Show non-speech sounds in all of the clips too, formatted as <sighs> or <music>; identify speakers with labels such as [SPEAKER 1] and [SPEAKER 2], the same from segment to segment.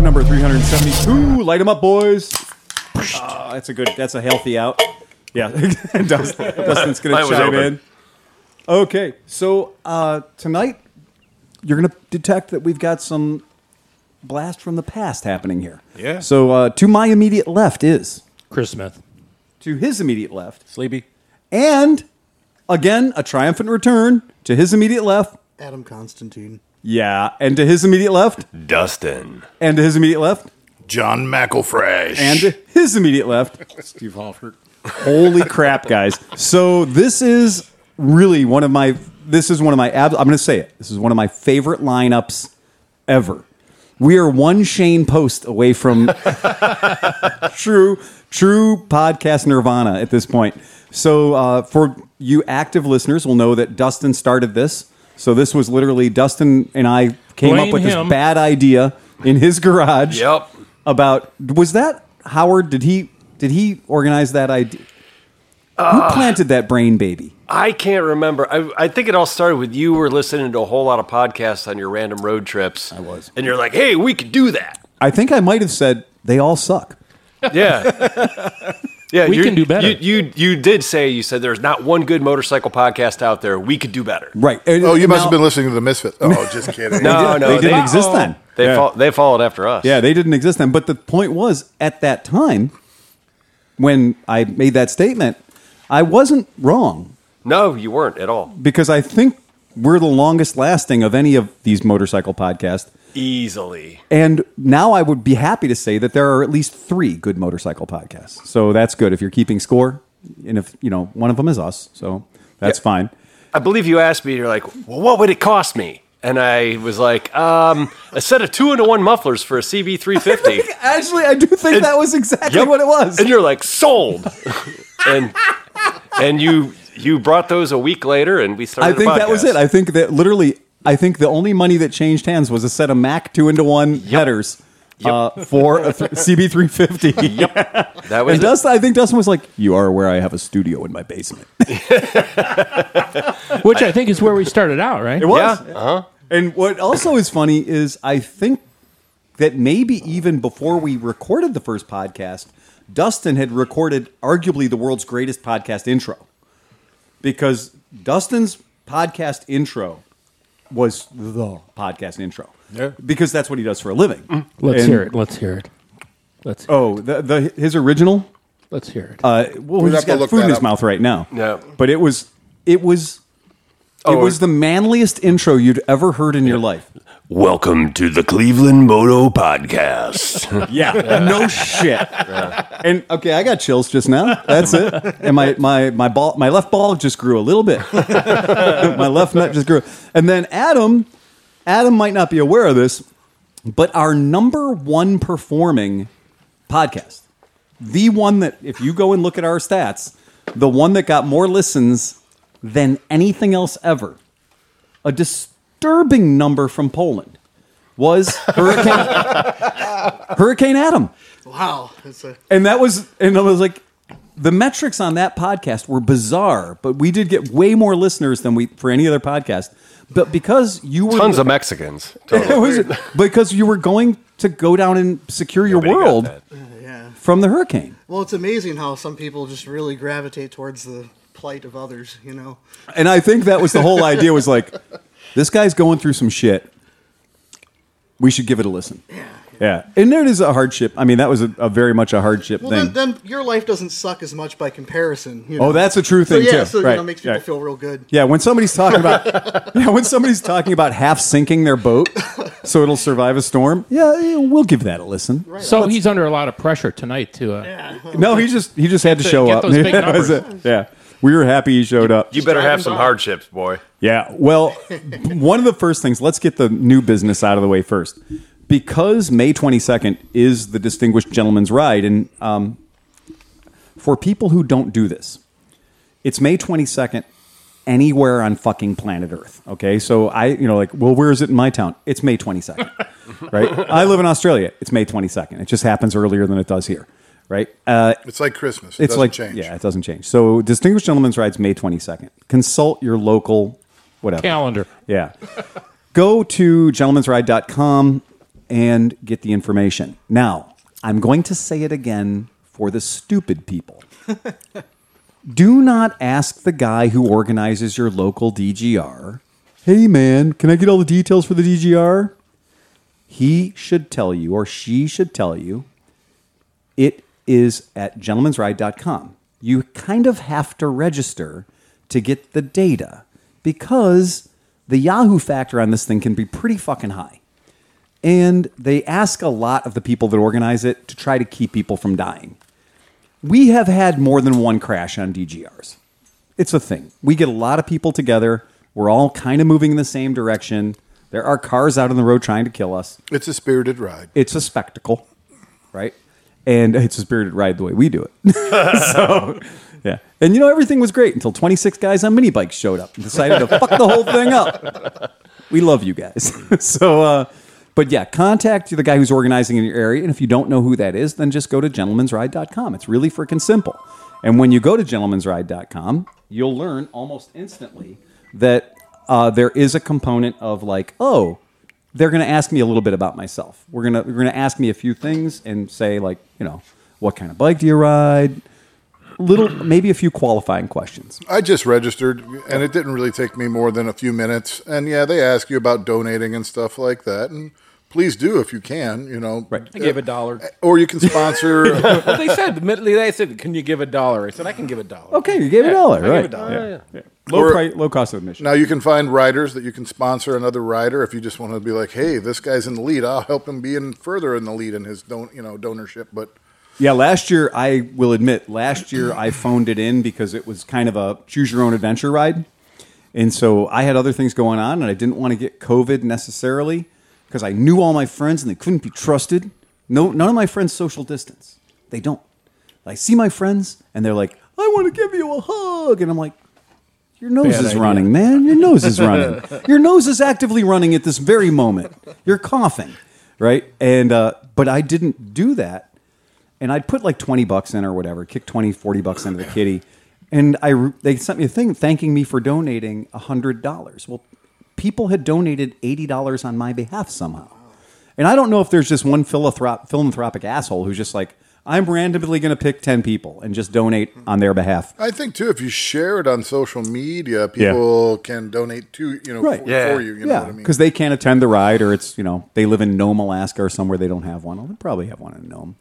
[SPEAKER 1] number 372. Light them up, boys. Ah, that's a good. That's a healthy out. Yeah, <laughs> Dustin, Dustin's
[SPEAKER 2] Mine
[SPEAKER 1] gonna
[SPEAKER 2] was
[SPEAKER 1] chime
[SPEAKER 2] open.
[SPEAKER 1] in. Okay, so uh, tonight you're gonna detect that we've got some blast from the past happening here.
[SPEAKER 2] Yeah.
[SPEAKER 1] So uh, to my immediate left is
[SPEAKER 3] Chris Smith.
[SPEAKER 1] to his immediate left
[SPEAKER 3] Sleepy.
[SPEAKER 1] and again, a triumphant return to his immediate left.
[SPEAKER 4] Adam Constantine.
[SPEAKER 1] Yeah, and to his immediate left,
[SPEAKER 2] Dustin.
[SPEAKER 1] and to his immediate left,
[SPEAKER 5] John McElfresh.
[SPEAKER 1] and to his immediate left.
[SPEAKER 3] Steve Hoffert.
[SPEAKER 1] Holy crap, guys! So this is really one of my. This is one of my. Ab- I'm going to say it. This is one of my favorite lineups ever. We are one Shane Post away from <laughs> true true podcast nirvana at this point. So uh, for you active listeners will know that Dustin started this. So this was literally Dustin and I came
[SPEAKER 3] Blame
[SPEAKER 1] up with
[SPEAKER 3] him.
[SPEAKER 1] this bad idea in his garage.
[SPEAKER 2] Yep.
[SPEAKER 1] About was that Howard? Did he did he organize that idea? Who planted that brain baby?
[SPEAKER 2] I can't remember. I, I think it all started with you were listening to a whole lot of podcasts on your random road trips. I
[SPEAKER 1] was.
[SPEAKER 2] And you're like, hey, we could do that.
[SPEAKER 1] <laughs> I think I might have said they all suck.
[SPEAKER 2] Yeah. <laughs> Yeah,
[SPEAKER 3] We
[SPEAKER 2] you-
[SPEAKER 3] can do better.
[SPEAKER 2] You, you you did say you said there's not one good motorcycle podcast out there. We could do better.
[SPEAKER 1] Right.
[SPEAKER 5] oh, you must have been listening to the Misfits.
[SPEAKER 1] <laughs>
[SPEAKER 5] Oh, just kidding.
[SPEAKER 2] No,
[SPEAKER 1] did-
[SPEAKER 2] no,
[SPEAKER 1] they didn't exist then.
[SPEAKER 2] They
[SPEAKER 1] Yeah.
[SPEAKER 2] fol- they followed after us.
[SPEAKER 1] Yeah, they didn't exist then. But the point was, at that time, when I made that statement, I wasn't wrong
[SPEAKER 2] No, you weren't at all.
[SPEAKER 1] because I think we're the longest lasting of any of these motorcycle podcasts.
[SPEAKER 2] Easily.
[SPEAKER 1] And now I would be happy to say that there are at least three good motorcycle podcasts. So that's good if you're keeping score, and if you know one of them is us, so that's
[SPEAKER 2] Yeah.
[SPEAKER 1] fine.
[SPEAKER 2] I believe you asked me. You're like, well, what would it cost me? And I was like, um, a set of two into one mufflers for
[SPEAKER 1] <laughs>
[SPEAKER 2] a CB350.
[SPEAKER 1] Actually, I do think that was exactly
[SPEAKER 2] Yep.
[SPEAKER 1] what it was.
[SPEAKER 2] and you're like, sold. <laughs> and and you you brought those a week later, and we
[SPEAKER 1] I
[SPEAKER 2] started. a
[SPEAKER 1] think that was
[SPEAKER 2] podcast.
[SPEAKER 1] it. I think that literally, I think the only money that changed hands was a set of Mac two into one headers uh, for a th- CB350. Yep.
[SPEAKER 2] that was
[SPEAKER 1] And
[SPEAKER 2] it.
[SPEAKER 1] Dustin, I think Dustin was like, "You are aware I have a studio in my basement."
[SPEAKER 3] <laughs> Which I think is where we started out, right?
[SPEAKER 1] It was.
[SPEAKER 2] Yeah. Uh-huh.
[SPEAKER 1] And what also is funny is I think that maybe even before we recorded the first podcast, Dustin had recorded arguably the world's greatest podcast intro. Because Dustin's podcast intro was the podcast intro.
[SPEAKER 5] Yeah. Mm-hmm.
[SPEAKER 1] Because that's what he does for a living.
[SPEAKER 3] Let's
[SPEAKER 1] And-
[SPEAKER 3] hear it. Let's hear it. Let's hear
[SPEAKER 1] Oh, the, the his original
[SPEAKER 3] it. Let's hear it.
[SPEAKER 1] uh, well,
[SPEAKER 5] We'd
[SPEAKER 1] he's
[SPEAKER 5] have to
[SPEAKER 1] got
[SPEAKER 5] look
[SPEAKER 1] food in
[SPEAKER 5] that
[SPEAKER 1] his
[SPEAKER 5] up.
[SPEAKER 1] mouth right now.
[SPEAKER 2] Yeah.
[SPEAKER 1] but it was it was it
[SPEAKER 2] Oh,
[SPEAKER 1] was the manliest intro you'd ever heard in your life.
[SPEAKER 2] Welcome to the Cleveland Moto Podcast.
[SPEAKER 1] Yeah, <laughs> no shit. And okay, I got chills just now. That's it. And my my my ball my left ball just grew a little bit. <laughs> my left nut just grew. And then Adam, Adam might not be aware of this, but our number one performing podcast, the one that if you go and look at our stats, the one that got more listens than anything else ever, a disturbing number from Poland. Was Hurricane <laughs> Hurricane Adam.
[SPEAKER 4] Wow. It's a,
[SPEAKER 1] And that was, and I was like, the metrics on that podcast were bizarre, but we did get way more listeners than we for any other podcast. But because you were
[SPEAKER 2] Tons of Mexicans.
[SPEAKER 1] <laughs>
[SPEAKER 2] <laughs>
[SPEAKER 1] It was- because you were going to go down and secure your
[SPEAKER 2] Nobody got
[SPEAKER 1] world
[SPEAKER 2] that.
[SPEAKER 4] yeah.
[SPEAKER 1] from the hurricane.
[SPEAKER 4] Well, it's amazing how some people just really gravitate towards the plight of others, you know?
[SPEAKER 1] And I think that was the whole idea was like, this guy's going through some shit. We should give it a listen. Yeah. Yeah. And it is a hardship. I mean, that was a, a very much a hardship
[SPEAKER 4] Well,
[SPEAKER 1] thing.
[SPEAKER 4] then, then your life doesn't suck as much by comparison. You know?
[SPEAKER 1] oh, that's a true
[SPEAKER 4] so,
[SPEAKER 1] thing
[SPEAKER 4] yeah,
[SPEAKER 1] too.
[SPEAKER 4] so,
[SPEAKER 1] right.
[SPEAKER 4] you know, it makes people
[SPEAKER 1] yeah.
[SPEAKER 4] feel real good.
[SPEAKER 1] Yeah, when somebody's talking about <laughs> yeah, when somebody's talking about half sinking their boat so it'll survive a storm, yeah, yeah, we'll give that a listen.
[SPEAKER 3] so he's under a lot of pressure tonight to uh,
[SPEAKER 1] No, he just he just had to
[SPEAKER 3] To
[SPEAKER 1] show
[SPEAKER 3] get
[SPEAKER 1] up. <laughs>
[SPEAKER 3] those big
[SPEAKER 1] That was
[SPEAKER 3] numbers.
[SPEAKER 1] it. Yeah, we were happy he showed up.
[SPEAKER 2] You better have
[SPEAKER 4] driving
[SPEAKER 2] some
[SPEAKER 4] by.
[SPEAKER 2] hardships, boy.
[SPEAKER 1] Yeah. Well, <laughs> one of the first things, let's get the new business out of the way first. Because May 22nd is the Distinguished Gentleman's Ride, and um, for people who don't do this, it's May 22nd anywhere on fucking planet Earth. Okay. So I, you know, like, well, where is it in my town? It's May 22nd, right? I live in Australia. It's May 22nd. It just happens earlier than it does here, right? Uh,
[SPEAKER 5] It's like Christmas. It
[SPEAKER 1] it's
[SPEAKER 5] doesn't
[SPEAKER 1] like
[SPEAKER 5] change.
[SPEAKER 1] yeah, it doesn't change. So distinguished gentleman's rides May twenty second. Consult your local whatever
[SPEAKER 3] calendar.
[SPEAKER 1] Yeah, go to gentleman'sride.com. and get the information. Now, I'm going to say it again for the stupid people. <laughs> Do not ask the guy who organizes your local DGR, hey man, can I get all the details for the DGR? He should tell you, or she should tell you, it is at gentleman'sride.com. You kind of have to register to get the data because the Yahoo factor on this thing can be pretty fucking high. And they ask a lot of the people that organize it to try to keep people from dying. We have had more than one crash on DGRs. It's a thing. We get a lot of people together. We're all kind of moving in the same direction. There are cars out on the road trying to kill us
[SPEAKER 5] It's a spirited ride.
[SPEAKER 1] it's a spectacle, right? And it's a spirited ride the way we do it. <laughs> so, yeah. And you know, everything was great until 26 guys on mini bikes showed up and decided to fuck the whole thing up. We love you guys. <laughs> so, uh, but yeah, contact the guy who's organizing in your area. And if you don't know who that is, then just go to gentleman'sride.com. It's really freaking simple. And when you go to gentleman'sride.com, you'll learn almost instantly that uh, there is a component of like, oh, they're going to ask me a little bit about myself. We're going to we're going to ask me a few things and say like, you know, what kind of bike do you ride? Little maybe a few qualifying questions.
[SPEAKER 5] I just registered, and it didn't really take me more than a few minutes. And yeah, they ask you about donating and stuff like that, and please do if you can. You know, Uh,
[SPEAKER 1] Right.
[SPEAKER 6] I gave a dollar.
[SPEAKER 5] or
[SPEAKER 1] <laughs>
[SPEAKER 5] you can sponsor.
[SPEAKER 6] well, they said admittedly they said, "Can you give a dollar?" I said, "I can give a dollar."
[SPEAKER 1] Okay, you gave it a dollar,
[SPEAKER 6] I
[SPEAKER 1] right?
[SPEAKER 6] gave a dollar.
[SPEAKER 1] Low
[SPEAKER 5] Or-
[SPEAKER 1] price, low cost of admission.
[SPEAKER 5] now you can find riders that you can sponsor another rider if you just want to be like, hey, this guy's in the lead. I'll help him be in further in the lead in his don- you know donorship. But
[SPEAKER 1] Yeah, last year I will admit, last year I phoned it in because it was kind of a choose your own adventure ride. And so I had other things going on and I didn't want to get COVID necessarily because I knew all my friends and they couldn't be trusted. No none of my friends social distance. They don't. I see my friends and they're like, "I want to give you a hug." And I'm like, your nose
[SPEAKER 6] Bad
[SPEAKER 1] is
[SPEAKER 6] idea.
[SPEAKER 1] running, man. Your nose is running. Your nose is actively running at this very moment. You're coughing, right? And uh, but I didn't do that. And I'd put like 20 bucks in or whatever, kick 20, 40 bucks into the kitty. And I re- they sent me a thing thanking me for donating $100. Well, people had donated $80 on my behalf somehow. And I don't know if there's just one philanthrop- philanthropic asshole who's just like, I'm randomly going to pick 10 people and just donate on their behalf.
[SPEAKER 5] I think too, if you share it on social media, people can donate to you know
[SPEAKER 1] Right.
[SPEAKER 5] for,
[SPEAKER 2] Yeah.
[SPEAKER 5] for you. You know what
[SPEAKER 1] Yeah,
[SPEAKER 5] I mean?
[SPEAKER 1] because they can't attend the ride, or it's you know they live in Nome, Alaska, or somewhere they don't have one. Well, They probably have one in Nome.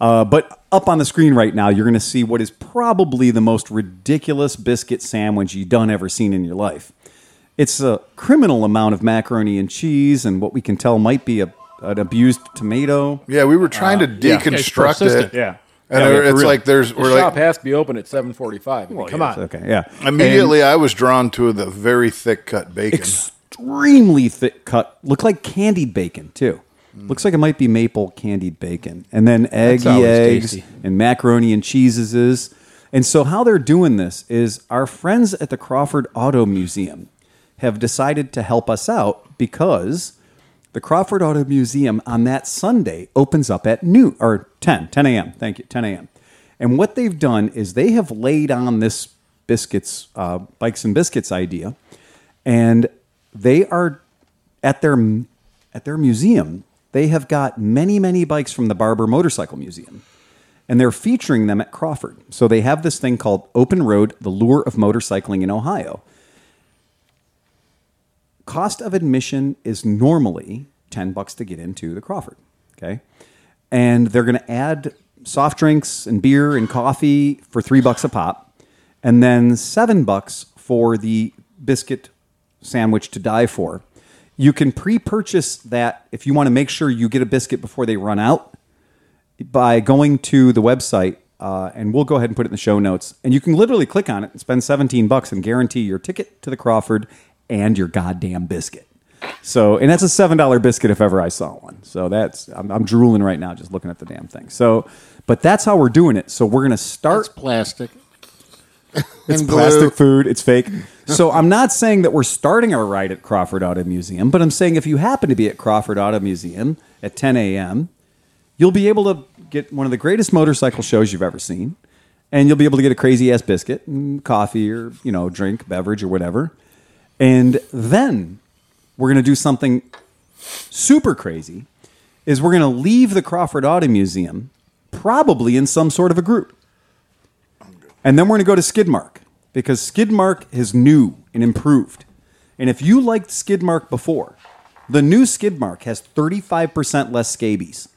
[SPEAKER 1] Uh, but up on the screen right now, you're going to see what is probably the most ridiculous biscuit sandwich you done ever seen in your life. It's a criminal amount of macaroni and cheese, and what we can tell might be a, an abused tomato.
[SPEAKER 5] yeah, we were trying to
[SPEAKER 6] It's
[SPEAKER 5] deconstruct
[SPEAKER 6] persistent.
[SPEAKER 5] it. And there- it's like there's
[SPEAKER 6] The
[SPEAKER 5] we're like
[SPEAKER 6] shop has to be open at seven forty-five. come on.
[SPEAKER 1] Okay, yeah.
[SPEAKER 5] Immediately, I was drawn to the very thick cut bacon.
[SPEAKER 1] extremely thick cut. Look like candied bacon too. Looks like it might be maple candied bacon, and then eggy
[SPEAKER 3] Mm. always
[SPEAKER 1] eggs
[SPEAKER 3] tasty.
[SPEAKER 1] and macaroni and cheeses is. And so how they're doing this is our friends at the Crawford Auto Museum have decided to help us out because the Crawford Auto Museum on that Sunday opens up at noon or 10, 10 a.m. Thank you, 10 a.m. And what they've done is they have laid on this biscuits, uh, bikes and biscuits idea, and they are at their at their museum. They have got many many bikes from the Barber Motorcycle Museum, and they're featuring them at Crawford. So they have this thing called Open Road: The Lure of Motorcycling in Ohio, cost of admission is normally 10 bucks to get into the Crawford. Okay. And they're going to add soft drinks and beer and coffee for three bucks a pop, and then seven bucks for the biscuit sandwich to die for. You can pre purchase that if you want to make sure you get a biscuit before they run out by going to the website, uh, and we'll go ahead and put it in the show notes. And you can literally click on it and spend 17 bucks and guarantee your ticket to the Crawford and your goddamn biscuit. So, and that's a seven dollar biscuit if ever I saw one. So that's I'm, I'm drooling right now just looking at the damn thing. So, but that's how we're doing it. So we're gonna start.
[SPEAKER 7] It's plastic.
[SPEAKER 1] <laughs> It's
[SPEAKER 7] and
[SPEAKER 1] plastic
[SPEAKER 7] glue.
[SPEAKER 1] food. It's fake. So I'm not saying that we're starting our ride at Crawford Auto Museum, but I'm saying if you happen to be at Crawford Auto Museum at 10 a.m., you'll be able to get one of the greatest motorcycle shows you've ever seen, and you'll be able to get a crazy ass biscuit and coffee or you know drink, beverage or whatever, and then we're gonna do something super crazy is we're going to leave the Crawford Auto Museum probably in some sort of a group. And then we're going to go to Skidmark because Skidmark is new and improved. And if you liked Skidmark before, the new Skidmark has 35% less scabies.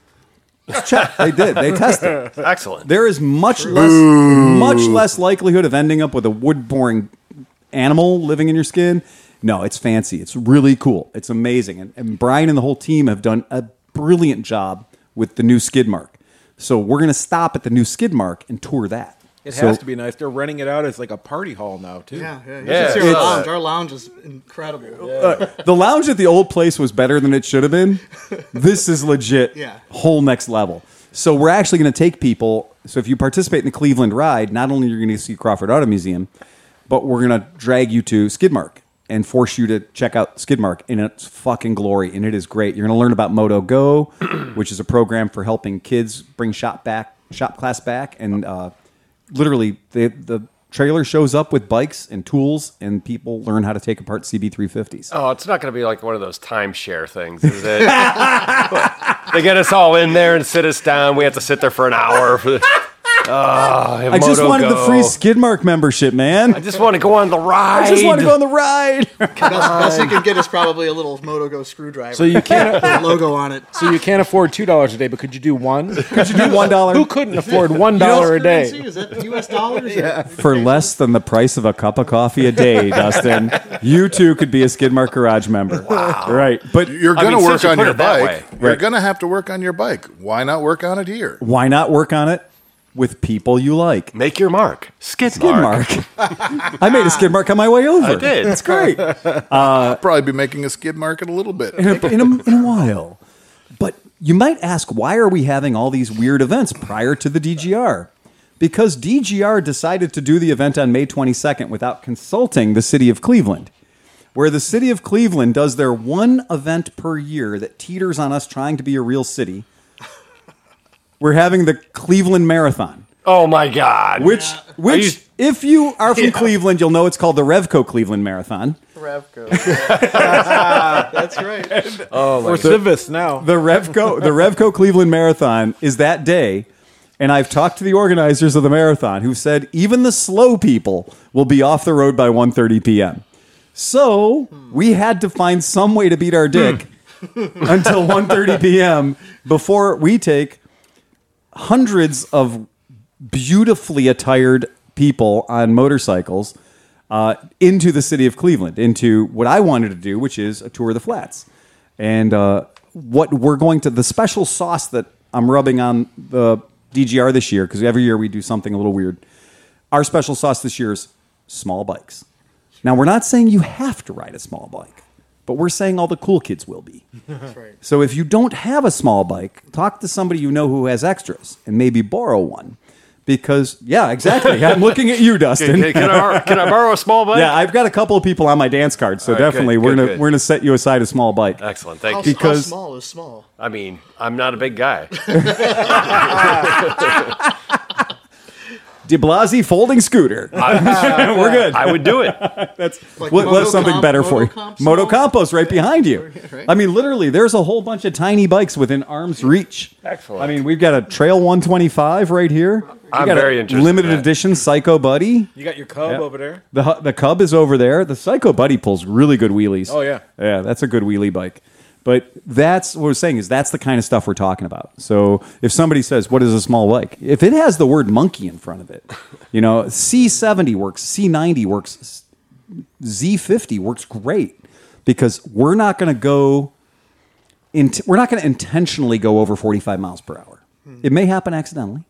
[SPEAKER 1] Let's check. They did. They
[SPEAKER 2] <laughs>
[SPEAKER 1] tested.
[SPEAKER 2] Excellent.
[SPEAKER 1] There is much less much less likelihood of ending up with a wood boring animal living in your skin. No, it's fancy. It's really cool. It's amazing. And, and Brian and the whole team have done a brilliant job with the new skid mark. So we're gonna stop at the new skid mark and tour that.
[SPEAKER 6] It
[SPEAKER 1] So-
[SPEAKER 6] has to be nice. They're renting it out as like a party hall now too.
[SPEAKER 4] Yeah, yeah. You
[SPEAKER 2] Yeah,
[SPEAKER 4] should see our
[SPEAKER 2] it's-
[SPEAKER 4] lounge. Our lounge is incredible. Uh,
[SPEAKER 1] the lounge at the old place was better than it should have been. This is legit.
[SPEAKER 4] Yeah.
[SPEAKER 1] Whole next level. So we're actually going to take people. So if you participate in the Cleveland ride, not only you're going to see Crawford Auto Museum, but we're going to drag you to Skidmark and force you to check out Skidmark in its fucking glory, and it is great. You're going to learn about Moto Go, which is a program for helping kids bring shop back, shop class back, and uh, literally the the trailer shows up with bikes and tools, and people learn how to take apart CB350s.
[SPEAKER 2] Oh, it's not going to be like one of those timeshare things,
[SPEAKER 1] <laughs>
[SPEAKER 2] is it? they get us all in there and sit us down. We have to sit there for an hour. <laughs> For the, oh,
[SPEAKER 1] I just wanted the free Skidmark membership, man.
[SPEAKER 2] I just want to go on the ride.
[SPEAKER 1] I just want to go on the ride.
[SPEAKER 4] Best, best you can get is probably a little MotoGo screwdriver.
[SPEAKER 6] So you can't.
[SPEAKER 4] with a logo on it. <laughs>
[SPEAKER 6] so you can't afford two dollars a day, but could you do
[SPEAKER 1] <laughs>
[SPEAKER 6] one?
[SPEAKER 1] Could you do one
[SPEAKER 6] Who
[SPEAKER 1] dollar
[SPEAKER 6] couldn't
[SPEAKER 4] <laughs>
[SPEAKER 6] afford one dollar a
[SPEAKER 4] Currency?
[SPEAKER 6] day?
[SPEAKER 4] Is that U.S. dollars?
[SPEAKER 1] for less than the price of a cup of coffee a <laughs> day, Dustin? You too could be a Skidmark Garage member. Wow. Right, but
[SPEAKER 5] You're
[SPEAKER 2] I mean,
[SPEAKER 5] going to work
[SPEAKER 2] since you
[SPEAKER 5] on
[SPEAKER 2] put
[SPEAKER 5] your
[SPEAKER 2] it that way.
[SPEAKER 5] bike. You're
[SPEAKER 1] Right.
[SPEAKER 5] going to have to work on your bike. Why not work on it here?
[SPEAKER 1] why not work on it with people you like?
[SPEAKER 2] Make your mark. Skid, mark.
[SPEAKER 1] Skidmark. <laughs> I made a Skidmark on my way over.
[SPEAKER 2] I did.
[SPEAKER 1] It's great.
[SPEAKER 5] I'll probably be making a skid mark in a little bit.
[SPEAKER 1] in a, in, a, in a while. But you might ask, why are we having all these weird events prior to the DGR? Because DGR decided to do the event on May 22nd without consulting the city of Cleveland, where the city of Cleveland does their one event per year that teeters on us trying to be a real city. We're having the Cleveland Marathon,
[SPEAKER 2] Oh, my God.
[SPEAKER 1] which,
[SPEAKER 2] Are
[SPEAKER 1] which,
[SPEAKER 2] you-
[SPEAKER 1] if you are
[SPEAKER 2] <laughs>
[SPEAKER 1] from Cleveland, you'll know it's called the Revco Cleveland Marathon.
[SPEAKER 4] Revco. <laughs> That's right.
[SPEAKER 6] We're civists now.
[SPEAKER 1] the Revco the Revco Cleveland Marathon is that day, and I've talked to the organizers of the marathon who said even the slow people will be off the road by 1:30 p.m. So we had to find some way to beat our dick until 1:30 p.m. before we take hundreds of beautifully attired people on motorcycles uh, into the city of Cleveland, into what I wanted to do, which is a tour of the flats. And uh, what we're going to, the special sauce that I'm rubbing on the DGR this year, because every year we do something a little weird. Our special sauce this year is small bikes. Now, we're not saying you have to ride a small bike, but we're saying all the cool kids will
[SPEAKER 2] <laughs>
[SPEAKER 1] be.
[SPEAKER 4] That's right.
[SPEAKER 1] So if you don't have a small bike, talk to somebody you know who has extras and maybe borrow one. Because yeah, exactly.
[SPEAKER 2] <laughs>
[SPEAKER 1] I'm looking at you, Dustin. <laughs>
[SPEAKER 2] Hey, can, I, can I borrow a small bike?
[SPEAKER 1] yeah, I've got a couple of people on my dance card, so
[SPEAKER 2] All right,
[SPEAKER 1] definitely
[SPEAKER 2] good,
[SPEAKER 1] we're
[SPEAKER 2] good,
[SPEAKER 1] gonna
[SPEAKER 2] good. Uh,
[SPEAKER 1] we're gonna set you aside a small bike.
[SPEAKER 2] Excellent.
[SPEAKER 4] How,
[SPEAKER 2] Thank you.
[SPEAKER 4] how
[SPEAKER 1] Because-
[SPEAKER 4] small is small?
[SPEAKER 2] I mean, I'm not a big guy.
[SPEAKER 1] De Blasi folding scooter. <laughs> we're good.
[SPEAKER 2] I would do it.
[SPEAKER 1] <laughs>
[SPEAKER 4] Like
[SPEAKER 1] What
[SPEAKER 4] Moto
[SPEAKER 1] what's something
[SPEAKER 4] Comp-
[SPEAKER 1] better
[SPEAKER 4] Moto
[SPEAKER 1] for you?
[SPEAKER 4] Comp small?
[SPEAKER 1] Moto Compost right behind you.
[SPEAKER 4] Right.
[SPEAKER 1] I mean, literally, there's a whole bunch of tiny bikes within arm's reach.
[SPEAKER 2] Excellent.
[SPEAKER 1] I mean, we've got a Trail 125 right here. We
[SPEAKER 2] I'm
[SPEAKER 1] got a
[SPEAKER 2] very interested in
[SPEAKER 1] Limited
[SPEAKER 2] that.
[SPEAKER 1] edition Psycho Buddy.
[SPEAKER 6] You got your cub over there.
[SPEAKER 1] The hu- the Cub is over there. The Psycho Buddy pulls really good wheelies.
[SPEAKER 6] Oh, yeah.
[SPEAKER 1] yeah, that's a good wheelie bike. But that's what we're saying is that's the kind of stuff we're talking about. So if somebody says, "What is a small bike?" If it has the word monkey in front of it, you know, C seventy works, C ninety works, Z fifty works great because we're not going to go. In we're not going to intentionally go over forty five miles per hour. It may happen accidentally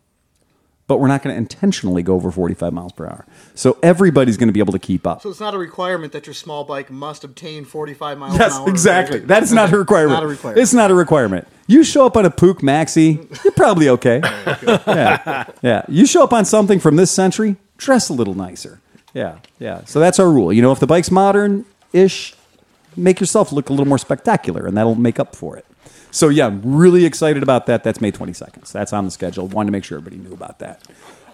[SPEAKER 1] but we're not going to intentionally go over 45 miles per hour. So everybody's going to be able to keep up.
[SPEAKER 4] So it's not a requirement that your small bike must obtain 45 miles an
[SPEAKER 1] Yes,
[SPEAKER 4] hour.
[SPEAKER 1] exactly. That is not a requirement.
[SPEAKER 4] Not a requirement.
[SPEAKER 1] It's not a requirement. You show up on a Pook Maxi, you're probably
[SPEAKER 4] <laughs>
[SPEAKER 1] okay. yeah. yeah. You show up on something from this century, dress a little nicer. Yeah. Yeah. So that's our rule. You know, if the bike's modern ish, make yourself look a little more spectacular, and that'll make up for it. So yeah, I'm really excited about that. That's May 22nd. So that's on the schedule. Wanted to make sure everybody knew about that.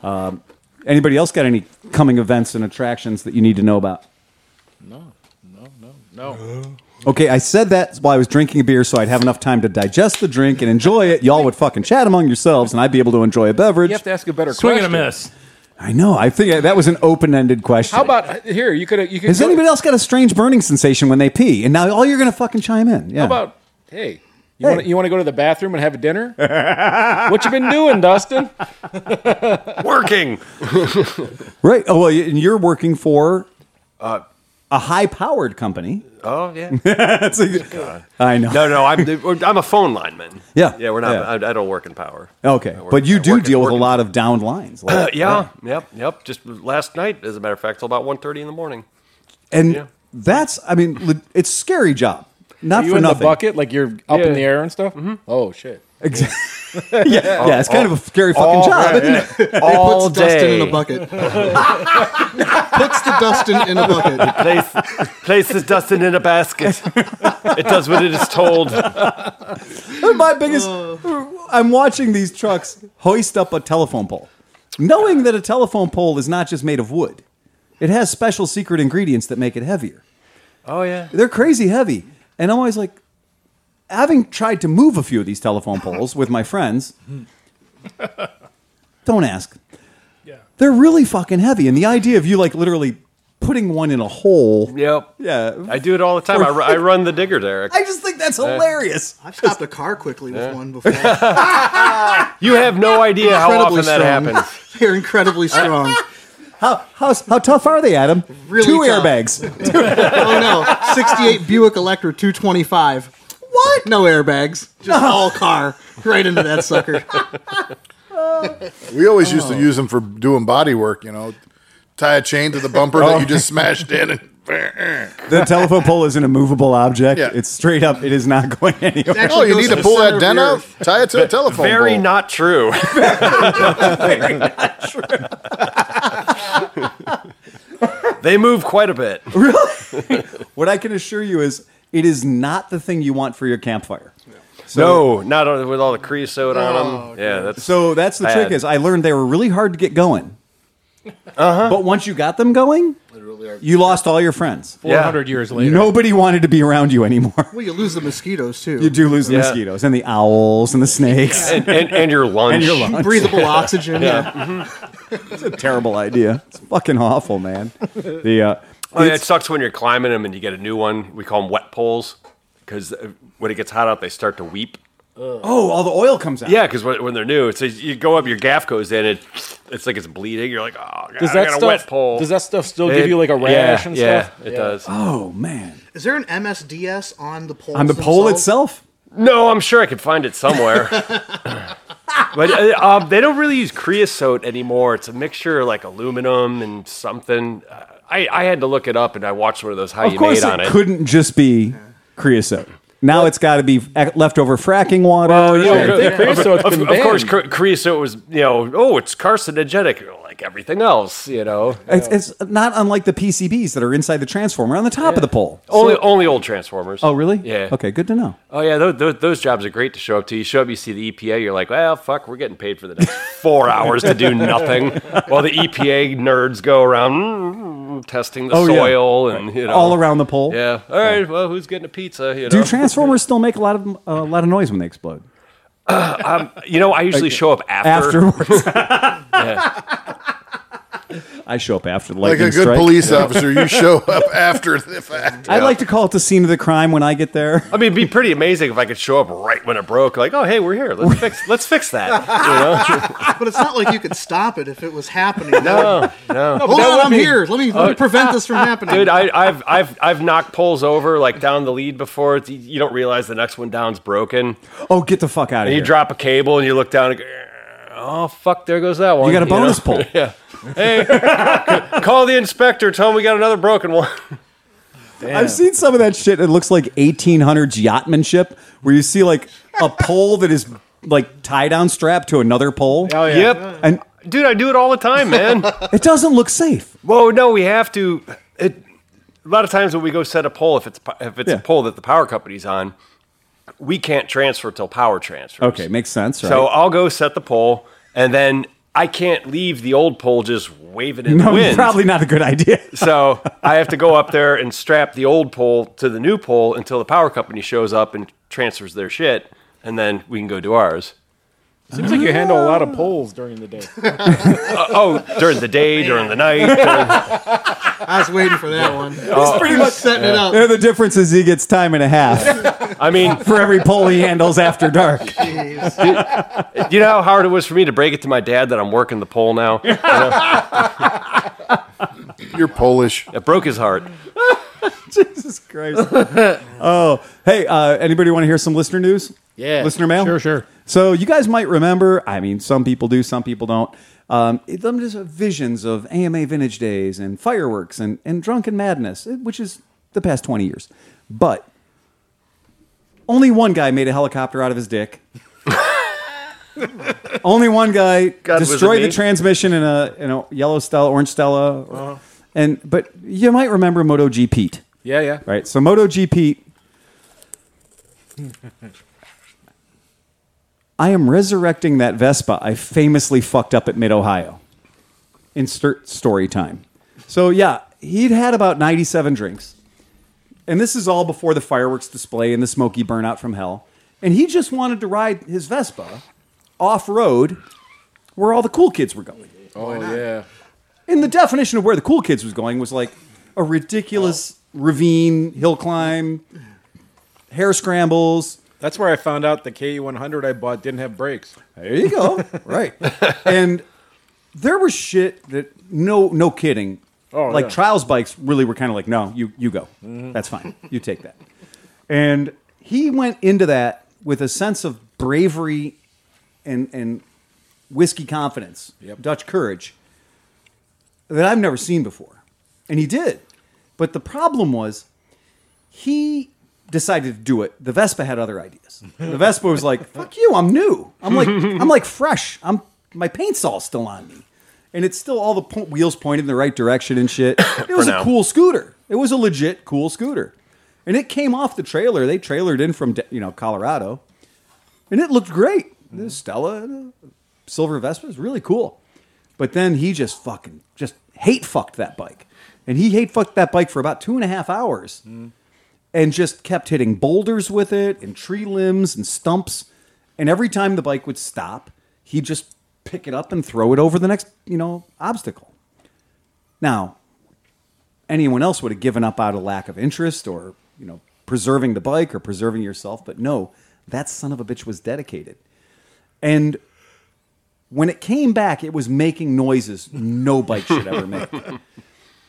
[SPEAKER 1] Um, anybody else got any coming events and attractions that you need to know about?
[SPEAKER 6] No.
[SPEAKER 1] Uh-huh. Okay, I said that while I was drinking a beer, so I'd have enough time to digest the drink and enjoy it. Y'all would fucking chat among yourselves, and I'd be able to enjoy a beverage.
[SPEAKER 6] You have to ask a better
[SPEAKER 3] Swing
[SPEAKER 6] question.
[SPEAKER 3] and a miss.
[SPEAKER 1] I know. I think that was an open-ended question.
[SPEAKER 6] How about here? You could. You could.
[SPEAKER 1] Has
[SPEAKER 6] go-
[SPEAKER 1] anybody else got a strange burning sensation when they pee? And now all you're going to fucking chime in. Yeah.
[SPEAKER 6] How about hey? You
[SPEAKER 1] Hey.
[SPEAKER 6] want to you want to go to the bathroom and have a dinner? <laughs> what you been
[SPEAKER 1] <laughs>
[SPEAKER 6] doing, Dustin?
[SPEAKER 2] Working.
[SPEAKER 1] right? Oh well, y- and you're working for uh, a high-powered company. <laughs>
[SPEAKER 2] Oh yeah.
[SPEAKER 1] That's a good. I know.
[SPEAKER 2] No, no, I'm I'm a phone lineman.
[SPEAKER 1] Yeah.
[SPEAKER 2] yeah, we're not.
[SPEAKER 1] Yeah.
[SPEAKER 2] I, I don't work in power.
[SPEAKER 1] Okay,
[SPEAKER 2] I work-
[SPEAKER 1] but you
[SPEAKER 2] I
[SPEAKER 1] do
[SPEAKER 2] work in-
[SPEAKER 1] deal with
[SPEAKER 2] work
[SPEAKER 1] a
[SPEAKER 2] in-
[SPEAKER 1] lot of downed lines, like-
[SPEAKER 2] Uh, <coughs> <clears throat> yeah, yep, yep. Just last night, as a matter of fact, till about 1.30 in the morning.
[SPEAKER 1] and
[SPEAKER 2] Yeah.
[SPEAKER 1] that's. I mean, li- it's a scary job. Not
[SPEAKER 6] you
[SPEAKER 1] for
[SPEAKER 6] in
[SPEAKER 1] nothing.
[SPEAKER 6] the bucket like you're up
[SPEAKER 2] Yeah.
[SPEAKER 6] in the air and stuff?
[SPEAKER 3] Mm-hmm.
[SPEAKER 6] Oh shit!
[SPEAKER 1] <laughs> yeah, yeah, it's kind of a scary fucking
[SPEAKER 2] all-
[SPEAKER 1] job.
[SPEAKER 2] yeah,
[SPEAKER 1] isn't
[SPEAKER 2] yeah.
[SPEAKER 1] it?
[SPEAKER 2] All
[SPEAKER 4] Puts Dustin in
[SPEAKER 2] day.
[SPEAKER 4] a <laughs> bucket. Puts the Dustin in a bucket.
[SPEAKER 2] Place, <laughs> places Dustin in a basket. It does what it is told.
[SPEAKER 1] My biggest. I'm watching these trucks hoist up a telephone pole, knowing that a telephone pole is not just made of wood. It has special secret ingredients that make it heavier.
[SPEAKER 2] Oh yeah.
[SPEAKER 1] They're crazy heavy, and I'm always like, having tried to move a few of these telephone poles with my <laughs> friends. Don't ask. They're really fucking heavy, and the idea of you like literally putting one in a hole.
[SPEAKER 2] Yep.
[SPEAKER 1] Yeah.
[SPEAKER 2] I do it all the time. I, ru- I run the digger, Derek.
[SPEAKER 1] I just think that's hilarious.
[SPEAKER 4] I've stopped a car quickly with one
[SPEAKER 2] <laughs>
[SPEAKER 4] before.
[SPEAKER 2] You have no idea how
[SPEAKER 4] Incredibly
[SPEAKER 2] often that
[SPEAKER 4] strong.
[SPEAKER 2] happens.
[SPEAKER 4] <laughs> They're incredibly strong.
[SPEAKER 1] How, how, how tough are they, Adam?
[SPEAKER 4] Really
[SPEAKER 1] Two
[SPEAKER 4] tough.
[SPEAKER 1] airbags.
[SPEAKER 4] oh no, 68 Buick Electra 225. What? No airbags. Just all car. Right into that sucker. <laughs>
[SPEAKER 5] We always used to use them for doing body work, you know. Tie a chain to the bumper that you just smashed in and
[SPEAKER 1] the telephone pole is an immovable object.
[SPEAKER 5] Yeah.
[SPEAKER 1] It's straight up. It is not going <laughs> anywhere.
[SPEAKER 4] Actually
[SPEAKER 5] Oh, you
[SPEAKER 4] goes
[SPEAKER 5] need to
[SPEAKER 4] the
[SPEAKER 5] pull that
[SPEAKER 4] center of
[SPEAKER 5] dent
[SPEAKER 4] the
[SPEAKER 5] out,
[SPEAKER 4] earth.
[SPEAKER 5] tie it to a telephone
[SPEAKER 2] Very
[SPEAKER 5] pole.
[SPEAKER 2] not true.
[SPEAKER 6] <laughs>
[SPEAKER 2] they move quite a bit.
[SPEAKER 1] What I can assure you is, it is not the thing you want for your campfire.
[SPEAKER 2] No, not on, with all the creosote on them. Yeah, that's
[SPEAKER 1] So that's the trick.
[SPEAKER 2] Bad.
[SPEAKER 1] Is I learned they were really hard to get going. Uh-huh. But once you got them going, you lost all your friends.
[SPEAKER 2] Yeah.
[SPEAKER 3] 400 years later.
[SPEAKER 1] Nobody wanted to be around you anymore. <laughs>
[SPEAKER 4] Well, you lose the mosquitoes too.
[SPEAKER 1] You do lose the
[SPEAKER 2] Yeah.
[SPEAKER 1] mosquitoes and the owls and the snakes.
[SPEAKER 2] and, and, and your lunch.
[SPEAKER 1] And your lunch. <laughs>
[SPEAKER 4] Breathable oxygen. Yeah.
[SPEAKER 1] It's a terrible idea. It's fucking awful, man. The uh,
[SPEAKER 2] Oh, yeah, it
[SPEAKER 1] it's-
[SPEAKER 2] sucks when you're climbing them and you get a new one. We call them wet poles because when it gets hot out, they start to weep.
[SPEAKER 1] oh, all the oil comes out.
[SPEAKER 2] Yeah, because when, when they're new, it's you go up, your gaff goes in, it it's like it's bleeding. You're like, oh, God,
[SPEAKER 6] Does
[SPEAKER 2] I
[SPEAKER 6] that
[SPEAKER 2] got
[SPEAKER 6] stuff?
[SPEAKER 2] a wet pole.
[SPEAKER 6] Does that stuff still
[SPEAKER 2] It-
[SPEAKER 6] give you like a rash
[SPEAKER 2] yeah,
[SPEAKER 6] and
[SPEAKER 2] yeah,
[SPEAKER 6] stuff?
[SPEAKER 2] it does.
[SPEAKER 1] Oh man.
[SPEAKER 4] Is there an MSDS on the pole?
[SPEAKER 1] On the pole itself.
[SPEAKER 2] No, I'm sure I could find it somewhere. but uh, um, they don't really use creosote anymore. It's a mixture of like aluminum and something. Uh, I, I had to look it up and I watched one of those how
[SPEAKER 1] Of
[SPEAKER 2] you
[SPEAKER 1] course,
[SPEAKER 2] made on
[SPEAKER 1] it
[SPEAKER 2] it.
[SPEAKER 1] couldn't just be creosote. Now it's got to be ec- leftover fracking water. Oh,
[SPEAKER 2] you know,
[SPEAKER 6] Yeah,
[SPEAKER 2] the-
[SPEAKER 6] I think
[SPEAKER 2] <laughs>
[SPEAKER 6] creosote's
[SPEAKER 2] of,
[SPEAKER 6] been
[SPEAKER 2] of course,
[SPEAKER 6] banned.
[SPEAKER 2] cre- creosote was you know oh it's carcinogenic like everything else you know
[SPEAKER 1] It's, it's not unlike the PCBs that are inside the transformer on the top of the pole.
[SPEAKER 2] only only old transformers.
[SPEAKER 1] Oh, really?
[SPEAKER 2] Oh. Yeah.
[SPEAKER 1] Okay, good to know.
[SPEAKER 2] Oh yeah, those, those, those jobs are great to show up to. You show up, you see the EPA, you're like, well, fuck, we're getting paid for the next <laughs> four hours to do nothing, while the EPA nerds go around mm, testing the
[SPEAKER 1] Oh, yeah.
[SPEAKER 2] soil and you know
[SPEAKER 1] All around the pole.
[SPEAKER 2] Yeah. All right. Well, who's getting a pizza? You know.
[SPEAKER 1] Do transformers still make a lot of a lot of noise when they explode?
[SPEAKER 2] you know, I usually show up after. <laughs>
[SPEAKER 1] Afterwards. I show up after the
[SPEAKER 5] Like
[SPEAKER 1] lightning
[SPEAKER 5] a good
[SPEAKER 1] strike.
[SPEAKER 5] police officer,
[SPEAKER 1] <laughs>
[SPEAKER 5] you show up after the fact.
[SPEAKER 1] I'd like to call it the scene of the crime when I get there.
[SPEAKER 2] I mean, it'd be pretty amazing if I could show up right when it broke. Like, oh, hey, we're here. Let's fix. Let's fix that.
[SPEAKER 4] But it's not like you could stop it if it was happening.
[SPEAKER 2] No, no,
[SPEAKER 4] Hold on, I'm here. Let me, let me
[SPEAKER 2] <laughs>
[SPEAKER 4] prevent this from happening.
[SPEAKER 2] Uh, dude. I, I've I've I've knocked poles over like down the lead before. It's, e, you don't realize the next one down's broken.
[SPEAKER 1] Oh, get the fuck out of
[SPEAKER 2] And
[SPEAKER 1] here.
[SPEAKER 2] you drop a cable and you look down and go, oh, fuck, there goes that one.
[SPEAKER 1] You got a bonus
[SPEAKER 2] know?
[SPEAKER 1] pole.
[SPEAKER 2] <laughs> yeah. Hey, <laughs> c- call the inspector. Tell him we got another broken one.
[SPEAKER 1] I've seen some of that shit. It looks like 1800s yachtsmanship, where you see like a pole that is like tie down strapped to another pole.
[SPEAKER 6] Oh yeah.
[SPEAKER 2] Yep.
[SPEAKER 1] And
[SPEAKER 2] Dude, I do it all the time,
[SPEAKER 6] <laughs>
[SPEAKER 2] man.
[SPEAKER 1] it doesn't look safe.
[SPEAKER 2] Whoa, no, we have to. It, a lot of times when we go set a pole, if it's po- if it's
[SPEAKER 1] Yeah.
[SPEAKER 2] a pole that the power company's on, we can't transfer till power transfers. uh,
[SPEAKER 1] Okay, makes sense. Right?
[SPEAKER 2] So I'll go set the pole, and then I can't leave the old pole just waving in
[SPEAKER 1] <laughs>
[SPEAKER 2] the
[SPEAKER 1] No,
[SPEAKER 2] wind.
[SPEAKER 1] probably not a good idea.
[SPEAKER 2] <laughs> So I have to go up there and strap the old pole to the new pole until the power company shows up and transfers their shit, and then we can go do ours.
[SPEAKER 6] Seems like you handle a lot of polls during the day.
[SPEAKER 2] Uh, oh, during the day, during the night. during-
[SPEAKER 4] I was waiting for that one.
[SPEAKER 2] <laughs>
[SPEAKER 4] He's pretty much setting it up.
[SPEAKER 1] Yeah, the difference is he gets time and a half
[SPEAKER 2] I mean,
[SPEAKER 1] for every poll he handles after dark.
[SPEAKER 2] you know how hard it was for me to break it to my dad that I'm working the pole now.
[SPEAKER 5] You're Polish.
[SPEAKER 2] It broke his heart.
[SPEAKER 1] Jesus Christ. oh, hey, uh, anybody want to hear some listener news?
[SPEAKER 6] Yeah.
[SPEAKER 1] Listener mail?
[SPEAKER 3] Sure, sure.
[SPEAKER 1] So you guys might remember, I mean, some people do, some people don't. Um, it, them just visions of AMA vintage days and fireworks and, and drunken madness, eh, which is the past 20 years. But only one guy made a helicopter out of his dick. <laughs> only one guy
[SPEAKER 2] God, was it
[SPEAKER 1] destroyed the
[SPEAKER 2] me?
[SPEAKER 1] transmission in a, in a yellow Stella, orange Stella. or-
[SPEAKER 2] Uh-huh.
[SPEAKER 1] And but you might remember MotoGP. Pete.
[SPEAKER 6] Yeah, yeah.
[SPEAKER 1] Right. So MotoGP. I am resurrecting that Vespa I famously fucked up at Mid Ohio. Insert story time. So yeah, he'd had about 97 drinks. And this is all before the fireworks display and the smoky burnout from hell. And he just wanted to ride his Vespa off road where all the cool kids were going.
[SPEAKER 6] Oh, yeah.
[SPEAKER 1] And the definition of where the cool kids was going was like a ridiculous ravine, hill climb, hair scrambles.
[SPEAKER 6] That's where I found out the KE100 I bought didn't have brakes.
[SPEAKER 1] There you go. <laughs> right. And there was shit that no no kidding.
[SPEAKER 6] Oh,
[SPEAKER 1] like
[SPEAKER 6] yeah.
[SPEAKER 1] trials bikes really were kind of like, no, you you go. That's fine. You take that. And he went into that with a sense of bravery and and whiskey confidence,
[SPEAKER 6] Yep.
[SPEAKER 1] Dutch courage that I've never seen before. And he did. But the problem was he decided to do it. The Vespa had other ideas. The Vespa was like, "Fuck you, I'm new. I'm like I'm like fresh. I'm my paint's all still on me." And it's still all the po- wheels pointed in the right direction and shit. It was a
[SPEAKER 2] now.
[SPEAKER 1] cool scooter. It was a legit cool scooter. And it came off the trailer. They trailered in from, De- you know, Colorado. And it looked great. The Stella, the silver Vespa is really cool. But then he just fucking just hate fucked that bike. And he hate fucked that bike for about two and a half hours and just kept hitting boulders with it and tree limbs and stumps. And every time the bike would stop, he'd just pick it up and throw it over the next, you know, obstacle. Now, anyone else would have given up out of lack of interest or, you know, preserving the bike or preserving yourself, but no, that son of a bitch was dedicated. And when it came back, it was making noises no bike should ever make.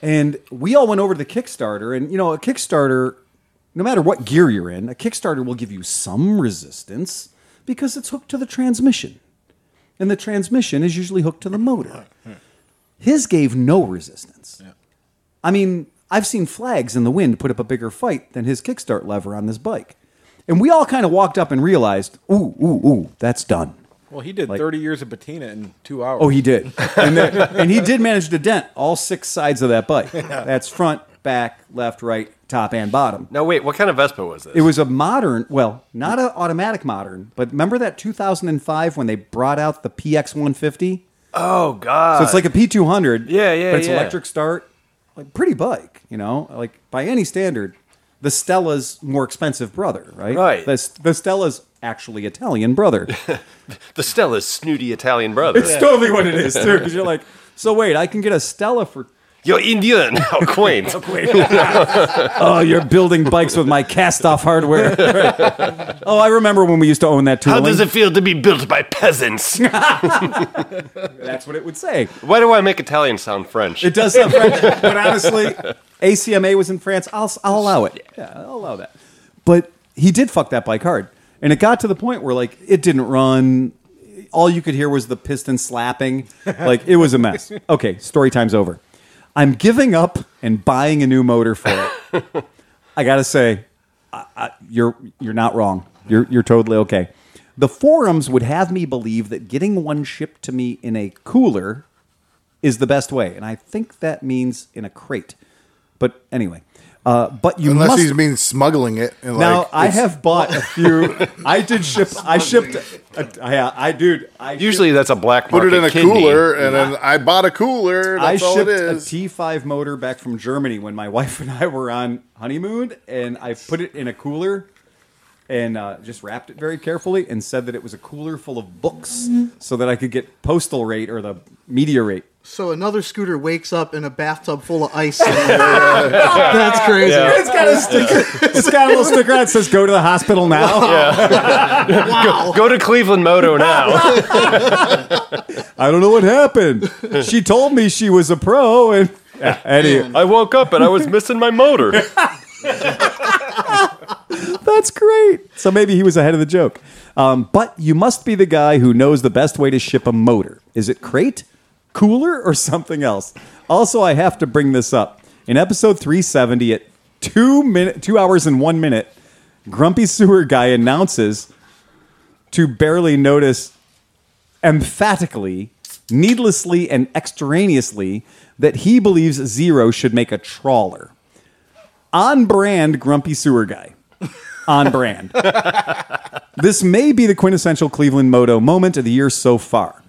[SPEAKER 1] And we all went over to the Kickstarter, and you know, a Kickstarter, no matter what gear you're in, a Kickstarter will give you some resistance because it's hooked to the transmission. And the transmission is usually hooked to the motor. His gave no resistance. I mean, I've seen flags in the wind put up a bigger fight than his kickstart lever on this bike. And we all kind of walked up and realized, ooh, ooh, ooh, that's done.
[SPEAKER 6] Well, he did
[SPEAKER 1] Like-
[SPEAKER 6] 30 years of patina in two hours.
[SPEAKER 1] Oh, he did, and, the- and he did manage to dent all six sides of that bike. That's front, back, left, right, top, and bottom.
[SPEAKER 2] Now wait, what kind of Vespa was this?
[SPEAKER 1] It was a modern, well, not an automatic modern, but remember that 2005 when they brought out the PX 150?
[SPEAKER 2] oh God!
[SPEAKER 1] So it's like a P200.
[SPEAKER 2] Yeah, yeah,
[SPEAKER 1] But it's
[SPEAKER 2] yeah.
[SPEAKER 1] electric start, like pretty bike, you know, like by any standard, the Stella's more expensive brother, right?
[SPEAKER 2] Right.
[SPEAKER 1] The, the Stella's actually Italian
[SPEAKER 2] <laughs>
[SPEAKER 1] brother.
[SPEAKER 2] the Stella's snooty Italian brother.
[SPEAKER 1] It's totally what it is too, because you're like, so wait, I can get a Stella for
[SPEAKER 2] Yo, Indian, how quaint.
[SPEAKER 1] <laughs> Oh, you're building bikes with my cast off
[SPEAKER 2] <laughs>
[SPEAKER 1] hardware. Oh, I remember when we used to own that tooling.
[SPEAKER 2] How does it feel to be built by peasants?
[SPEAKER 1] That's what it would say.
[SPEAKER 2] Why do I make Italian sound French?
[SPEAKER 1] It does sound French, but honestly, ACMA was in France. I'll, I'll allow it. Yeah, I'll allow that. But he did fuck that bike hard. And it got to the point where, like, it didn't run. All you could hear was the piston slapping. Like, it was a mess. Okay, story time's over. I'm giving up and buying a new motor for it. I got to say, you're you're not wrong. You're you're totally okay. The forums would have me believe that getting one shipped to me in a cooler is the best way, and I think that means in a crate. But anyway, Uh, but you
[SPEAKER 5] Unless
[SPEAKER 1] must
[SPEAKER 5] he's means smuggling it. And
[SPEAKER 1] now
[SPEAKER 5] like,
[SPEAKER 1] I
[SPEAKER 5] it's-
[SPEAKER 1] have bought a few.
[SPEAKER 5] <laughs>
[SPEAKER 1] I did ship. I shipped. a- I, I, dude. I
[SPEAKER 2] Usually that's a black
[SPEAKER 5] put
[SPEAKER 2] market.
[SPEAKER 5] it in a
[SPEAKER 2] kidney.
[SPEAKER 5] cooler, and then I bought a cooler.
[SPEAKER 1] I
[SPEAKER 5] That's all it
[SPEAKER 1] shipped a
[SPEAKER 5] is.
[SPEAKER 1] T5 motor back from Germany when my <laughs> wife and I were on honeymoon, and I put it in a cooler and uh, just wrapped it very carefully and said that it was a cooler full of books so that I could get postal rate or the media rate.
[SPEAKER 4] So another scooter wakes up in a bathtub full of ice. That's crazy.
[SPEAKER 1] It's got a sticker. <laughs> It's got a little sticker that says "Go to the hospital now."
[SPEAKER 4] Wow.
[SPEAKER 2] Go to Cleveland
[SPEAKER 1] <laughs>
[SPEAKER 2] Moto now.
[SPEAKER 1] I don't know what happened. She told me she was a pro, and Yeah, anyway,
[SPEAKER 2] I woke up and I was missing my
[SPEAKER 1] <laughs>
[SPEAKER 2] motor.
[SPEAKER 1] That's great. So maybe he was ahead of the joke. Um, but you must be the guy who knows the best way to ship a motor. Is it crate, cooler, or something else? Also, I have to bring this up. In episode 370, at two minute, two hours and one minute, Grumpy Sewer Guy announces to barely notice emphatically, needlessly, and extraneously that he believes Zero should make a trawler. On brand, Grumpy Sewer Guy. On brand. this may be the quintessential Cleveland Moto moment of the year so far.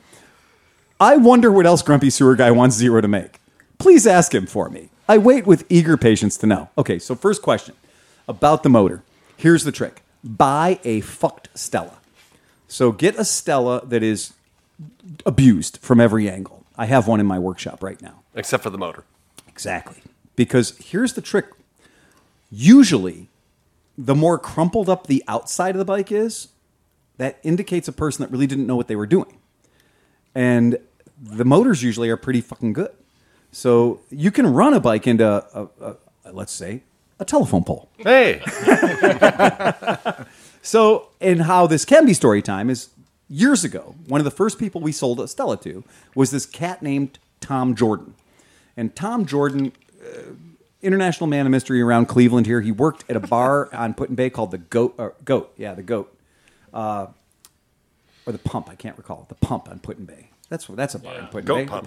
[SPEAKER 1] I wonder what else Grumpy Sewer Guy wants Zero to make. Please ask him for me. I wait with eager patience to know. Okay, so first question about the motor. Here's the trick buy a fucked Stella. So get a Stella that is abused from every angle. I have one in my workshop right now.
[SPEAKER 2] Except for the motor.
[SPEAKER 1] Exactly. Because here's the trick. Usually, the more crumpled up the outside of the bike is, that indicates a person that really didn't know what they were doing. And the motors usually are pretty fucking good. So you can run a bike into, a, a, a, let's say, a telephone pole.
[SPEAKER 2] Hey,
[SPEAKER 1] So, and how this can be story time is years ago, one of the first people we sold a Stella to was this cat named Tom Jordan. And Tom Jordan, uh, international man of mystery around Cleveland here, he worked at a <laughs> bar on Put in Bay called the Goat, or Goat, yeah, the Goat. Uh, or the Pump, I can't recall. The Pump on Put in Bay. That's, that's a bar in Put in
[SPEAKER 2] Goat
[SPEAKER 1] Bay.
[SPEAKER 2] Pump.
[SPEAKER 1] The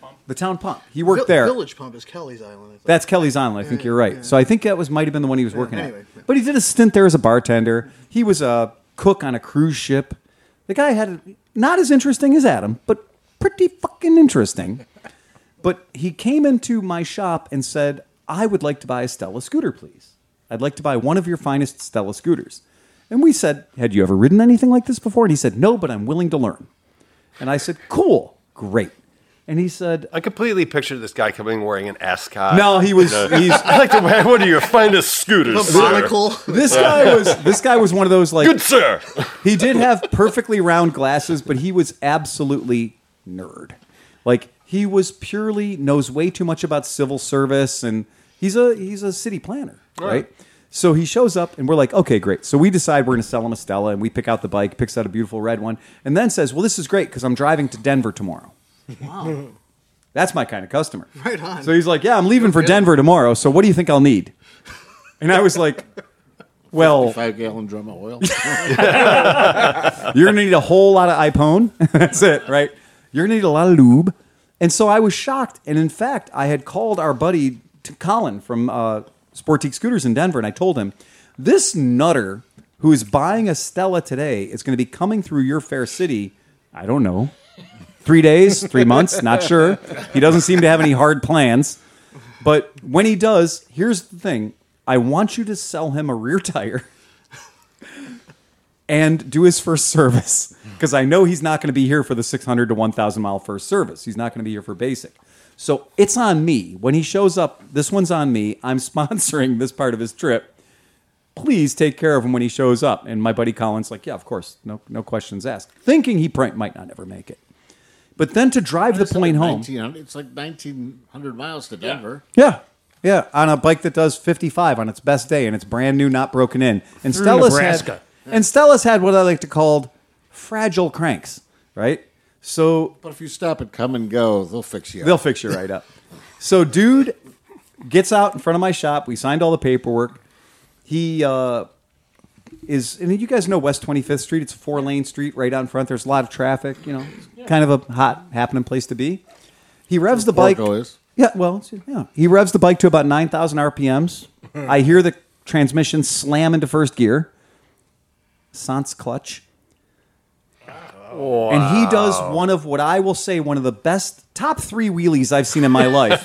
[SPEAKER 1] Pump. The Town Pump. He worked
[SPEAKER 4] Vill-
[SPEAKER 1] there.
[SPEAKER 4] Village Pump is Kelly's Island. I think.
[SPEAKER 1] That's Kelly's Island. I think you're right.
[SPEAKER 4] yeah.
[SPEAKER 1] So I think that was might have been the one he was working
[SPEAKER 4] anyway, yeah.
[SPEAKER 1] at. But he did a stint there as a bartender. He was a cook on a cruise ship. The guy had not as interesting as Adam, but pretty fucking interesting. But he came into my shop and said, I would like to buy a Stella scooter, please. I'd like to buy one of your finest Stella scooters. And we said, Had you ever ridden anything like this before? And he said, No, but I'm willing to learn. And I said, Cool, great. And he said,
[SPEAKER 2] I completely pictured this guy coming wearing an
[SPEAKER 1] <laughs>
[SPEAKER 2] ascot.
[SPEAKER 1] No, he <laughs> was, he's,
[SPEAKER 2] <laughs> I like to wear one of your finest scooters,
[SPEAKER 4] The
[SPEAKER 2] sir.
[SPEAKER 4] monocle.
[SPEAKER 1] This guy was this guy was one of those like <laughs>
[SPEAKER 2] Good sir.
[SPEAKER 1] he did have perfectly round glasses, but he was absolutely nerd. Like he was purely knows way too much about civil service, and he's a he's a city planner, right? So he shows up, and we're like, okay, great. So we decide we're going to sell him a Stella, and we pick out the bike, picks out a beautiful red one, and then says, well, this is great because I'm driving to Denver tomorrow.
[SPEAKER 4] Wow.
[SPEAKER 1] <laughs> That's my kind of customer.
[SPEAKER 4] Right on.
[SPEAKER 1] So he's like, yeah, I'm leaving for Denver tomorrow. So what do you think I'll need? And I was like, well,
[SPEAKER 6] Five gallon drum of oil.
[SPEAKER 1] You're gonna need a whole lot of iPone. <laughs> That's it, right? You're gonna need a lot of lube. And so I was shocked. And in fact, I had called our buddy t- Colin from uh, Sportique Scooters in Denver, and I told him this nutter who is buying a Stella today is gonna be coming through your fair city. I don't know, three days, three months, not sure. He doesn't seem to have any hard plans. But when he does, here's the thing: I want you to sell him a rear tire and do his first service because I know he's not going to be here for the 600 to 1,000 mile first service. He's not going to be here for basic. So it's on me. When he shows up, this one's on me. I'm <laughs> sponsoring this part of his trip. Please take care of him when he shows up. And my buddy Colin's like, yeah, of course, no, no questions asked, thinking he pr- might not ever make it. But then to drive the plane home,
[SPEAKER 6] 1900 It's like 1,900 miles to Denver.
[SPEAKER 1] yeah. Yeah, on a bike that does 55 on its best day and it's brand new, not broken in. And
[SPEAKER 3] Through
[SPEAKER 1] Stella's
[SPEAKER 3] Nebraska.
[SPEAKER 1] had and Stella's had what I like to call fragile cranks, right? So
[SPEAKER 6] But if you stop and come and go, they'll fix you. up.
[SPEAKER 1] They'll fix you right up. So, dude gets out in front of my shop. We signed all the paperwork. He uh, is, and you guys know West 25th Street. It's a four lane street right out in front. There's a lot of traffic, you know, kind of a hot, happening place to be. He revs the bike.
[SPEAKER 6] Porco is.
[SPEAKER 1] Yeah, well, it's- yeah. He revs the bike to about 9,000 RPMs. I hear the transmission slam into first gear. Sans clutch. And he does one of what I will say one of the best top three wheelies I've seen in my life.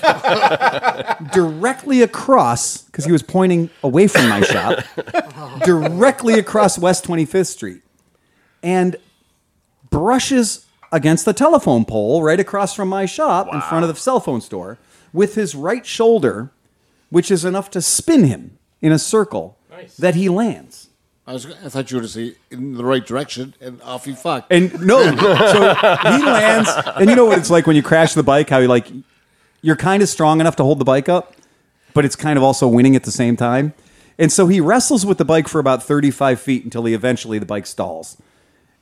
[SPEAKER 1] directly across, because he was pointing away from my shop, directly across West 25th Street. And brushes against the telephone pole right across from my shop in front of the cell phone store with his right shoulder, which is enough to spin him in a circle that he lands.
[SPEAKER 7] I, was, I thought you were to say in the right direction, and off you fuck.
[SPEAKER 1] And no, so he lands, and you know what it's like when you crash the bike, how you like you're kind of strong enough to hold the bike up, but it's kind of also winning at the same time. And so he wrestles with the bike for about 35 feet until he eventually the bike stalls.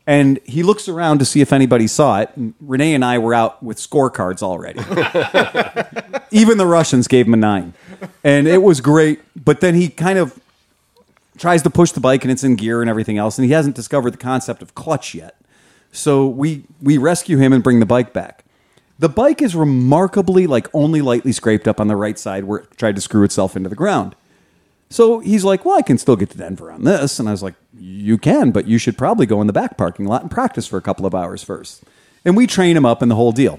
[SPEAKER 1] And he looks around to see if anybody saw it. And Renee and I were out with scorecards already. <laughs> Even the Russians gave him a nine. And it was great. But then he kind of tries to push the bike and it's in gear and everything else, and he hasn't discovered the concept of clutch yet. So we we rescue him and bring the bike back. The bike is remarkably like only lightly scraped up on the right side where it tried to screw itself into the ground. So he's like, "Well, I can still get to Denver on this," and I was like, "You can, but you should probably go in the back parking lot and practice for a couple of hours first. And we train him up and the whole deal.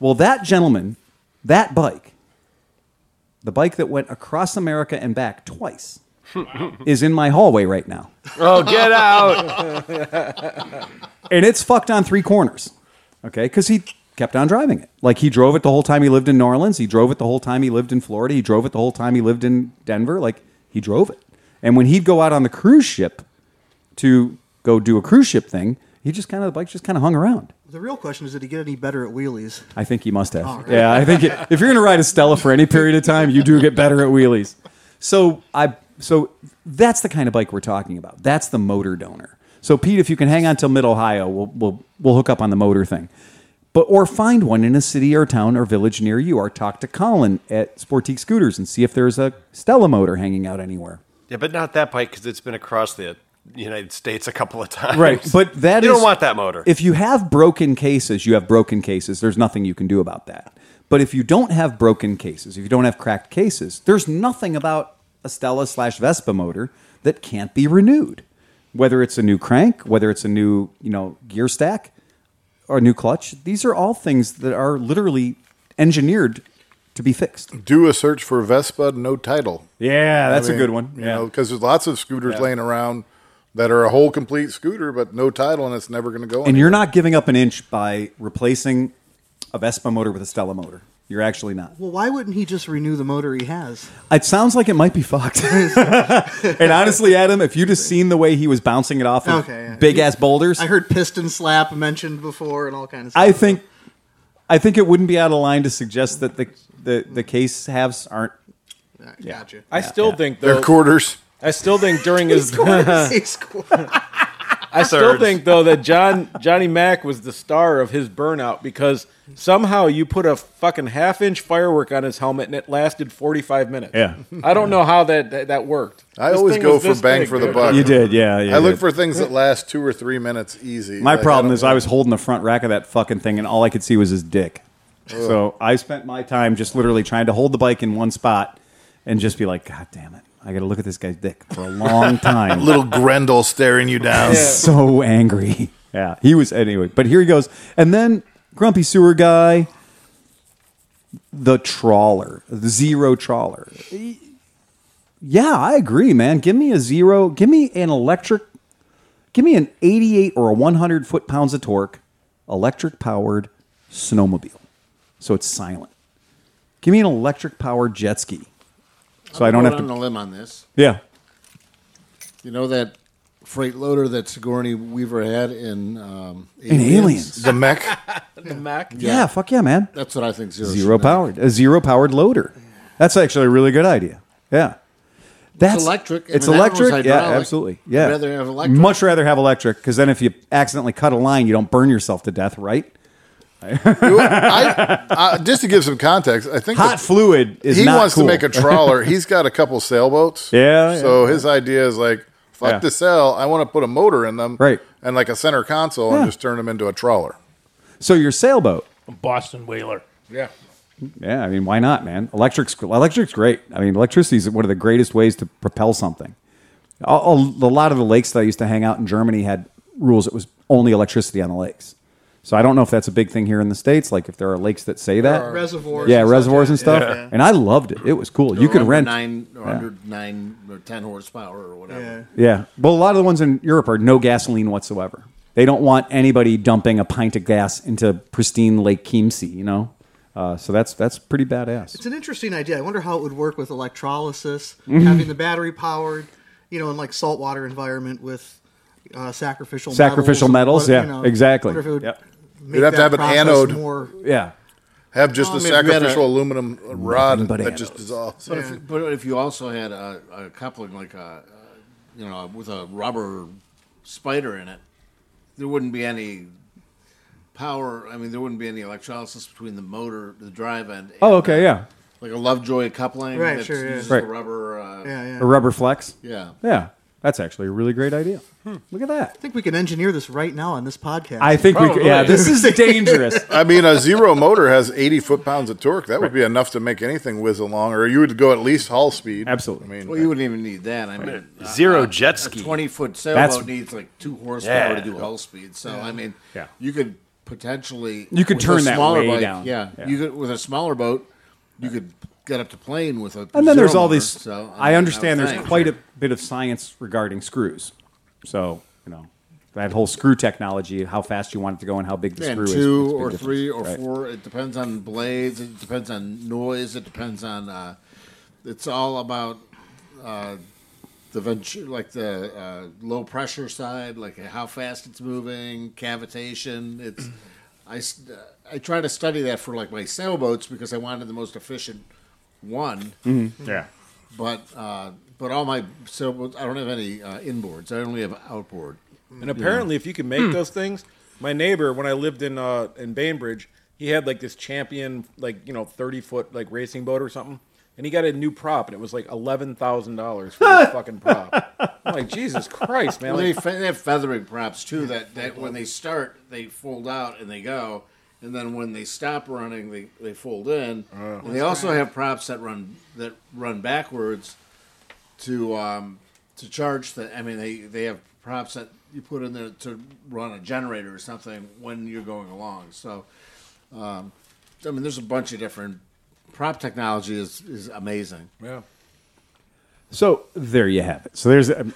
[SPEAKER 1] Well, that gentleman, that bike, the bike that went across America and back twice, is in my hallway right now.
[SPEAKER 2] Oh, get out!
[SPEAKER 1] And it's fucked on three corners. Okay. Because he kept on driving it. Like he drove it the whole time he lived in New Orleans. He drove it the whole time he lived in Florida. He drove it the whole time he lived in Denver. Like he drove it. And when he'd go out on the cruise ship to go do a cruise ship thing, he just kind of, the bike just kind of hung around.
[SPEAKER 4] The real question is, did he get any better at wheelies?
[SPEAKER 1] I think he must have. Yeah, I think it, if you're going to ride a Stella for any period of time, you do get better at wheelies. So I so that's the kind of bike we're talking about. That's the motor donor. So Pete, if you can hang on till Mid Ohio, we'll we'll we'll hook up on the motor thing. But or find one in a city or town or village near you, or talk to Colin at Sportique Scooters and see if there's a Stella motor hanging out anywhere.
[SPEAKER 2] yeah, but not that bike because it's been across the United States a couple of times.
[SPEAKER 1] But that
[SPEAKER 2] you
[SPEAKER 1] is-
[SPEAKER 2] don't want that motor.
[SPEAKER 1] If you have broken cases, you have broken cases. There's nothing you can do about that. But if you don't have broken cases, if you don't have cracked cases, there's nothing about a Stella slash Vespa motor that can't be renewed. Whether it's a new crank, whether it's a new, you know, gear stack or a new clutch, these are all things that are literally engineered to be fixed.
[SPEAKER 5] Do a search for Vespa, no title.
[SPEAKER 1] Yeah, that's
[SPEAKER 5] I mean, You because there's lots of scooters laying around that are a whole complete scooter, but no title, and it's never going to go.
[SPEAKER 1] And you're not giving up an inch by replacing a Vespa motor with a Stella motor. You're actually not.
[SPEAKER 4] Well, why wouldn't he just renew the motor he has?
[SPEAKER 1] It sounds like it might be fucked. <laughs> and honestly, Adam, if you'd have seen the way he was bouncing it off of
[SPEAKER 4] Okay, yeah.
[SPEAKER 1] big ass boulders,
[SPEAKER 4] I heard piston slap mentioned before and all kinds of stuff.
[SPEAKER 1] I think I think it wouldn't be out of line to suggest that the the, the case halves aren't
[SPEAKER 4] Gotcha.
[SPEAKER 6] <laughs> I still think
[SPEAKER 5] They're
[SPEAKER 6] though.
[SPEAKER 5] quarters.
[SPEAKER 6] I still
[SPEAKER 1] <laughs>
[SPEAKER 6] think during
[SPEAKER 4] <laughs>
[SPEAKER 6] his.
[SPEAKER 4] He's cool.
[SPEAKER 6] <laughs> I still
[SPEAKER 2] Thirds.
[SPEAKER 6] think though that John Johnny Mack was the star of his burnout because somehow you put a fucking half inch firework on his helmet and it lasted forty five minutes.
[SPEAKER 1] Yeah.
[SPEAKER 6] I don't know how that that, that worked.
[SPEAKER 5] I
[SPEAKER 6] This
[SPEAKER 5] always
[SPEAKER 6] thing
[SPEAKER 5] go
[SPEAKER 6] was
[SPEAKER 5] for
[SPEAKER 6] this
[SPEAKER 5] bang
[SPEAKER 6] big,
[SPEAKER 5] for the
[SPEAKER 6] dude.
[SPEAKER 5] buck.
[SPEAKER 1] You did, yeah. you
[SPEAKER 5] I look
[SPEAKER 1] did.
[SPEAKER 5] for things that last two or three minutes easy.
[SPEAKER 1] My
[SPEAKER 5] Like,
[SPEAKER 1] problem
[SPEAKER 5] don't
[SPEAKER 1] is I
[SPEAKER 5] know.
[SPEAKER 1] was holding the front rack of that fucking thing, and all I could see was his dick. So I spent my time just literally trying to hold the bike in one spot and just be like, God damn it, I got to look at this guy's dick for a long time.
[SPEAKER 5] little Grendel staring you
[SPEAKER 1] <laughs>
[SPEAKER 5] down.
[SPEAKER 1] so angry. Yeah, he was anyway. But here he goes, and then grumpy sewer guy, the trawler, the zero trawler. Yeah, I agree, man. Give me a zero. Give me an electric. Give me an eighty-eight or a one hundred foot pounds of torque, electric powered snowmobile. So it's silent. Give me an electric powered jet ski. So I don't
[SPEAKER 7] Going
[SPEAKER 1] have
[SPEAKER 7] on
[SPEAKER 1] to.
[SPEAKER 7] a limb on this.
[SPEAKER 1] Yeah.
[SPEAKER 7] You know that freight loader that Sigourney Weaver had in um,
[SPEAKER 1] In aliens.
[SPEAKER 5] The mech.
[SPEAKER 6] Mack.
[SPEAKER 1] Yeah. fuck yeah, man.
[SPEAKER 7] That's what I think. Zero,
[SPEAKER 1] zero
[SPEAKER 7] should be.
[SPEAKER 1] powered a zero powered loader that's actually a really good idea yeah that's
[SPEAKER 7] It's electric. I
[SPEAKER 1] it's
[SPEAKER 7] mean, that was
[SPEAKER 1] electric yeah
[SPEAKER 7] hydraulic.
[SPEAKER 1] absolutely
[SPEAKER 7] I'd
[SPEAKER 1] yeah
[SPEAKER 7] rather have electric.
[SPEAKER 1] much rather have electric because then if you accidentally cut a line you don't burn yourself to death right
[SPEAKER 5] I, I, just to give some context, I think
[SPEAKER 1] hot
[SPEAKER 5] the-
[SPEAKER 1] fluid is
[SPEAKER 5] he
[SPEAKER 1] not
[SPEAKER 5] wants
[SPEAKER 1] cool.
[SPEAKER 5] to
[SPEAKER 1] <laughs>
[SPEAKER 5] make a trawler. He's got a couple sailboats.
[SPEAKER 1] Yeah,
[SPEAKER 5] So
[SPEAKER 1] yeah.
[SPEAKER 5] his idea is like, fuck
[SPEAKER 1] Yeah.
[SPEAKER 5] the sail. I want to put a motor in them,
[SPEAKER 1] Right.
[SPEAKER 5] And like a center console,
[SPEAKER 1] Yeah.
[SPEAKER 5] and just turn them into a trawler.
[SPEAKER 1] so your sailboat
[SPEAKER 3] Boston Whaler.
[SPEAKER 6] Yeah.
[SPEAKER 1] Yeah, I mean, why not, man? Electric's electric's great. I mean, electricity is one of the greatest ways to propel something. A, a- a lot of the lakes that I used to hang out in Germany had rules. It was only electricity on the lakes. So I don't know if that's a big thing here in the states. Like if there are lakes that say that,
[SPEAKER 4] Reservoirs
[SPEAKER 1] yeah,
[SPEAKER 4] and stuff,
[SPEAKER 1] reservoirs
[SPEAKER 4] yeah.
[SPEAKER 1] and stuff. And I loved it. It was cool. You could
[SPEAKER 7] Under
[SPEAKER 1] rent
[SPEAKER 7] nine or
[SPEAKER 1] Yeah.
[SPEAKER 7] under nine or ten horsepower or whatever.
[SPEAKER 1] Yeah. Well, a lot of the ones in Europe are no gasoline whatsoever. They don't want anybody dumping a pint of gas into pristine Lake Chiemsee, you know? Uh, so that's that's pretty badass.
[SPEAKER 4] It's an interesting idea. I wonder how it would work with electrolysis,
[SPEAKER 1] Mm-hmm.
[SPEAKER 4] having the battery powered, you know, in like saltwater environment with uh, sacrificial
[SPEAKER 1] Sacrificial
[SPEAKER 4] metals,
[SPEAKER 1] metals, yeah, exactly.
[SPEAKER 4] wonder if it would
[SPEAKER 1] Yep.
[SPEAKER 4] make
[SPEAKER 5] You'd have to
[SPEAKER 4] that
[SPEAKER 5] have an
[SPEAKER 4] process
[SPEAKER 5] anode.
[SPEAKER 4] More,
[SPEAKER 1] Yeah.
[SPEAKER 5] Have just
[SPEAKER 7] Well,
[SPEAKER 5] a
[SPEAKER 7] I mean, if we had
[SPEAKER 5] sacrificial
[SPEAKER 7] a-
[SPEAKER 5] aluminum rod
[SPEAKER 1] but
[SPEAKER 5] that just
[SPEAKER 1] anodes.
[SPEAKER 5] dissolves.
[SPEAKER 7] But, if, but if you also had a, a coupling like a, uh, you know, with a rubber spider in it, there wouldn't be any power. I mean, there wouldn't be any electrolysis between the motor, the drive end. and-
[SPEAKER 1] Oh, okay, yeah.
[SPEAKER 7] Like a Lovejoy coupling
[SPEAKER 4] Right,
[SPEAKER 7] that
[SPEAKER 4] sure, yeah.
[SPEAKER 7] uses
[SPEAKER 1] Right.
[SPEAKER 7] the rubber. Uh,
[SPEAKER 4] yeah, yeah.
[SPEAKER 1] A rubber flex.
[SPEAKER 7] yeah. Hmm.
[SPEAKER 1] Yeah. That's actually a really great idea. Look at that.
[SPEAKER 4] I think we can engineer this right now on this podcast.
[SPEAKER 1] I think we could, yeah,
[SPEAKER 2] Probably.
[SPEAKER 7] <laughs>
[SPEAKER 1] this is dangerous.
[SPEAKER 5] I mean, a zero motor has 80 foot pounds of torque. That would be enough to make anything whiz along, or you would go at least hull speed.
[SPEAKER 1] Absolutely.
[SPEAKER 5] I mean,
[SPEAKER 7] Well, you wouldn't even need that. I mean,
[SPEAKER 2] Zero jet
[SPEAKER 7] a
[SPEAKER 2] ski.
[SPEAKER 7] twenty-foot sailboat
[SPEAKER 1] That's-
[SPEAKER 7] needs like two horsepower
[SPEAKER 2] Yeah.
[SPEAKER 7] to do hull speed. So I mean,
[SPEAKER 1] Yeah.
[SPEAKER 7] you could potentially
[SPEAKER 1] You could
[SPEAKER 7] with
[SPEAKER 1] turn
[SPEAKER 7] a
[SPEAKER 1] that
[SPEAKER 7] smaller
[SPEAKER 1] way
[SPEAKER 7] bike-
[SPEAKER 1] down.
[SPEAKER 7] Yeah,
[SPEAKER 1] Yeah.
[SPEAKER 7] you could with a smaller boat, you could get up to plane with a.
[SPEAKER 1] And then there's
[SPEAKER 7] zero
[SPEAKER 1] all
[SPEAKER 7] motor,
[SPEAKER 1] these.
[SPEAKER 7] So, mean,
[SPEAKER 1] I understand
[SPEAKER 7] would
[SPEAKER 1] there's
[SPEAKER 7] think.
[SPEAKER 1] quite a bit of science regarding screws. So, you know, that whole screw technology, how fast you want it to go and how big the
[SPEAKER 7] Yeah,
[SPEAKER 1] screw
[SPEAKER 7] and
[SPEAKER 1] is.
[SPEAKER 7] two
[SPEAKER 1] makes a big
[SPEAKER 7] or
[SPEAKER 1] difference.
[SPEAKER 7] three or
[SPEAKER 1] Right.
[SPEAKER 7] four. It depends on blades. It depends on noise. It depends on. Uh, it's all about uh, the ventu- like the uh, low pressure side, like how fast it's moving, cavitation. It's <clears throat> I s- uh, I try to study that for like my sailboats because I wanted the most efficient one.
[SPEAKER 1] Yeah.
[SPEAKER 7] But uh, but all my sailboats, I don't have any uh, inboards. I only have outboard.
[SPEAKER 6] And apparently, if you can
[SPEAKER 1] Hmm.
[SPEAKER 6] make those things, my neighbor when I lived in uh, in Bainbridge, he had like this champion, like you know, thirty foot like racing boat or something, and he got a new prop, and it was like eleven thousand dollars for
[SPEAKER 1] <laughs>
[SPEAKER 6] this fucking prop. I'm like Jesus Christ, man!
[SPEAKER 7] Well, they,
[SPEAKER 6] Like,
[SPEAKER 7] fe- they have feathering props too. That, that when they start, they fold out and they go, and then when they stop running, they, they fold in. and they also have props that run that run backwards to um, to charge. The I mean, they they have props that you put in there to run a generator or something when you're going along. So, um, I mean, there's a bunch of different prop technology is is amazing.
[SPEAKER 6] yeah.
[SPEAKER 1] So there you have it. So there's. Um,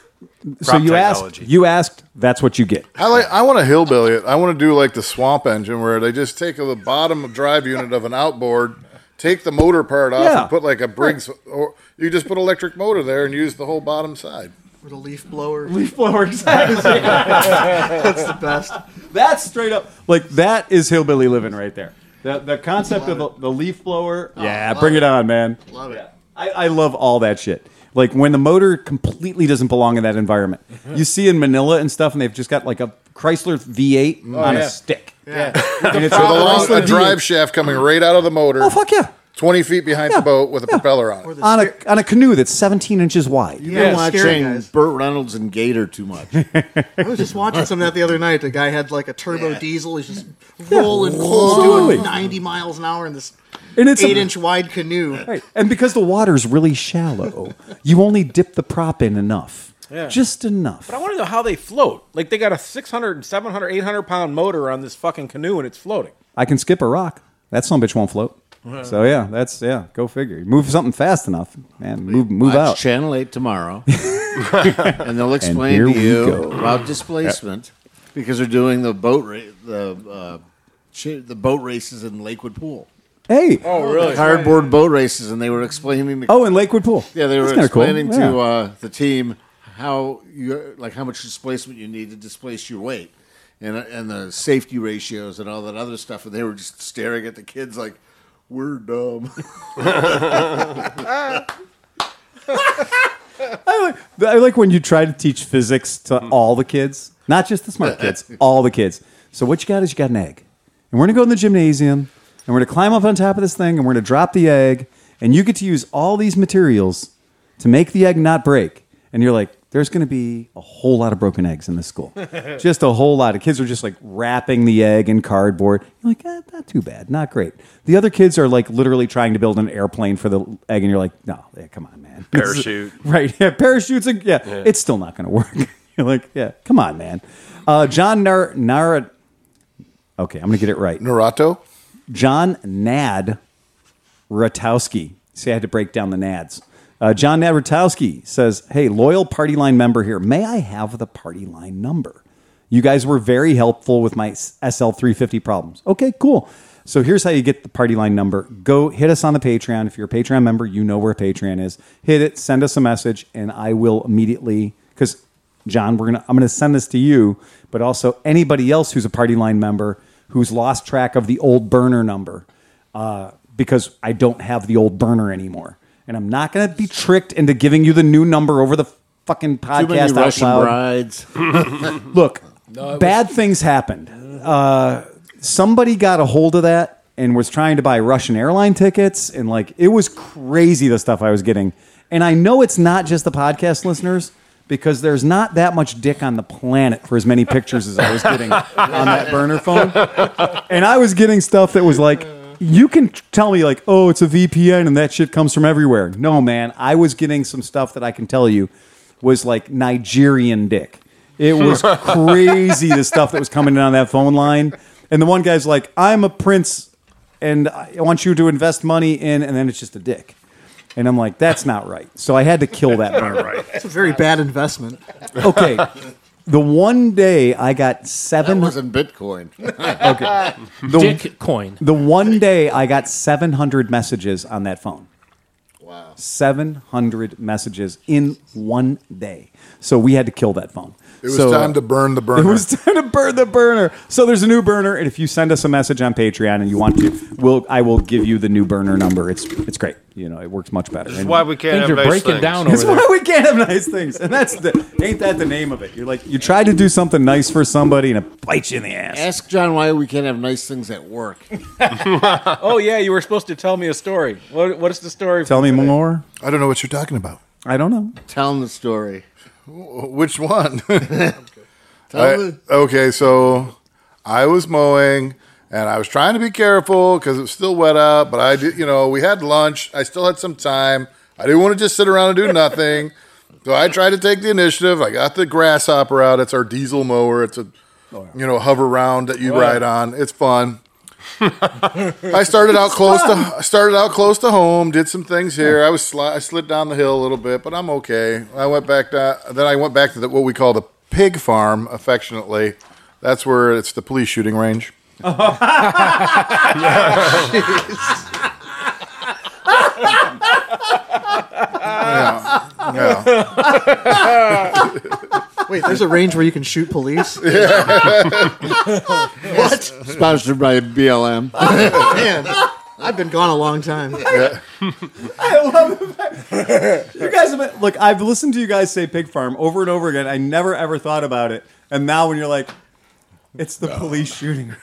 [SPEAKER 1] so you asked.
[SPEAKER 2] technology.
[SPEAKER 1] You asked. That's what you get.
[SPEAKER 5] I like. I want to hillbilly it. I want to do like the swamp engine, where they just take the bottom of drive unit of an outboard, take the motor part off,
[SPEAKER 1] Yeah.
[SPEAKER 5] and put like a Briggs. Or you just put electric motor there and use the whole bottom side.
[SPEAKER 4] with a leaf blower.
[SPEAKER 1] <laughs> Leaf blower. Exactly.
[SPEAKER 4] That's the best.
[SPEAKER 1] That's straight up. Like that is hillbilly living right there. The the concept of the, the leaf blower. yeah, bring it on, man.
[SPEAKER 4] Love it.
[SPEAKER 1] I, I love all that shit. Like when the motor completely doesn't belong in that environment. You see in Manila and stuff, and they've just got like a Chrysler V8 on
[SPEAKER 6] yeah.
[SPEAKER 1] a stick. <laughs>
[SPEAKER 4] Yeah.
[SPEAKER 1] And it's
[SPEAKER 5] With a, long,
[SPEAKER 1] Chrysler
[SPEAKER 5] a drive shaft coming right out of the motor,
[SPEAKER 1] Oh fuck yeah!
[SPEAKER 5] twenty feet behind
[SPEAKER 1] Yeah.
[SPEAKER 5] the boat with a propeller on
[SPEAKER 4] Or
[SPEAKER 5] it.
[SPEAKER 4] the
[SPEAKER 1] On
[SPEAKER 4] scare-
[SPEAKER 1] a on a canoe that's 17 inches wide.
[SPEAKER 7] You've been
[SPEAKER 4] Yeah, scary
[SPEAKER 7] watching
[SPEAKER 4] guys.
[SPEAKER 7] Burt Reynolds and Gator too much.
[SPEAKER 4] I was just watching some of that the other night. The guy had like a turbo diesel. He's just
[SPEAKER 1] Yeah.
[SPEAKER 4] rolling coals,
[SPEAKER 1] Absolutely.
[SPEAKER 4] doing 90 miles an hour in this
[SPEAKER 1] And it's a-
[SPEAKER 4] eight inch wide canoe.
[SPEAKER 1] <laughs> Right. And because the water's really shallow, you only dip the prop in enough.
[SPEAKER 6] Yeah.
[SPEAKER 1] Just enough.
[SPEAKER 6] But I want to know how they float. Like they got a 600, 700, 800 pound motor on this fucking canoe, and it's floating.
[SPEAKER 1] I can skip a rock. That son bitch won't float. So yeah, that's yeah, go figure. Move something fast enough, man. Move move
[SPEAKER 7] Watch
[SPEAKER 1] out.
[SPEAKER 7] Channel
[SPEAKER 1] <laughs>
[SPEAKER 7] 8 tomorrow, and they'll explain
[SPEAKER 1] here
[SPEAKER 7] to
[SPEAKER 1] we
[SPEAKER 7] you
[SPEAKER 1] go.
[SPEAKER 7] about displacement because they're doing the boat ra- the uh, ch- the boat races in Lakewood Pool.
[SPEAKER 1] hey. Oh,
[SPEAKER 6] Oh, really?
[SPEAKER 7] Cardboard boat races, and they were explaining. To,
[SPEAKER 1] in Lakewood Pool.
[SPEAKER 7] yeah, they
[SPEAKER 1] Oh, That's
[SPEAKER 7] were
[SPEAKER 1] kinda cool.
[SPEAKER 7] explaining
[SPEAKER 1] Yeah.
[SPEAKER 7] to uh, the team how you like how much displacement you need to displace your weight, and uh, and the safety ratios and all that other stuff. And they were just staring at the kids like, "We're dumb." <laughs>
[SPEAKER 1] I like, I like when you try to teach physics to all the kids, not just the smart kids, all the kids. So what you got is you got an egg, and we're gonna go in the gymnasium, and we're gonna climb up on top of this thing, and we're gonna drop the egg, and you get to use all these materials to make the egg not break. And you're like, there's going to be a whole lot of broken eggs in this school. just a whole lot of kids are just like wrapping the egg in cardboard. You're like, eh, not too bad, not great. The other kids are like literally trying to build an airplane for the egg, and you're like, no, yeah, come on, man. <laughs> This is-
[SPEAKER 2] Parachute.
[SPEAKER 1] right? Yeah, parachutes. and- Yeah, it's still not going to work. <laughs> you're like, yeah, come on, man. Uh, John Nar- Nara. Okay, I'm going to get it right.
[SPEAKER 5] Naruto.
[SPEAKER 1] John Nad Ratowski. See, I had to break down the Nads. Uh, John Nad Ratowski says, Hey, loyal party line member here. May I have the party line number? You guys were very helpful with my SL350 problems. Okay, cool. So here's how you get the party line number. Go hit us on the Patreon. If you're a Patreon member, you know where Patreon is. Hit it, send us a message, and I will immediately, because John, we're gonna I'm gonna send this to you, but also anybody else who's a party line member who's lost track of the old burner number, uh, because I don't have the old burner anymore, and I'm not gonna be tricked into giving you the new number over the fucking podcast
[SPEAKER 7] Too many
[SPEAKER 1] out
[SPEAKER 7] Russian
[SPEAKER 1] loud. <laughs>
[SPEAKER 7] brides.
[SPEAKER 1] Look, bad things happened. Uh, somebody got a hold of that and was trying to buy Russian airline tickets, and like it was crazy the stuff I was getting. And I know it's not just the podcast listeners because there's not that much dick on the planet for as many pictures as I was getting on that burner phone. And I was getting stuff that was like. You can tell me like, oh, it's a VPN and that shit comes from everywhere. No, man, I was getting some stuff that I can tell you was like Nigerian dick. It was crazy the stuff that was coming in on that phone line. And the one guy's like, I'm a prince and I want you to invest money in, and then it's just a dick. And I'm like, that's not right. So I had to kill that bird.
[SPEAKER 4] It's a very bad investment.
[SPEAKER 1] <laughs> Okay. The one day I got seven.
[SPEAKER 7] wasn't Bitcoin. <laughs>
[SPEAKER 1] the,
[SPEAKER 3] Dick coin.
[SPEAKER 1] the one day I got 700 messages on that phone.
[SPEAKER 7] Wow.
[SPEAKER 1] 700 messages in one day. So we had to kill that phone.
[SPEAKER 5] It was time to burn the
[SPEAKER 1] It
[SPEAKER 5] burner.
[SPEAKER 1] was <laughs> time to burn the burner. So there's a new burner, and if you send us a message on Patreon and you want to, we'll I will give you the new burner number. It's it's great. You know, it works much better.
[SPEAKER 8] That's
[SPEAKER 1] And
[SPEAKER 8] why we can't have
[SPEAKER 3] Things are
[SPEAKER 8] nice
[SPEAKER 3] breaking
[SPEAKER 8] things.
[SPEAKER 3] down
[SPEAKER 1] that's
[SPEAKER 3] over there.
[SPEAKER 1] why we can't have nice things. And that's the ain't that the name of it? You're like you try to do something nice for somebody, and it bites you in the ass.
[SPEAKER 7] Ask John why we can't have nice things at work.
[SPEAKER 6] Oh yeah, you were supposed to tell me a story. What, what's the story?
[SPEAKER 1] Tell me more.
[SPEAKER 5] I don't know what you're talking about.
[SPEAKER 1] I don't know.
[SPEAKER 7] Tell him the story.
[SPEAKER 5] Which one? <laughs>
[SPEAKER 7] Tell
[SPEAKER 5] I-
[SPEAKER 7] him
[SPEAKER 5] okay, so I was mowing and I was trying to be careful because it was still wet out, but I did, you know, we had lunch. I still had some time. I didn't want to just sit around and do nothing. so I tried to take the initiative. I got the grasshopper out. It's our diesel mower. It's a, you know, hover round that you ride on. It's fun. I started out close to I started out close to home. Did some things here. I was sli- I slid down the hill a little bit, but I'm okay. I went back to then I went back to the, what we call the pig farm, affectionately. That's where it's the police shooting range. yeah. yeah.
[SPEAKER 4] Wait, there's a range where you can shoot police.
[SPEAKER 7] what? Sponsored by BLM.
[SPEAKER 4] Man, I've been gone a long time.
[SPEAKER 1] You guys have been, look, I've listened to you guys say pig farm over and over again. I never ever thought about it. And now when you're like, it's the police shooting.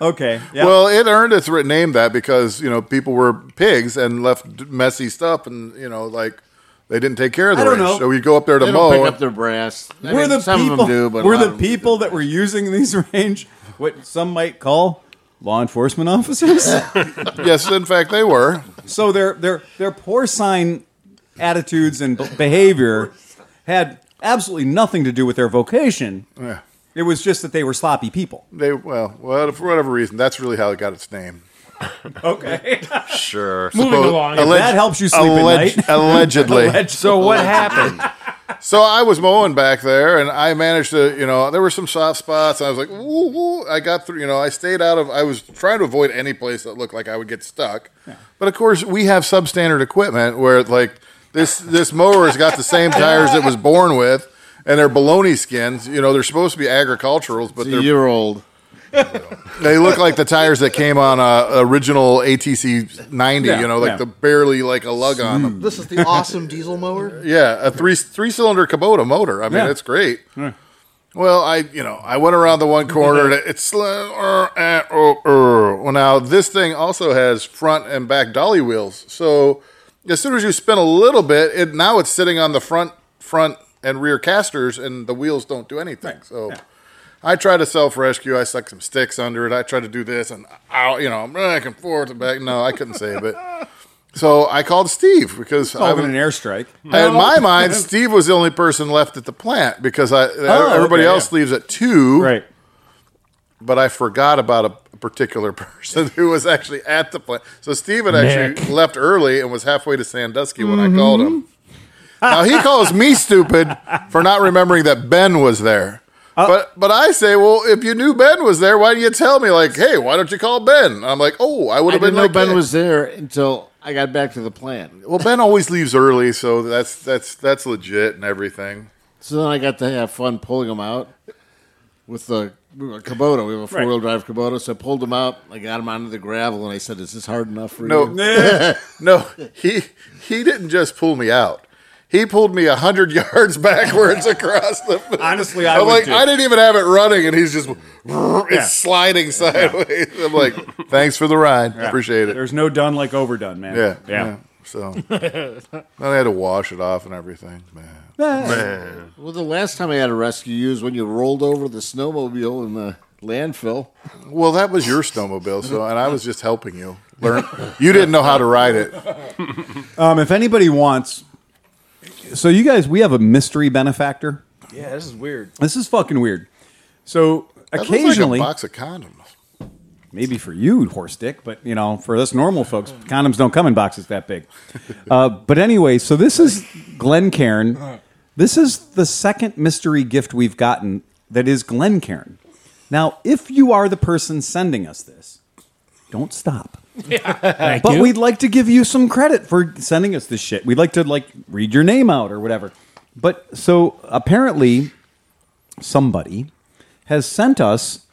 [SPEAKER 1] okay. Yeah.
[SPEAKER 5] Well, it earned its written name that because you know people were pigs and left messy stuff, and you know like they didn't take care of the
[SPEAKER 1] I don't
[SPEAKER 5] range.
[SPEAKER 1] know.
[SPEAKER 5] So we go up there to
[SPEAKER 7] They
[SPEAKER 5] mow.
[SPEAKER 7] don't pick up their brass. I
[SPEAKER 1] we're
[SPEAKER 7] mean,
[SPEAKER 1] the
[SPEAKER 7] some
[SPEAKER 1] people.
[SPEAKER 7] of them do, but a
[SPEAKER 1] we're
[SPEAKER 7] lot
[SPEAKER 1] the
[SPEAKER 7] of them
[SPEAKER 1] people that were using these <laughs> range. What some might call law enforcement
[SPEAKER 7] <laughs>
[SPEAKER 1] officers.
[SPEAKER 5] yes, in fact, they were.
[SPEAKER 1] so their their their porcine attitudes and b- behavior had absolutely nothing to do with their vocation.
[SPEAKER 5] Yeah.
[SPEAKER 1] It was just that they were sloppy people.
[SPEAKER 5] They well, well, for whatever reason, that's really how it got its name.
[SPEAKER 1] <laughs> Okay.
[SPEAKER 8] Sure.
[SPEAKER 3] Moving
[SPEAKER 5] Well,
[SPEAKER 3] along.
[SPEAKER 5] alleg-
[SPEAKER 1] that helps you sleep at
[SPEAKER 5] alleg-
[SPEAKER 1] night. <laughs>
[SPEAKER 5] Allegedly.
[SPEAKER 2] So what happened?
[SPEAKER 5] so I was mowing back there, and I managed to, you know, there were some soft spots. And I was like, woo, woo. I got through. You know, I stayed out of. I was trying to avoid any place that looked like I would get stuck. But of course, we have substandard equipment where like this this mower's got the same tires it was born with. And they're baloney skins. You know, they're supposed to be agriculturals, but
[SPEAKER 7] do.
[SPEAKER 5] they're
[SPEAKER 7] It's a year old.
[SPEAKER 5] They look like the tires that came on a original ATC 90.
[SPEAKER 1] Yeah,
[SPEAKER 5] you know, like
[SPEAKER 1] yeah.
[SPEAKER 5] the barely like a lug on them.
[SPEAKER 4] This is the awesome diesel mower.
[SPEAKER 5] Yeah, a three three cylinder Kubota motor. I mean,
[SPEAKER 1] Yeah.
[SPEAKER 5] it's great. Well, I you know I went around the one corner and it- it's slow. er, eh, oh, er. Well, now this thing also has front and back dolly wheels. So as soon as you spin a little bit, it now it's sitting on the front front and rear casters, and the wheels don't do anything. So I try to self rescue. I stuck some sticks under it. I tried to do this, and out, you know, I'm back and forth and back. No, I couldn't save
[SPEAKER 1] <laughs>
[SPEAKER 5] it. So I called Steve because I
[SPEAKER 1] Oh,
[SPEAKER 5] was-
[SPEAKER 1] an airstrike.
[SPEAKER 5] and in my mind, Steve was the only person left at the plant because I everybody
[SPEAKER 1] okay,
[SPEAKER 5] else leaves at two.
[SPEAKER 1] Right.
[SPEAKER 5] But I forgot about a particular <laughs> person who was actually at the plant. So Steve had actually
[SPEAKER 3] Nick.
[SPEAKER 5] left early and was halfway to Sandusky when I called him. Now he calls me stupid for not remembering that Ben was there. but but I say, well, if you knew Ben was there, why didn't you tell me? Like, hey, why don't you call Ben? And I'm like, oh, I would
[SPEAKER 7] I
[SPEAKER 5] have been
[SPEAKER 7] didn't know
[SPEAKER 5] like,
[SPEAKER 7] Ben
[SPEAKER 5] yeah.
[SPEAKER 7] was there until I got back to the plant.
[SPEAKER 5] Well, Ben always leaves early, so that's that's that's legit and everything.
[SPEAKER 7] So then I got to have fun pulling him out with the we were a Kubota. We have a four wheel drive Kubota. So I pulled him out. I got him onto the gravel, and I said, "Is this hard enough for
[SPEAKER 5] No,
[SPEAKER 7] you?"
[SPEAKER 5] <laughs> no, he he didn't just pull me out. He pulled me a hundred <laughs> yards backwards across the.
[SPEAKER 8] Honestly, I
[SPEAKER 5] am
[SPEAKER 8] would
[SPEAKER 5] like,
[SPEAKER 8] too.
[SPEAKER 5] I didn't even have it running, and he's just <laughs> it's sliding sideways. I'm like, thanks for the ride, appreciate it.
[SPEAKER 1] There's no done like overdone, man.
[SPEAKER 5] Yeah,
[SPEAKER 8] Yeah.
[SPEAKER 5] So <laughs> then I had to wash it off and everything. Man,
[SPEAKER 1] Eh.
[SPEAKER 7] Well, the last time I had a rescue you was when you rolled over the snowmobile in the landfill.
[SPEAKER 5] well, that was your snowmobile, so and I was just helping you learn. You didn't know how to ride it.
[SPEAKER 1] Um, if anybody wants, so you guys, we have a mystery benefactor.
[SPEAKER 6] Yeah, this is weird.
[SPEAKER 1] This is fucking weird. So
[SPEAKER 5] That looked like a
[SPEAKER 1] occasionally,
[SPEAKER 5] box of condoms.
[SPEAKER 1] maybe for you, horse dick, but you know, for us normal folks, condoms don't come in boxes that big. Uh, but anyway, so this is Glencairn. This is the second mystery gift we've gotten that is Glencairn. Now, if you are the person sending us this, don't stop.
[SPEAKER 3] Thank
[SPEAKER 1] But
[SPEAKER 3] you.
[SPEAKER 1] we'd like to give you some credit for sending us this shit. We'd like to like read your name out or whatever. But so apparently somebody has sent us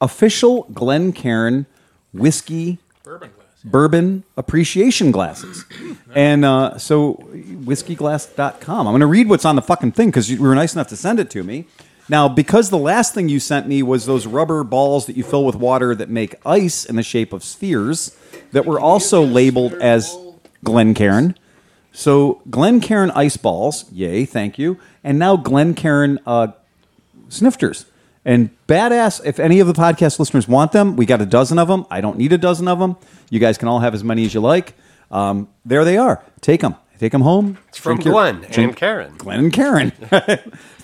[SPEAKER 1] official Glencairn whiskey
[SPEAKER 3] Bourbon glass.
[SPEAKER 1] bourbon appreciation
[SPEAKER 3] <clears throat>
[SPEAKER 1] glasses. and uh, so whiskeyglass.com. I'm going to read what's on the fucking thing because you were nice enough to send it to me. Now, because the last thing you sent me was those rubber balls that you fill with water that make ice in the shape of spheres that were also labeled as Glencairn. So Glencairn ice balls, yay, thank you. And now Glencairn uh, snifters. And badass, if any of the podcast listeners want them, we got a dozen of them. I don't need a dozen of them. You guys can all have as many as you like. Um, there they are. Take them. Take them home.
[SPEAKER 2] It's from
[SPEAKER 1] Drink your-
[SPEAKER 2] Glenn and
[SPEAKER 1] drink-
[SPEAKER 2] Karen.
[SPEAKER 1] Glenn and Karen. <laughs>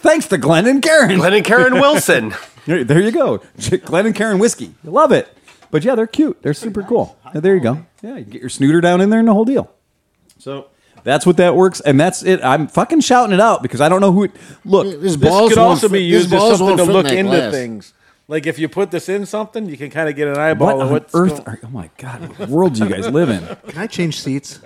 [SPEAKER 1] Thanks to Glenn and Karen.
[SPEAKER 2] Glenn
[SPEAKER 1] <laughs>
[SPEAKER 2] and Karen Wilson.
[SPEAKER 1] There there you go. <laughs> Glenn and Karen whiskey. You love it. But yeah, they're cute. They're super cool. Yeah, there you go. Yeah, you get your snooter down in there and the whole deal. So that's what that works, and that's it. I'm fucking shouting it out because I don't know who it. Look,
[SPEAKER 6] This
[SPEAKER 7] His balls
[SPEAKER 6] could
[SPEAKER 7] won't
[SPEAKER 6] also
[SPEAKER 7] fit-
[SPEAKER 6] be
[SPEAKER 7] his
[SPEAKER 6] used
[SPEAKER 7] balls
[SPEAKER 6] as something
[SPEAKER 7] won't
[SPEAKER 6] to
[SPEAKER 7] fit in
[SPEAKER 6] look
[SPEAKER 7] that
[SPEAKER 6] into
[SPEAKER 7] glass.
[SPEAKER 6] things. Like if you put this in something, you can kind of get an eyeball
[SPEAKER 1] what
[SPEAKER 6] of
[SPEAKER 1] on
[SPEAKER 6] what's
[SPEAKER 1] earth?
[SPEAKER 6] going-
[SPEAKER 1] Are, oh my god, what world do you guys live
[SPEAKER 6] <laughs>
[SPEAKER 1] in?
[SPEAKER 4] Can I change seats?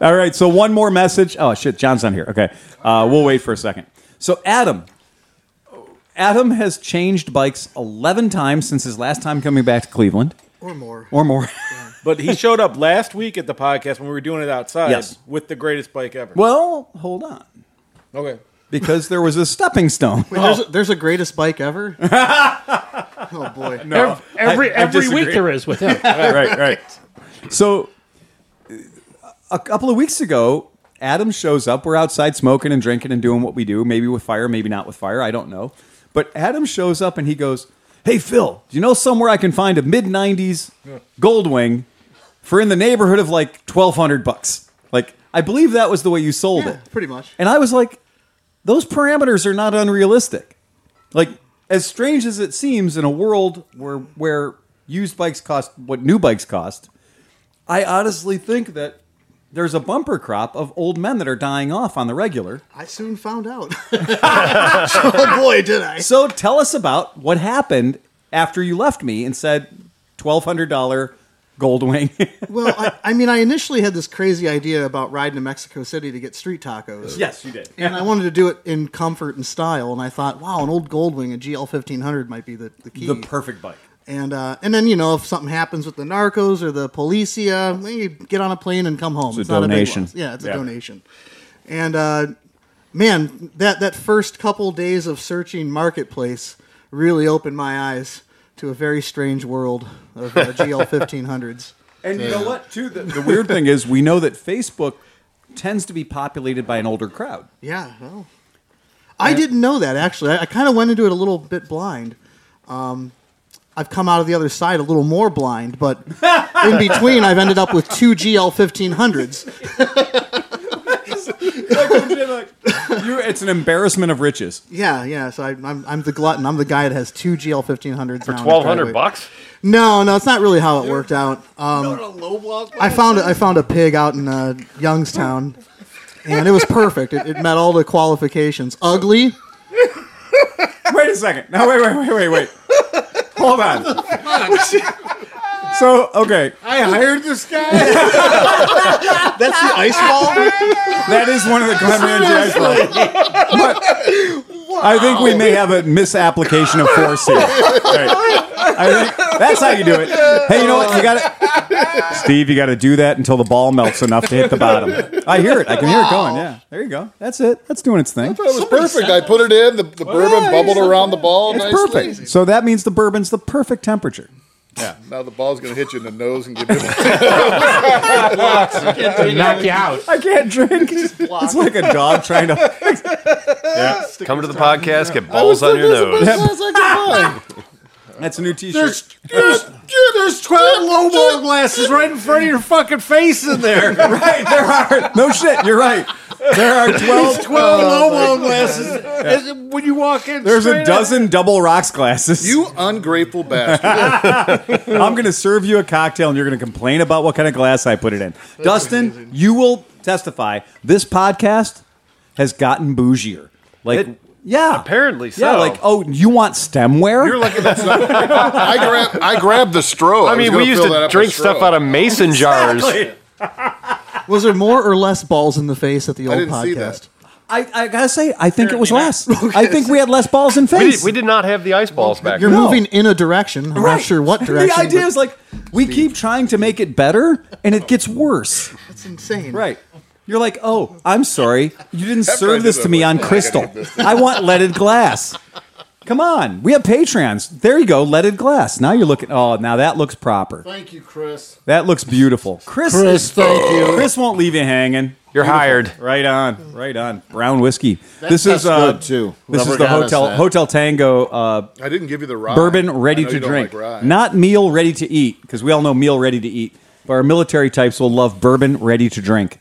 [SPEAKER 1] All right, so one more message. Oh shit, John's not here. Okay, uh, we'll wait for a second. So Adam, Adam has changed bikes eleven times since his last time coming back to Cleveland,
[SPEAKER 4] Or more.
[SPEAKER 1] or more. <laughs>
[SPEAKER 6] But he showed up last week at the podcast when we were doing it outside
[SPEAKER 1] Yes.
[SPEAKER 6] with the greatest bike ever.
[SPEAKER 1] well, hold on,
[SPEAKER 6] Okay.
[SPEAKER 1] because there was a stepping
[SPEAKER 4] <laughs>
[SPEAKER 1] stone.
[SPEAKER 4] Wait, there's, a, there's a greatest bike ever? oh, boy.
[SPEAKER 3] Ev- every
[SPEAKER 1] I- I
[SPEAKER 3] every
[SPEAKER 1] disagree.
[SPEAKER 3] week there is
[SPEAKER 1] <laughs>
[SPEAKER 3] with him.
[SPEAKER 1] right, right. So, uh, a couple of weeks ago, Adam shows up. We're outside smoking and drinking and doing what we do, maybe with fire, maybe not with fire. I don't know. But Adam shows up and he goes, Hey, Phil, do you know somewhere I can find a mid 90s Goldwing for in the neighborhood of like 1200 bucks? Like, I believe that was the way you sold
[SPEAKER 4] <laughs> Yeah,
[SPEAKER 1] it.
[SPEAKER 4] pretty much.
[SPEAKER 1] And I was like, those parameters are not unrealistic. Like, as strange as it seems in a world where where used bikes cost what new bikes cost, I honestly think that there's a bumper crop of old men that are dying off on the regular.
[SPEAKER 4] I soon found out. <laughs> oh, boy, did I.
[SPEAKER 1] So tell us about what happened after you left me and said twelve hundred dollar <laughs> Goldwing.
[SPEAKER 4] Well, I, I mean, I initially had this crazy idea about riding to Mexico City to get street tacos.
[SPEAKER 1] yes, you did.
[SPEAKER 4] And I wanted to do it in comfort and style, and I thought, wow, an old Goldwing, a GL fifteen hundred, might be the, the key.
[SPEAKER 1] The perfect bike.
[SPEAKER 4] and uh, and then you know, if something happens with the narcos or the policia, well, you get on a plane and come home. It's,
[SPEAKER 1] a
[SPEAKER 4] not
[SPEAKER 1] donation.
[SPEAKER 4] A big loss. yeah, it's a
[SPEAKER 1] Yeah.
[SPEAKER 4] donation. And uh, man, that that first couple days of searching marketplace really opened my eyes to a very strange world
[SPEAKER 1] <laughs>
[SPEAKER 4] of uh, GL fifteen hundreds.
[SPEAKER 1] And you know what? Too the, the weird thing is, we know that Facebook tends to be populated by an older crowd.
[SPEAKER 4] Yeah. Well, I didn't know that actually. I, I kind of went into it a little bit blind. Um, I've come out of the other side a little more
[SPEAKER 1] <laughs>
[SPEAKER 4] blind, but in between, I've ended up with two GL 1500s.
[SPEAKER 1] You're, it's an embarrassment of riches.
[SPEAKER 4] Yeah, yeah. So I, I'm, I'm the glutton. I'm the guy that has two GL 1500s
[SPEAKER 2] For
[SPEAKER 4] now in the
[SPEAKER 2] twelve hundred
[SPEAKER 4] driveway.
[SPEAKER 2] bucks.
[SPEAKER 4] No, no, it's not really how it worked out.
[SPEAKER 7] Go
[SPEAKER 4] Um,
[SPEAKER 7] to low block.
[SPEAKER 4] I found I found a pig out in uh, Youngstown, and it was perfect. It, it met all the qualifications. Ugly.
[SPEAKER 1] Wait a second. No, wait, wait, wait, wait, wait. Hold on. So, okay,
[SPEAKER 7] I hired this
[SPEAKER 5] <laughs>
[SPEAKER 7] guy. That's the ice ball.
[SPEAKER 1] that is one of the Glen Ranch ice But I think we may have a misapplication of force here. Right. I think that's how you do it. Hey, you know what? You got to Steve. You got to do that until the ball melts enough to hit the bottom. I hear it. I can hear it going. Yeah, there you go. That's it. That's doing its thing.
[SPEAKER 5] It was perfect. I put it in. The, the bourbon bubbled around the ball
[SPEAKER 1] It's
[SPEAKER 5] nicely.
[SPEAKER 1] perfect. So that means the bourbon's the perfect temperature.
[SPEAKER 5] Now the ball's going to hit you in the nose and give you.
[SPEAKER 3] knock you out.
[SPEAKER 1] I can't drink. It's like a dog trying to.
[SPEAKER 2] Come to the podcast, get balls on your nose.
[SPEAKER 4] <laughs>
[SPEAKER 1] That's a new T-shirt.
[SPEAKER 7] There's, there's 12 lowball glasses right in front of your fucking face in
[SPEAKER 1] <laughs>
[SPEAKER 7] there.
[SPEAKER 1] right, there are. No shit, you're right. There are 12.
[SPEAKER 7] 12 lowball uh, glasses. And When you walk in,
[SPEAKER 1] There's
[SPEAKER 7] straight
[SPEAKER 1] a
[SPEAKER 7] up-
[SPEAKER 1] dozen double rocks glasses.
[SPEAKER 5] You ungrateful bastard.
[SPEAKER 1] I'm going to serve you a cocktail and you're going to complain about what kind of glass I put it in. Dustin, you will testify. This podcast has gotten bougier. Like,
[SPEAKER 2] It-
[SPEAKER 1] yeah.
[SPEAKER 2] Apparently so.
[SPEAKER 1] Yeah, like, oh, you want stemware?
[SPEAKER 5] You're lucky that's not. I grabbed I grabbed the straw.
[SPEAKER 2] Oh, I mean, we used to drink stuff out of mason jars.
[SPEAKER 4] Was there more or less balls in the face at the old
[SPEAKER 5] I didn't
[SPEAKER 4] podcast?
[SPEAKER 5] see that.
[SPEAKER 1] I, I got to say, I think it was less.
[SPEAKER 4] <laughs>
[SPEAKER 1] I think we had less balls in
[SPEAKER 2] We
[SPEAKER 1] face.
[SPEAKER 2] did, we did not have the ice balls back
[SPEAKER 4] You're
[SPEAKER 2] then.
[SPEAKER 1] No.
[SPEAKER 4] moving in a direction. I'm not
[SPEAKER 1] Right.
[SPEAKER 4] sure what direction.
[SPEAKER 1] <laughs> The idea
[SPEAKER 4] but
[SPEAKER 1] is like, we keep trying to make it better and it gets worse.
[SPEAKER 4] that's insane.
[SPEAKER 1] Right. You're like, oh, I'm sorry. You didn't serve
[SPEAKER 5] That probably
[SPEAKER 1] this
[SPEAKER 5] did
[SPEAKER 1] to
[SPEAKER 5] that
[SPEAKER 1] me
[SPEAKER 5] way.
[SPEAKER 1] on
[SPEAKER 5] I gotta
[SPEAKER 1] crystal.
[SPEAKER 5] get this
[SPEAKER 1] I want leaded glass. Come on. We have Patreons. There you go, leaded glass. Now you're looking, oh, now that looks proper.
[SPEAKER 7] Thank you, Chris.
[SPEAKER 1] That looks beautiful. Chris,
[SPEAKER 7] Chris, thank you.
[SPEAKER 1] Chris won't leave you hanging.
[SPEAKER 2] You're hired.
[SPEAKER 1] Right on, right on. Brown whiskey. this
[SPEAKER 7] tastes
[SPEAKER 1] is uh,
[SPEAKER 7] good, too.
[SPEAKER 1] This is
[SPEAKER 7] Whoever
[SPEAKER 1] the
[SPEAKER 7] got us
[SPEAKER 1] hotel
[SPEAKER 7] that.
[SPEAKER 1] hotel tango uh,
[SPEAKER 5] I didn't give you the rye.
[SPEAKER 1] bourbon
[SPEAKER 5] I
[SPEAKER 1] ready
[SPEAKER 5] know
[SPEAKER 1] to
[SPEAKER 5] you don't
[SPEAKER 1] drink,
[SPEAKER 5] like rye.
[SPEAKER 1] not meal ready to eat, because we all know meal ready to eat. But our military types will love bourbon ready to
[SPEAKER 5] <laughs>
[SPEAKER 1] drink,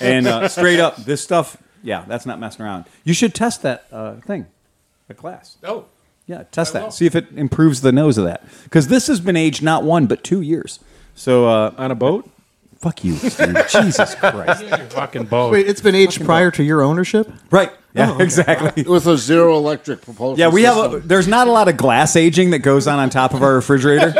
[SPEAKER 1] and uh, straight up, this stuff, yeah, that's not messing around. You should test that uh, thing, the class.
[SPEAKER 7] Oh.
[SPEAKER 1] Yeah, test
[SPEAKER 7] will.
[SPEAKER 1] that. See if it improves the nose of that, because this has been aged not one but two years. So uh,
[SPEAKER 6] on a boat.
[SPEAKER 1] fuck you, Steve. <laughs> Jesus Christ.
[SPEAKER 3] Fucking boat.
[SPEAKER 4] Wait, it's been aged prior to your ownership.
[SPEAKER 6] Oh.
[SPEAKER 1] Right? Yeah, <laughs> exactly.
[SPEAKER 7] With a zero electric propulsion
[SPEAKER 1] Yeah, we have.
[SPEAKER 7] system.
[SPEAKER 1] A, there's not a lot of glass aging that goes on on top of our
[SPEAKER 4] <laughs>
[SPEAKER 1] refrigerator.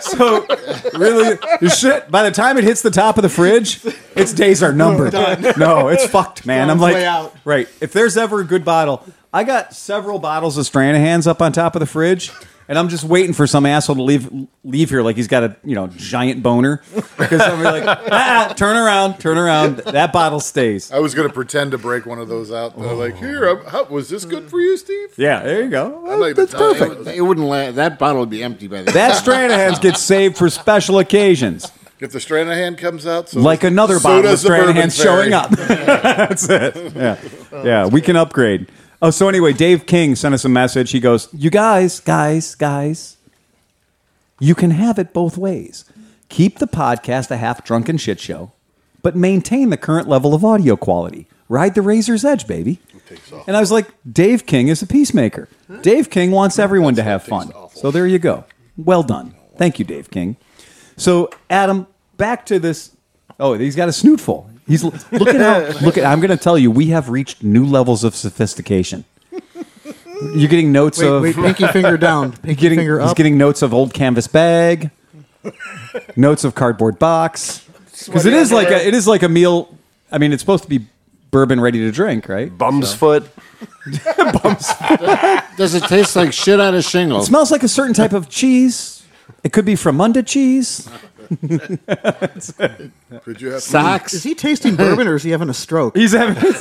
[SPEAKER 1] so really, the shit. By the time it hits the top of the fridge, its days are numbered. no, it's fucked, man. I'm
[SPEAKER 4] It's on
[SPEAKER 1] like,
[SPEAKER 4] its way out.
[SPEAKER 1] right. If there's ever a good bottle, I got several bottles of Stranahan's up on top of the fridge. And I'm just waiting for some asshole to leave leave here like he's got a you know giant boner because I'm like ah, turn around turn around that bottle stays
[SPEAKER 5] I was going to pretend to break one of those out. though. Like, here, I'm- how, was this good for you, Steve?
[SPEAKER 1] yeah there you go
[SPEAKER 5] I'm not even
[SPEAKER 1] that's
[SPEAKER 5] telling you.
[SPEAKER 1] perfect
[SPEAKER 7] It, it wouldn't last. That bottle would be empty by the
[SPEAKER 1] That Stranahan's gets saved for special occasions,
[SPEAKER 5] If the Stranahan comes out, so
[SPEAKER 1] like another
[SPEAKER 5] so
[SPEAKER 1] bottle of
[SPEAKER 5] does the bourbon
[SPEAKER 1] Stranahan's
[SPEAKER 5] fairy.
[SPEAKER 1] showing up. <laughs> That's it. Yeah, yeah. We can upgrade. Oh, so anyway, Dave King sent us a message. He goes, "You guys, guys, guys, you can have it both ways. Keep the podcast a half drunken shit show, but maintain the current level of audio quality. Ride the razor's edge, baby." And I was like, Dave King is a peacemaker. Dave King wants everyone to have fun. So there you go. Well done. Thank you, Dave King. So Adam, back to this. Oh, he's got a snoot full. He's look at how look at. I'm going to tell you, we have reached new levels of sophistication. You're getting notes
[SPEAKER 4] Wait,
[SPEAKER 1] of <laughs>
[SPEAKER 4] wait, pinky finger down, pinky
[SPEAKER 1] getting
[SPEAKER 4] finger
[SPEAKER 1] he's
[SPEAKER 4] up.
[SPEAKER 1] getting notes of old canvas bag, <laughs> notes of cardboard box. Because it is like a, it is like a meal. I mean, it's supposed to be bourbon ready to drink, right?
[SPEAKER 2] Bum's foot.
[SPEAKER 7] Does it taste like shit on a shingle?
[SPEAKER 1] Smells like a certain type of cheese. It could be Fremunda cheese.
[SPEAKER 5] Could you have
[SPEAKER 4] Is he tasting bourbon or is he having a stroke?
[SPEAKER 1] He's having. <laughs>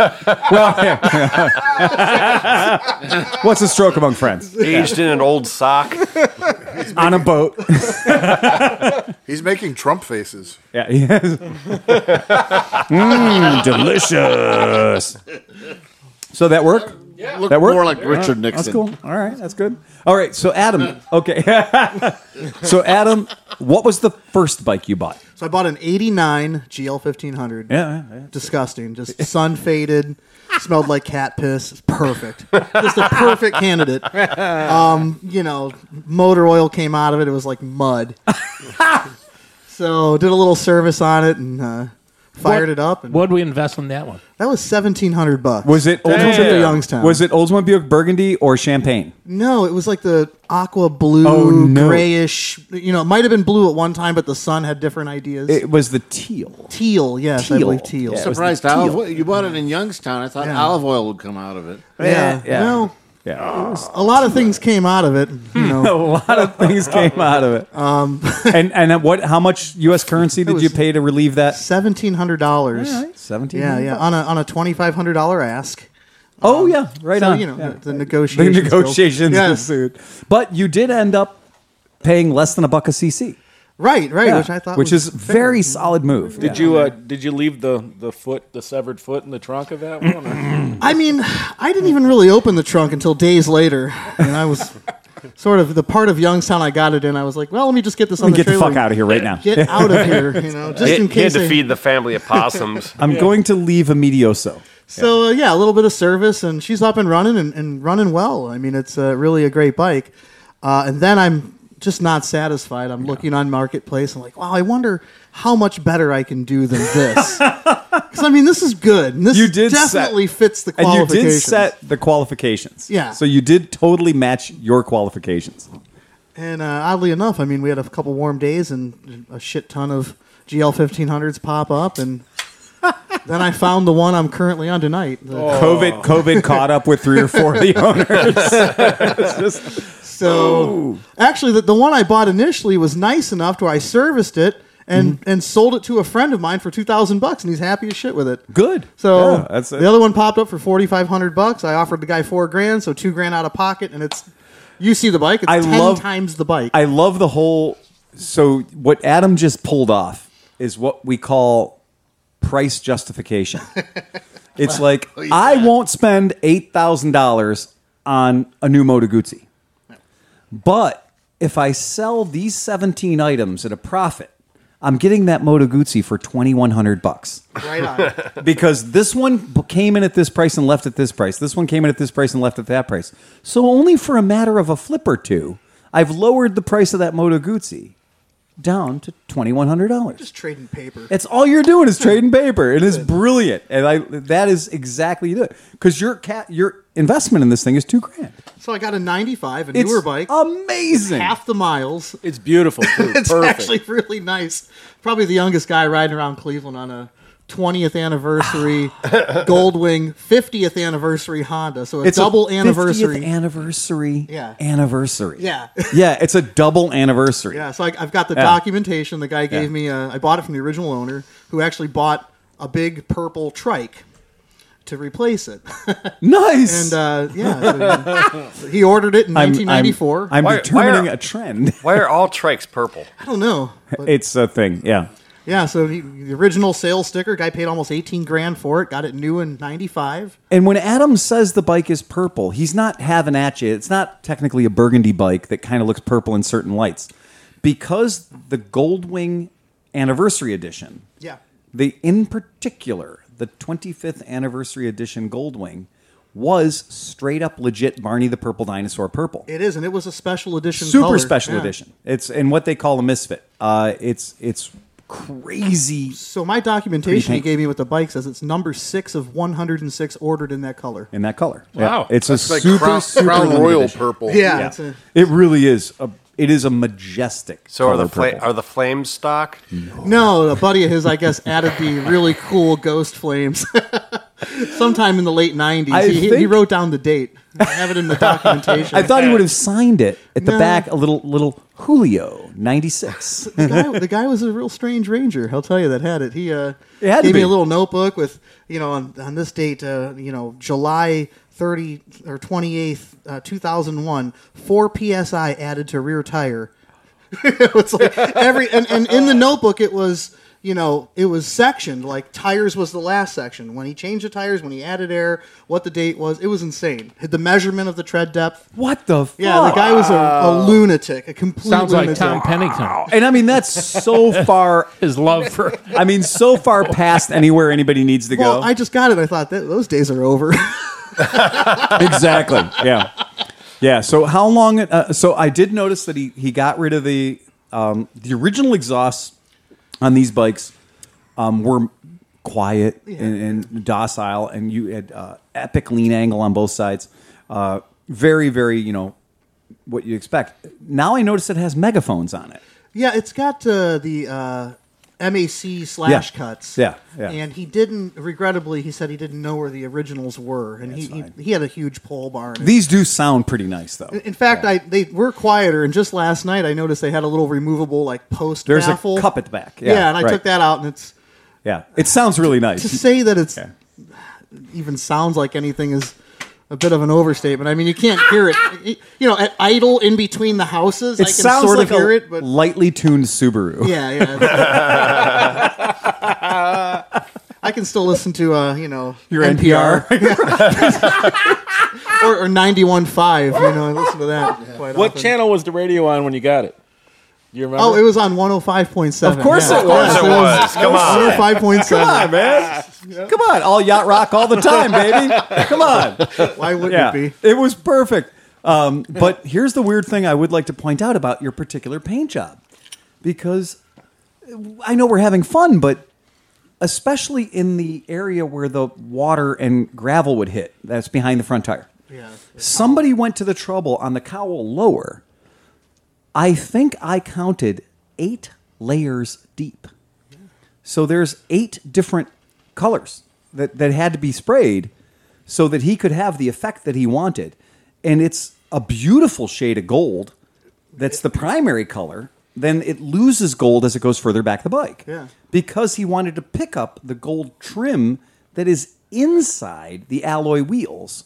[SPEAKER 1] well, yeah. <laughs> what's a stroke among friends?
[SPEAKER 2] Aged in an old sock.
[SPEAKER 1] On a boat. <laughs>
[SPEAKER 5] He's making Trump faces.
[SPEAKER 1] yeah. he is. Mm, delicious. So that work?
[SPEAKER 7] Look
[SPEAKER 1] That work?
[SPEAKER 7] more like Richard Nixon.
[SPEAKER 1] That's cool. All right, that's good. All right, so Adam. Okay. <laughs> so Adam, what was the first bike you bought?
[SPEAKER 4] So I bought an 89 GL 1500.
[SPEAKER 1] Yeah. yeah.
[SPEAKER 4] Disgusting. Just sun faded, smelled like cat piss. It's perfect. Just a perfect candidate. Um, you know, motor oil came out of it. It was
[SPEAKER 1] <laughs>
[SPEAKER 4] like mud. so did a little service on it and uh, fired it up. And
[SPEAKER 3] What'd we invest in that one?
[SPEAKER 4] That was 1700 bucks.
[SPEAKER 1] Was it
[SPEAKER 4] Trip to
[SPEAKER 1] Oldsmobile?
[SPEAKER 4] Youngstown.
[SPEAKER 1] Was it Oldsmobile Burgundy or Champagne?
[SPEAKER 4] No, it was like the aqua blue,
[SPEAKER 1] Oh, no.
[SPEAKER 4] grayish. You know, it might have been blue at one time, but the sun had different ideas.
[SPEAKER 1] It was the teal.
[SPEAKER 4] teal, yes, I
[SPEAKER 1] Teal.
[SPEAKER 4] believe teal.
[SPEAKER 1] Yeah.
[SPEAKER 4] Yeah,
[SPEAKER 1] was the
[SPEAKER 7] Surprised
[SPEAKER 1] teal.
[SPEAKER 7] olive oil. You bought it in Youngstown. I thought
[SPEAKER 4] Yeah.
[SPEAKER 7] olive oil would come out of it.
[SPEAKER 1] yeah.
[SPEAKER 4] No,
[SPEAKER 1] Yeah.
[SPEAKER 4] a lot of things came out of it. You
[SPEAKER 1] <laughs> a
[SPEAKER 4] know,
[SPEAKER 1] lot of things came out of it. Um,
[SPEAKER 4] <laughs>
[SPEAKER 1] and and at what? How much U.S. currency did
[SPEAKER 4] was-
[SPEAKER 1] you pay to relieve that?
[SPEAKER 4] seventeen hundred dollars.
[SPEAKER 1] Seventeen.
[SPEAKER 4] Yeah, yeah, on a on a twenty five hundred dollar ask.
[SPEAKER 1] Oh yeah, right
[SPEAKER 4] So
[SPEAKER 1] on.
[SPEAKER 4] you know
[SPEAKER 1] Yeah.
[SPEAKER 4] the, the
[SPEAKER 1] <laughs> the
[SPEAKER 4] negotiations.
[SPEAKER 1] negotiations
[SPEAKER 4] built- Yes.
[SPEAKER 1] ensued, but you did end up paying less than a buck a cc,
[SPEAKER 4] Right, right.
[SPEAKER 1] Yeah.
[SPEAKER 4] Which I thought,
[SPEAKER 1] which
[SPEAKER 4] was
[SPEAKER 1] is very solid move.
[SPEAKER 6] Did you uh, did you leave the, the foot the severed foot in the trunk of that one? or-
[SPEAKER 4] I mean, I didn't even really open the trunk until days later, and
[SPEAKER 1] <laughs>
[SPEAKER 4] I was sort of the part of Youngstown I got it in. I was like, well, let me just get this on
[SPEAKER 1] Get
[SPEAKER 4] the
[SPEAKER 1] the
[SPEAKER 4] trailer.
[SPEAKER 1] fuck out of here right now.
[SPEAKER 4] Get
[SPEAKER 1] <laughs>
[SPEAKER 4] out of here, you know, just
[SPEAKER 2] He
[SPEAKER 4] in
[SPEAKER 2] he had
[SPEAKER 4] case.
[SPEAKER 2] to
[SPEAKER 4] I-
[SPEAKER 2] feed the family of possums.
[SPEAKER 1] I'm going to leave a medioso.
[SPEAKER 4] So uh, yeah, a little bit of service, and she's up and running and, and running well. I mean, it's uh, really a great bike. Uh, and then I'm just not satisfied. I'm looking on marketplace. I'm like, wow, I wonder how much better I can do than this.
[SPEAKER 1] <laughs>
[SPEAKER 4] Because I mean, this is good. And this
[SPEAKER 1] You did set-
[SPEAKER 4] definitely fits the
[SPEAKER 1] And you
[SPEAKER 4] qualifications.
[SPEAKER 1] did set the qualifications.
[SPEAKER 4] Yeah.
[SPEAKER 1] So you did totally match your qualifications.
[SPEAKER 4] And uh, oddly enough, I mean, we had a couple warm days and a shit ton of GL 1500s pop
[SPEAKER 1] <laughs>
[SPEAKER 4] up, and then I found the one I'm currently on tonight.
[SPEAKER 6] Oh.
[SPEAKER 4] The-
[SPEAKER 1] COVID COVID caught up with three or four
[SPEAKER 6] <laughs>
[SPEAKER 1] of the owners. <laughs> It's just-
[SPEAKER 4] So
[SPEAKER 1] Oh.
[SPEAKER 4] actually, the, the one I bought initially was nice enough to where I serviced it and
[SPEAKER 1] Mm-hmm.
[SPEAKER 4] and sold it to a friend of mine for two thousand bucks, and he's happy as shit with it.
[SPEAKER 1] Good.
[SPEAKER 4] So
[SPEAKER 1] Yeah, that's it.
[SPEAKER 4] the other one popped up for forty five hundred bucks. I offered the guy four grand, so two grand out of pocket, and it's you see the bike. It's
[SPEAKER 1] I
[SPEAKER 4] ten
[SPEAKER 1] love-
[SPEAKER 4] times the bike.
[SPEAKER 1] I love the whole. So what Adam just pulled off is what we call price
[SPEAKER 4] <laughs>
[SPEAKER 1] justification. it's like I won't spend eight thousand dollars on a new Moto Guzzi, but if I sell these seventeen items at a profit, I'm getting that Moto Guzzi for twenty one hundred bucks <laughs>
[SPEAKER 4] right on.
[SPEAKER 1] because this one b- came in at this price and left at this price. This one came in at this price and left at that price. So only for a matter of a flip or two, I've lowered the price of that Moto Guzzi down to twenty one hundred dollars.
[SPEAKER 4] Just trading paper.
[SPEAKER 1] That's all you're doing is trading paper. It is brilliant, and I that is exactly it because your cat your investment in this thing is two grand.
[SPEAKER 4] So I got a ninety five, a
[SPEAKER 1] It's
[SPEAKER 4] newer bike,
[SPEAKER 1] amazing.
[SPEAKER 4] half the miles.
[SPEAKER 6] it's beautiful. Too.
[SPEAKER 4] It's
[SPEAKER 6] Perfect.
[SPEAKER 4] actually really nice. Probably the youngest guy riding around Cleveland on a 20th anniversary
[SPEAKER 1] <laughs>
[SPEAKER 4] Goldwing 50th anniversary Honda. So a
[SPEAKER 1] It's a
[SPEAKER 4] double
[SPEAKER 1] 50th
[SPEAKER 4] anniversary.
[SPEAKER 1] anniversary.
[SPEAKER 4] Yeah.
[SPEAKER 1] Anniversary.
[SPEAKER 4] Yeah.
[SPEAKER 1] yeah. It's a double anniversary.
[SPEAKER 4] <laughs> yeah, so I, I've got the
[SPEAKER 1] Yeah.
[SPEAKER 4] documentation. The guy gave
[SPEAKER 1] Yeah.
[SPEAKER 4] me. A, I bought it from the original owner, who actually bought a big purple trike to
[SPEAKER 1] <laughs>
[SPEAKER 4] replace it.
[SPEAKER 1] Nice.
[SPEAKER 4] And uh, yeah, so he ordered it in
[SPEAKER 1] I'm- I'm-
[SPEAKER 4] 1994.
[SPEAKER 1] I'm,
[SPEAKER 2] Why- why
[SPEAKER 1] determining
[SPEAKER 2] are-
[SPEAKER 1] a trend.
[SPEAKER 2] <laughs> Why are all trikes purple?
[SPEAKER 4] I do not know. <laughs> But
[SPEAKER 1] It's a thing. Yeah.
[SPEAKER 4] yeah, so he, the original sales sticker guy paid almost 18 grand for it. Got it new in '95.
[SPEAKER 1] And when Adam says the bike is purple, he's not having at you. It's not technically a burgundy bike that kind of looks purple in certain lights. Because the Goldwing Anniversary Edition,
[SPEAKER 4] Yeah.
[SPEAKER 1] the in particular, the 25th Anniversary Edition Goldwing was straight up legit Barney the Purple Dinosaur purple.
[SPEAKER 4] It is, and it was a special edition.
[SPEAKER 1] super
[SPEAKER 4] color.
[SPEAKER 1] special
[SPEAKER 4] Yeah.
[SPEAKER 1] edition. It's and what they call a misfit. Uh, it's it's crazy
[SPEAKER 4] So my documentation he
[SPEAKER 1] Pretty pink.
[SPEAKER 4] gave me with the bike says it's number six of 106 ordered in that color.
[SPEAKER 1] in that color.
[SPEAKER 3] Wow.
[SPEAKER 1] Yeah. it's
[SPEAKER 5] It's
[SPEAKER 1] a
[SPEAKER 5] like
[SPEAKER 1] super
[SPEAKER 5] Crown,
[SPEAKER 1] super
[SPEAKER 5] Crown
[SPEAKER 1] limited
[SPEAKER 5] Royal
[SPEAKER 1] edition.
[SPEAKER 5] purple.
[SPEAKER 4] Yeah,
[SPEAKER 1] Yeah.
[SPEAKER 4] It's a,
[SPEAKER 1] it really is. A, it is a majestic.
[SPEAKER 2] So are
[SPEAKER 1] color
[SPEAKER 2] the fla-
[SPEAKER 1] purple.
[SPEAKER 2] are the flames stock?
[SPEAKER 4] no, a buddy of his, I guess, added the really cool ghost flames. <laughs> Sometime in the late 90s.
[SPEAKER 1] I
[SPEAKER 4] he, he
[SPEAKER 1] think-
[SPEAKER 4] wrote down the date. I have it
[SPEAKER 1] <laughs>
[SPEAKER 4] in the documentation.
[SPEAKER 1] I thought he would have signed it at the
[SPEAKER 4] No.
[SPEAKER 1] back a little little Julio ninety
[SPEAKER 4] <laughs>
[SPEAKER 1] six. <laughs>
[SPEAKER 4] the, guy, the guy was a real strange ranger. I'll tell you that had it. He uh,
[SPEAKER 1] It had to
[SPEAKER 4] gave me
[SPEAKER 1] be.
[SPEAKER 4] a little notebook with you know on, on this date, uh, you know July thirty or twenty eighth, uh, two thousand one, four psi added to rear tire. <laughs> it was like every and, and in the notebook it was you know it was sectioned like tires was the last section when he changed the tires when he added air what the date was it was insane the measurement of the tread depth
[SPEAKER 1] What the fuck?
[SPEAKER 4] yeah the guy was a, a lunatic a complete
[SPEAKER 3] Sounds like
[SPEAKER 4] lunatic.
[SPEAKER 3] Tom Pennington.
[SPEAKER 1] and I mean that's so far.
[SPEAKER 3] His love for
[SPEAKER 1] I mean so far past anywhere anybody needs to go.
[SPEAKER 4] Well, I just got it. I thought that those days are over. <laughs>
[SPEAKER 1] exactly. Yeah. Yeah. So how long? Uh, so I did notice that he he got rid of the um, the original exhausts on these bikes um, were quiet and, and docile, and you had uh, epic lean angle on both sides. Uh, very, very, you know what you expect. Now I notice it has megaphones on it.
[SPEAKER 4] yeah, it's got uh, the uh, MAC slash
[SPEAKER 1] Yeah.
[SPEAKER 4] cuts.
[SPEAKER 1] Yeah, yeah.
[SPEAKER 4] And he didn't. Regrettably, he said he didn't know where the originals were, and he, he
[SPEAKER 1] fine.
[SPEAKER 4] he had a huge pole bar. In, it.
[SPEAKER 1] These do sound pretty nice, though.
[SPEAKER 4] in fact, I they were quieter, and just last night I noticed they had a little removable like post
[SPEAKER 1] There's a
[SPEAKER 4] baffle.
[SPEAKER 1] cup at the back.
[SPEAKER 4] Yeah,
[SPEAKER 1] Yeah,
[SPEAKER 4] and I
[SPEAKER 1] right.
[SPEAKER 4] took that out, and it's
[SPEAKER 1] Yeah, it sounds really
[SPEAKER 4] <laughs> to
[SPEAKER 1] nice.
[SPEAKER 4] say that it's
[SPEAKER 1] Yeah.
[SPEAKER 4] even sounds like anything is a bit of an overstatement. I mean, you can't hear it. You know, at idle in between the houses,
[SPEAKER 1] It
[SPEAKER 4] I can
[SPEAKER 1] sounds
[SPEAKER 4] sort
[SPEAKER 1] like
[SPEAKER 4] of hear
[SPEAKER 1] a
[SPEAKER 4] it, but
[SPEAKER 1] lightly tuned Subaru.
[SPEAKER 4] Yeah, yeah.
[SPEAKER 1] <laughs>
[SPEAKER 4] I can still listen to uh, you know
[SPEAKER 1] Your NPR.
[SPEAKER 4] or, or 91.5. You know, I listen to that quite
[SPEAKER 6] What
[SPEAKER 4] often.
[SPEAKER 6] channel was the radio on when you got it? Do you remember?
[SPEAKER 4] Oh, it was on 105.7.
[SPEAKER 1] Of course it was.
[SPEAKER 2] Of course it was. Come on.
[SPEAKER 4] 105.7.
[SPEAKER 1] man. Come on, all yacht rock all the time, baby. Come on.
[SPEAKER 4] Why wouldn't
[SPEAKER 1] Yeah,
[SPEAKER 4] it be?
[SPEAKER 1] it was perfect. Um, but here's the weird thing I would like to point out about your particular paint job, because I know we're having fun, but especially in the area where the water and gravel would hit, that's behind the front tire.
[SPEAKER 4] Yeah.
[SPEAKER 1] Somebody went to the trouble on the cowl lower. I think I counted eight layers deep. So there's eight different colors that, that had to be sprayed so that he could have the effect that he wanted. And it's a beautiful shade of gold that's the primary color. Then it loses gold as it goes further back the bike.
[SPEAKER 4] Yeah.
[SPEAKER 1] Because he wanted to pick up the gold trim that is inside the alloy wheels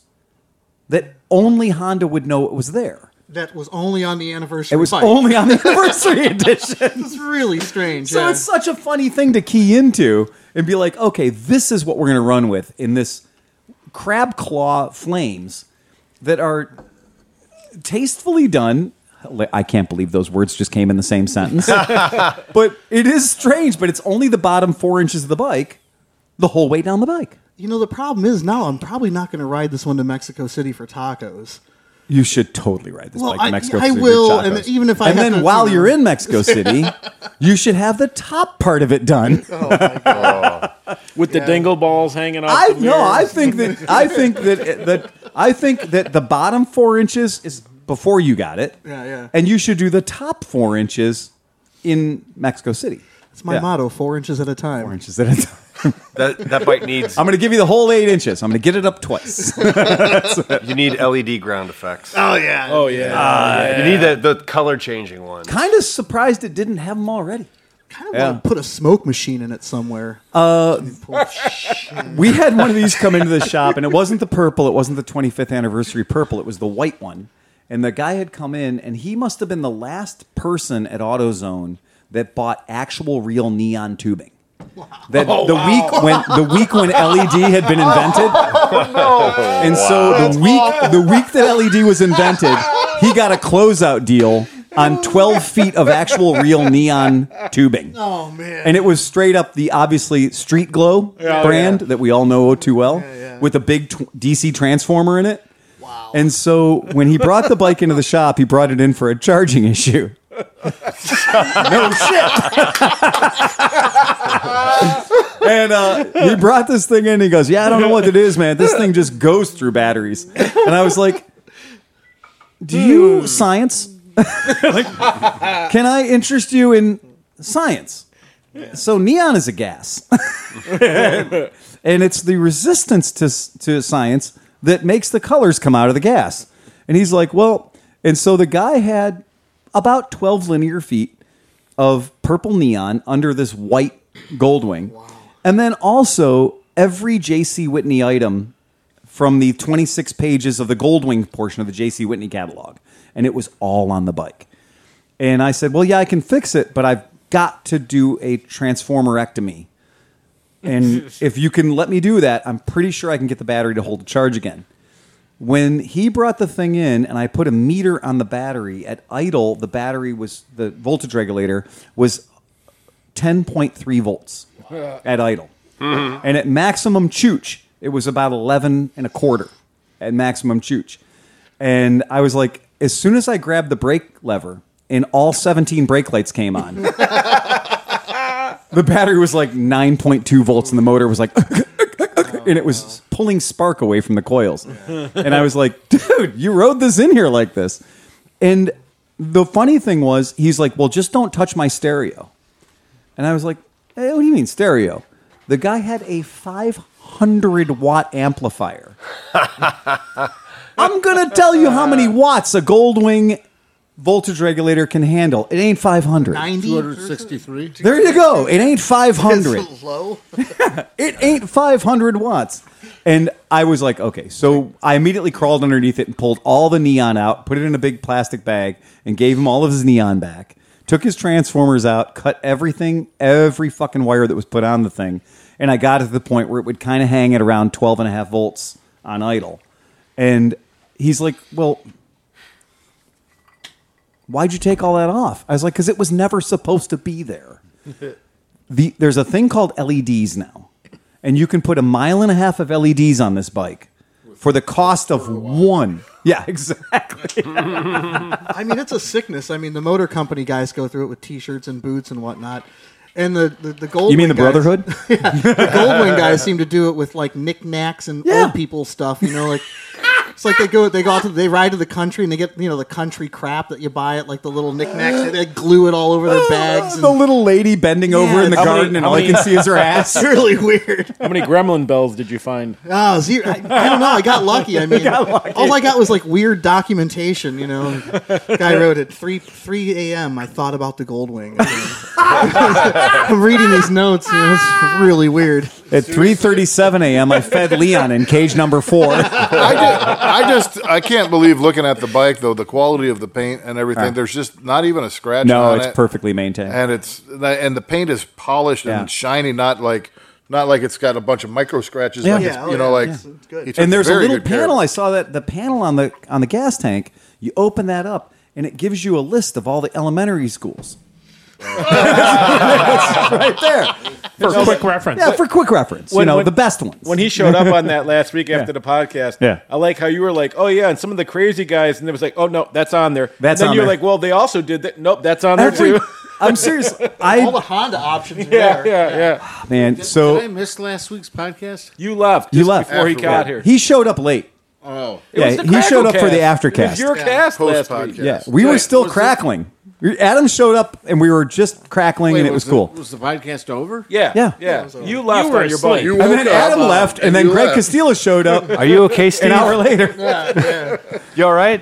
[SPEAKER 1] that only Honda would know it was there.
[SPEAKER 4] That was only on the anniversary.
[SPEAKER 1] It was
[SPEAKER 4] bike.
[SPEAKER 1] only on the anniversary edition.
[SPEAKER 4] It's really strange.
[SPEAKER 1] So
[SPEAKER 4] yeah.
[SPEAKER 1] it's such a funny thing to key into and be like, okay, this is what we're going to run with in this crab claw flames that are tastefully done. I can't believe those words just came in the same sentence. but it is strange, but it's only the bottom four inches of the bike the whole way down the bike.
[SPEAKER 4] you know the problem is now I'm probably not going to ride this one to Mexico City for tacos.
[SPEAKER 1] You should totally ride this
[SPEAKER 4] Well,
[SPEAKER 1] bike to
[SPEAKER 4] I-
[SPEAKER 1] Mexico
[SPEAKER 4] I
[SPEAKER 1] City. for
[SPEAKER 4] will,
[SPEAKER 1] tacos.
[SPEAKER 4] and even if I
[SPEAKER 1] and
[SPEAKER 4] have
[SPEAKER 1] then
[SPEAKER 4] to,
[SPEAKER 1] while
[SPEAKER 4] you
[SPEAKER 1] you
[SPEAKER 4] know.
[SPEAKER 1] are in Mexico
[SPEAKER 4] <laughs>
[SPEAKER 1] City, you should have the top part of it done.
[SPEAKER 6] with the dingle balls hanging off.
[SPEAKER 1] I
[SPEAKER 6] the
[SPEAKER 1] no,
[SPEAKER 6] mirror?
[SPEAKER 1] I think that I think that it- that I think that the bottom four inches is before you got it.
[SPEAKER 4] Yeah, yeah.
[SPEAKER 1] And you should do the top four inches in Mexico City.
[SPEAKER 4] It's my
[SPEAKER 1] Yeah.
[SPEAKER 4] motto: four inches at a time.
[SPEAKER 1] Four inches at a time.
[SPEAKER 2] That that bike <laughs> needs.
[SPEAKER 1] I'm going to give you the whole eight inches. I'm going to get it up <laughs> twice.
[SPEAKER 2] You need LED ground effects.
[SPEAKER 7] Oh yeah.
[SPEAKER 6] Oh yeah.
[SPEAKER 2] You need the, the color changing one.
[SPEAKER 1] kind of surprised it didn't have them already.
[SPEAKER 4] Kind of
[SPEAKER 1] Yeah. Uh,
[SPEAKER 4] want to put a smoke machine in it somewhere.
[SPEAKER 1] We had one of these come into the shop, and it wasn't the purple. It wasn't the 25th anniversary purple. It was the white one. And the guy had come in, and he must have been the last person at AutoZone that bought actual real neon tubing. That the week when the week when LED had been invented, and so the week the week that LED was invented, he got a closeout deal on 12 feet of actual real neon tubing.
[SPEAKER 4] Oh man!
[SPEAKER 1] And it was straight up the obviously Street Glow brand that we all know too well, with a big tw- DC transformer in it. Wow. And so when he brought the bike into the shop, he brought it in for a charging issue. <laughs> no shit. <laughs> and uh, he brought this thing in. And he goes, "Yeah, I don't know what it is, man. This thing just goes through batteries." And I was like, "Do you science? <laughs> like, can I interest you in science?" So neon is a gas. and it's the resistance to s- to science that makes the colors come out of the gas. And he's like, well, and so the guy had about twelve linear feet of purple neon under this white Goldwing, and then also every J.C. Whitney item from the 26 pages of the Goldwing portion of the J.C. Whitney catalog, and it was all on the bike. And I said, "Well, yeah, I can fix it, but I've got to do a transformerectomy. And if you can let me do that, I'm pretty sure I can get the battery to hold the charge again." When he brought the thing in and I put a meter on the battery at idle, the battery was the voltage regulator was 10.3 volts at idle. And at maximum chooch, it was about 11 and a quarter at maximum chooch. And I was like, as soon as I grabbed the brake lever and all 17 brake lights came on, the battery was like 9.2 volts and the motor was like, <laughs> and it was pulling spark away from the coils. and I was like, dude, you rode this in here like this. And the funny thing was, he's like, well, just don't touch my stereo. And I was like, eh, what do you mean stereo? The guy had a 500 watt amplifier. I'm going to tell you how many watts a Goldwing voltage regulator can handle. It ain't 500.
[SPEAKER 7] 263.
[SPEAKER 1] There you go. It ain't 500.
[SPEAKER 4] It's low.
[SPEAKER 1] It ain't 500 watts. And I was like, okay. So I immediately crawled underneath it and pulled all the neon out, put it in a big plastic bag, and gave him all of his neon back. Took his transformers out, cut everything, every fucking wire that was put on the thing. And I got it to the point where it would kind of hang at around 12 and a half volts on idle. And he's like, well, why'd you take all that off? I was like, because it was never supposed to be there. the, there's a thing called LEDs now, and you can put a mile and a half of LEDs on this bike for the cost of one. Yeah, <laughs> exactly.
[SPEAKER 4] I mean, it's a sickness. I mean, the motor company guys go through it with T-shirts and boots and whatnot. And the the, the Goldwing
[SPEAKER 1] You mean the
[SPEAKER 4] guys-
[SPEAKER 1] Brotherhood?
[SPEAKER 4] the Goldwing guys seem to do it with like knickknacks and
[SPEAKER 1] Yeah.
[SPEAKER 4] old people stuff. You know, like it's like they go they go out to they ride to the country and they get you know the country crap that you buy at like the little knickknacks. and They glue it all over
[SPEAKER 1] <laughs>
[SPEAKER 4] their bags.
[SPEAKER 1] the
[SPEAKER 4] And,
[SPEAKER 1] little lady bending over in the
[SPEAKER 4] How
[SPEAKER 6] many-
[SPEAKER 1] garden, and
[SPEAKER 6] how
[SPEAKER 1] all I
[SPEAKER 6] many-
[SPEAKER 1] can see is her ass.
[SPEAKER 4] <laughs> <laughs> it's really weird.
[SPEAKER 6] How many gremlin bells did you find?
[SPEAKER 4] Oh, zero. I, I don't know. I
[SPEAKER 1] <laughs>
[SPEAKER 4] got lucky. I mean, all I got was like weird documentation. You know, guy wrote at three three a.m. I thought about the Goldwing. <laughs> I'm reading these notes. You know, it's really weird.
[SPEAKER 1] At 3:37 a.m., I fed Leon in cage number four.
[SPEAKER 5] I, ju- I just I can't believe looking at the bike though the quality of the paint and everything. There's just not even a scratch.
[SPEAKER 1] No,
[SPEAKER 5] on
[SPEAKER 1] it's
[SPEAKER 5] it.
[SPEAKER 1] perfectly maintained.
[SPEAKER 5] and it's and the paint is polished
[SPEAKER 1] Yeah.
[SPEAKER 5] and shiny, not like not like it's got a bunch of micro scratches.
[SPEAKER 1] Yeah.
[SPEAKER 5] like it's,
[SPEAKER 4] Yeah,
[SPEAKER 5] you
[SPEAKER 4] oh
[SPEAKER 5] know,
[SPEAKER 4] yeah,
[SPEAKER 5] like
[SPEAKER 4] it's- it's good.
[SPEAKER 5] he took
[SPEAKER 1] And there's a
[SPEAKER 5] very
[SPEAKER 1] little
[SPEAKER 5] good care of
[SPEAKER 1] panel.
[SPEAKER 5] it.
[SPEAKER 1] I saw that the panel on the on the gas tank. You open that up, and it gives you a list of all the elementary schools. It's right there.
[SPEAKER 3] For quick reference.
[SPEAKER 1] Yeah, for quick reference, you
[SPEAKER 6] When-
[SPEAKER 1] know
[SPEAKER 6] when-
[SPEAKER 1] the best ones. <laughs>
[SPEAKER 6] When he showed up on that last week after the podcast,
[SPEAKER 1] Yeah.
[SPEAKER 6] I like how you were like, "Oh yeah," and some of the crazy guys, and it was like, "Oh no, that's on there."
[SPEAKER 1] That's
[SPEAKER 6] and then
[SPEAKER 1] on
[SPEAKER 6] you're
[SPEAKER 1] there.
[SPEAKER 6] like, "Well, they also did that." Nope, that's on
[SPEAKER 1] Every- <laughs>
[SPEAKER 6] there too.
[SPEAKER 1] I'm serious.
[SPEAKER 4] All the
[SPEAKER 1] I
[SPEAKER 4] Honda options are
[SPEAKER 6] <laughs> yeah,
[SPEAKER 4] there.
[SPEAKER 6] yeah, yeah.
[SPEAKER 1] man.
[SPEAKER 7] Did,
[SPEAKER 1] So
[SPEAKER 7] did I miss last week's podcast?
[SPEAKER 6] You left.
[SPEAKER 1] you
[SPEAKER 6] just
[SPEAKER 1] left
[SPEAKER 6] before he got here.
[SPEAKER 1] He showed up late.
[SPEAKER 7] Oh,
[SPEAKER 1] yeah,
[SPEAKER 6] It was the
[SPEAKER 1] he showed up for the
[SPEAKER 6] Cracklecast. It
[SPEAKER 1] aftercast.
[SPEAKER 6] was your cast last
[SPEAKER 5] Post
[SPEAKER 6] week.
[SPEAKER 5] podcast.
[SPEAKER 1] yeah, we were
[SPEAKER 7] Wait,
[SPEAKER 1] still
[SPEAKER 7] was it-
[SPEAKER 1] crackling. Adam showed up, and we were just crackling, and it was,
[SPEAKER 7] the-
[SPEAKER 1] cool.
[SPEAKER 7] Was the podcast over?
[SPEAKER 6] Yeah,
[SPEAKER 1] Yeah.
[SPEAKER 6] yeah. You left
[SPEAKER 3] were
[SPEAKER 6] on your
[SPEAKER 3] asleep.
[SPEAKER 6] bike.
[SPEAKER 5] You
[SPEAKER 1] and
[SPEAKER 5] woke
[SPEAKER 1] then
[SPEAKER 5] up,
[SPEAKER 1] Adam
[SPEAKER 5] uh,
[SPEAKER 1] left, and then
[SPEAKER 5] you
[SPEAKER 1] Greg
[SPEAKER 5] left.
[SPEAKER 1] Castillo showed up
[SPEAKER 2] Are you okay,
[SPEAKER 1] an
[SPEAKER 2] Steve?
[SPEAKER 1] hour later.
[SPEAKER 2] You all right?